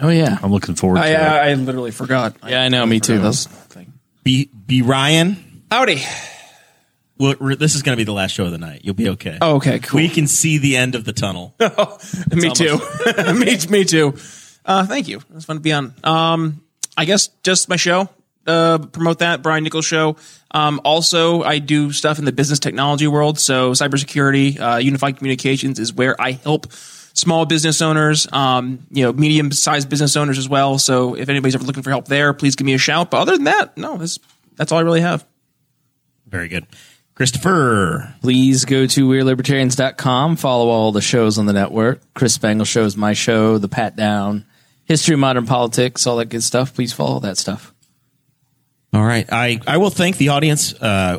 [SPEAKER 3] oh yeah,
[SPEAKER 6] I'm looking forward to
[SPEAKER 5] I,
[SPEAKER 6] it.
[SPEAKER 5] I, I literally forgot.
[SPEAKER 3] yeah, I know. Me too.
[SPEAKER 1] be be Ryan.
[SPEAKER 5] Howdy.
[SPEAKER 1] Well, we're- this is going to be the last show of the night. You'll be okay.
[SPEAKER 5] Oh, okay, cool.
[SPEAKER 1] We can see the end of the tunnel.
[SPEAKER 5] me too. me, me too. Uh, thank you. It was fun to be on. Um, I guess just my show. Uh, promote that Brian Nichols show. Um, also, I do stuff in the business technology world. So cybersecurity, uh, unified communications is where I help small business owners, um, you know, medium sized business owners as well. So if anybody's ever looking for help there, please give me a shout. But other than that, no, that's, that's all I really have.
[SPEAKER 1] Very good. Christopher,
[SPEAKER 3] Please go to We're Follow all the shows on the network. Chris Spangle shows my show, The Pat Down, History of Modern Politics, all that good stuff. Please follow that stuff.
[SPEAKER 1] All right. I, I will thank the audience. Uh,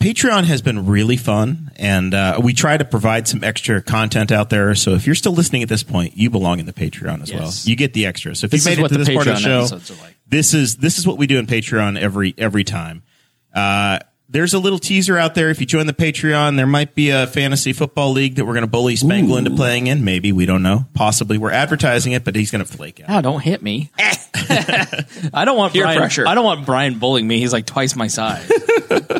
[SPEAKER 1] Patreon has been really fun, and uh, we try to provide some extra content out there. So if you're still listening at this point, you belong in the Patreon as well. You get the extra. So if
[SPEAKER 3] This
[SPEAKER 1] you
[SPEAKER 3] is
[SPEAKER 1] made it
[SPEAKER 3] what
[SPEAKER 1] to
[SPEAKER 3] the
[SPEAKER 1] this part of the
[SPEAKER 3] Patreon
[SPEAKER 1] show,
[SPEAKER 3] episodes are like.
[SPEAKER 1] this is this is what we do in Patreon every every time. Uh, there's a little teaser out there. If you join the Patreon, there might be a fantasy football league that we're going to bully Spangle into playing in. Maybe we don't know. Possibly we're advertising it, but he's going to flake out.
[SPEAKER 3] Now, Ah, don't hit me. I don't want
[SPEAKER 5] Peer
[SPEAKER 3] Brian,
[SPEAKER 5] pressure.
[SPEAKER 3] I don't want Brian bullying me. He's like twice my size.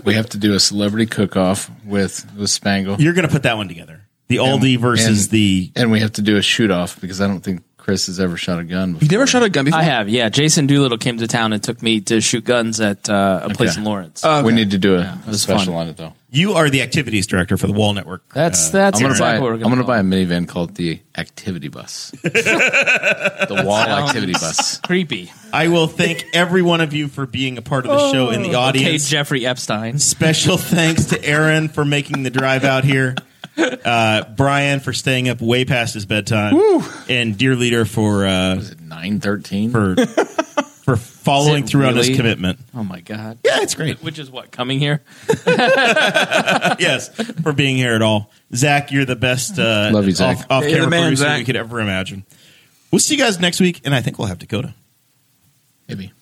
[SPEAKER 4] We have to do a celebrity cook off with, with Spangle.
[SPEAKER 1] You're going to put that one together. The oldie versus
[SPEAKER 4] and-
[SPEAKER 1] the
[SPEAKER 4] And we have to do a shoot off because I don't think Chris has ever shot a gun before.
[SPEAKER 5] You never shot a gun before?
[SPEAKER 3] I have, yeah. Jason Doolittle came to town and took me to shoot guns at uh, a place in Lawrence.
[SPEAKER 4] We need to do a
[SPEAKER 3] was
[SPEAKER 4] special
[SPEAKER 3] fun.
[SPEAKER 4] on it though.
[SPEAKER 1] You are the activities director for the Wall Network.
[SPEAKER 3] that's that's
[SPEAKER 4] I'm gonna
[SPEAKER 3] exactly
[SPEAKER 4] buy.
[SPEAKER 3] what we're
[SPEAKER 4] I'm
[SPEAKER 3] gonna
[SPEAKER 4] gonna
[SPEAKER 3] call
[SPEAKER 4] buy
[SPEAKER 3] it.
[SPEAKER 4] a minivan called the Activity Bus. the Wall Activity Bus.
[SPEAKER 3] Creepy.
[SPEAKER 1] I will thank every one of you for being a part of the show in the
[SPEAKER 3] Oh, Okay,
[SPEAKER 1] audience.
[SPEAKER 3] Jeffrey Epstein.
[SPEAKER 1] Special thanks to Aaron for making the drive out here. Uh, Brian for staying up way past his bedtime, and dear leader for uh,
[SPEAKER 4] Nine thirteen.
[SPEAKER 1] for for following
[SPEAKER 3] Is it
[SPEAKER 1] through on his
[SPEAKER 3] really?
[SPEAKER 1] commitment.
[SPEAKER 3] Oh my god.
[SPEAKER 1] Yeah, it's great.
[SPEAKER 3] Which is what coming here.
[SPEAKER 1] yes, for being here at all. Zach, you're the best uh,
[SPEAKER 4] Love you, Zach.
[SPEAKER 1] off, off-camera
[SPEAKER 5] You're the man,
[SPEAKER 1] producer
[SPEAKER 5] Zach.
[SPEAKER 1] we could ever imagine. We'll see you guys next week, and I think we'll have Dakota.
[SPEAKER 4] Maybe.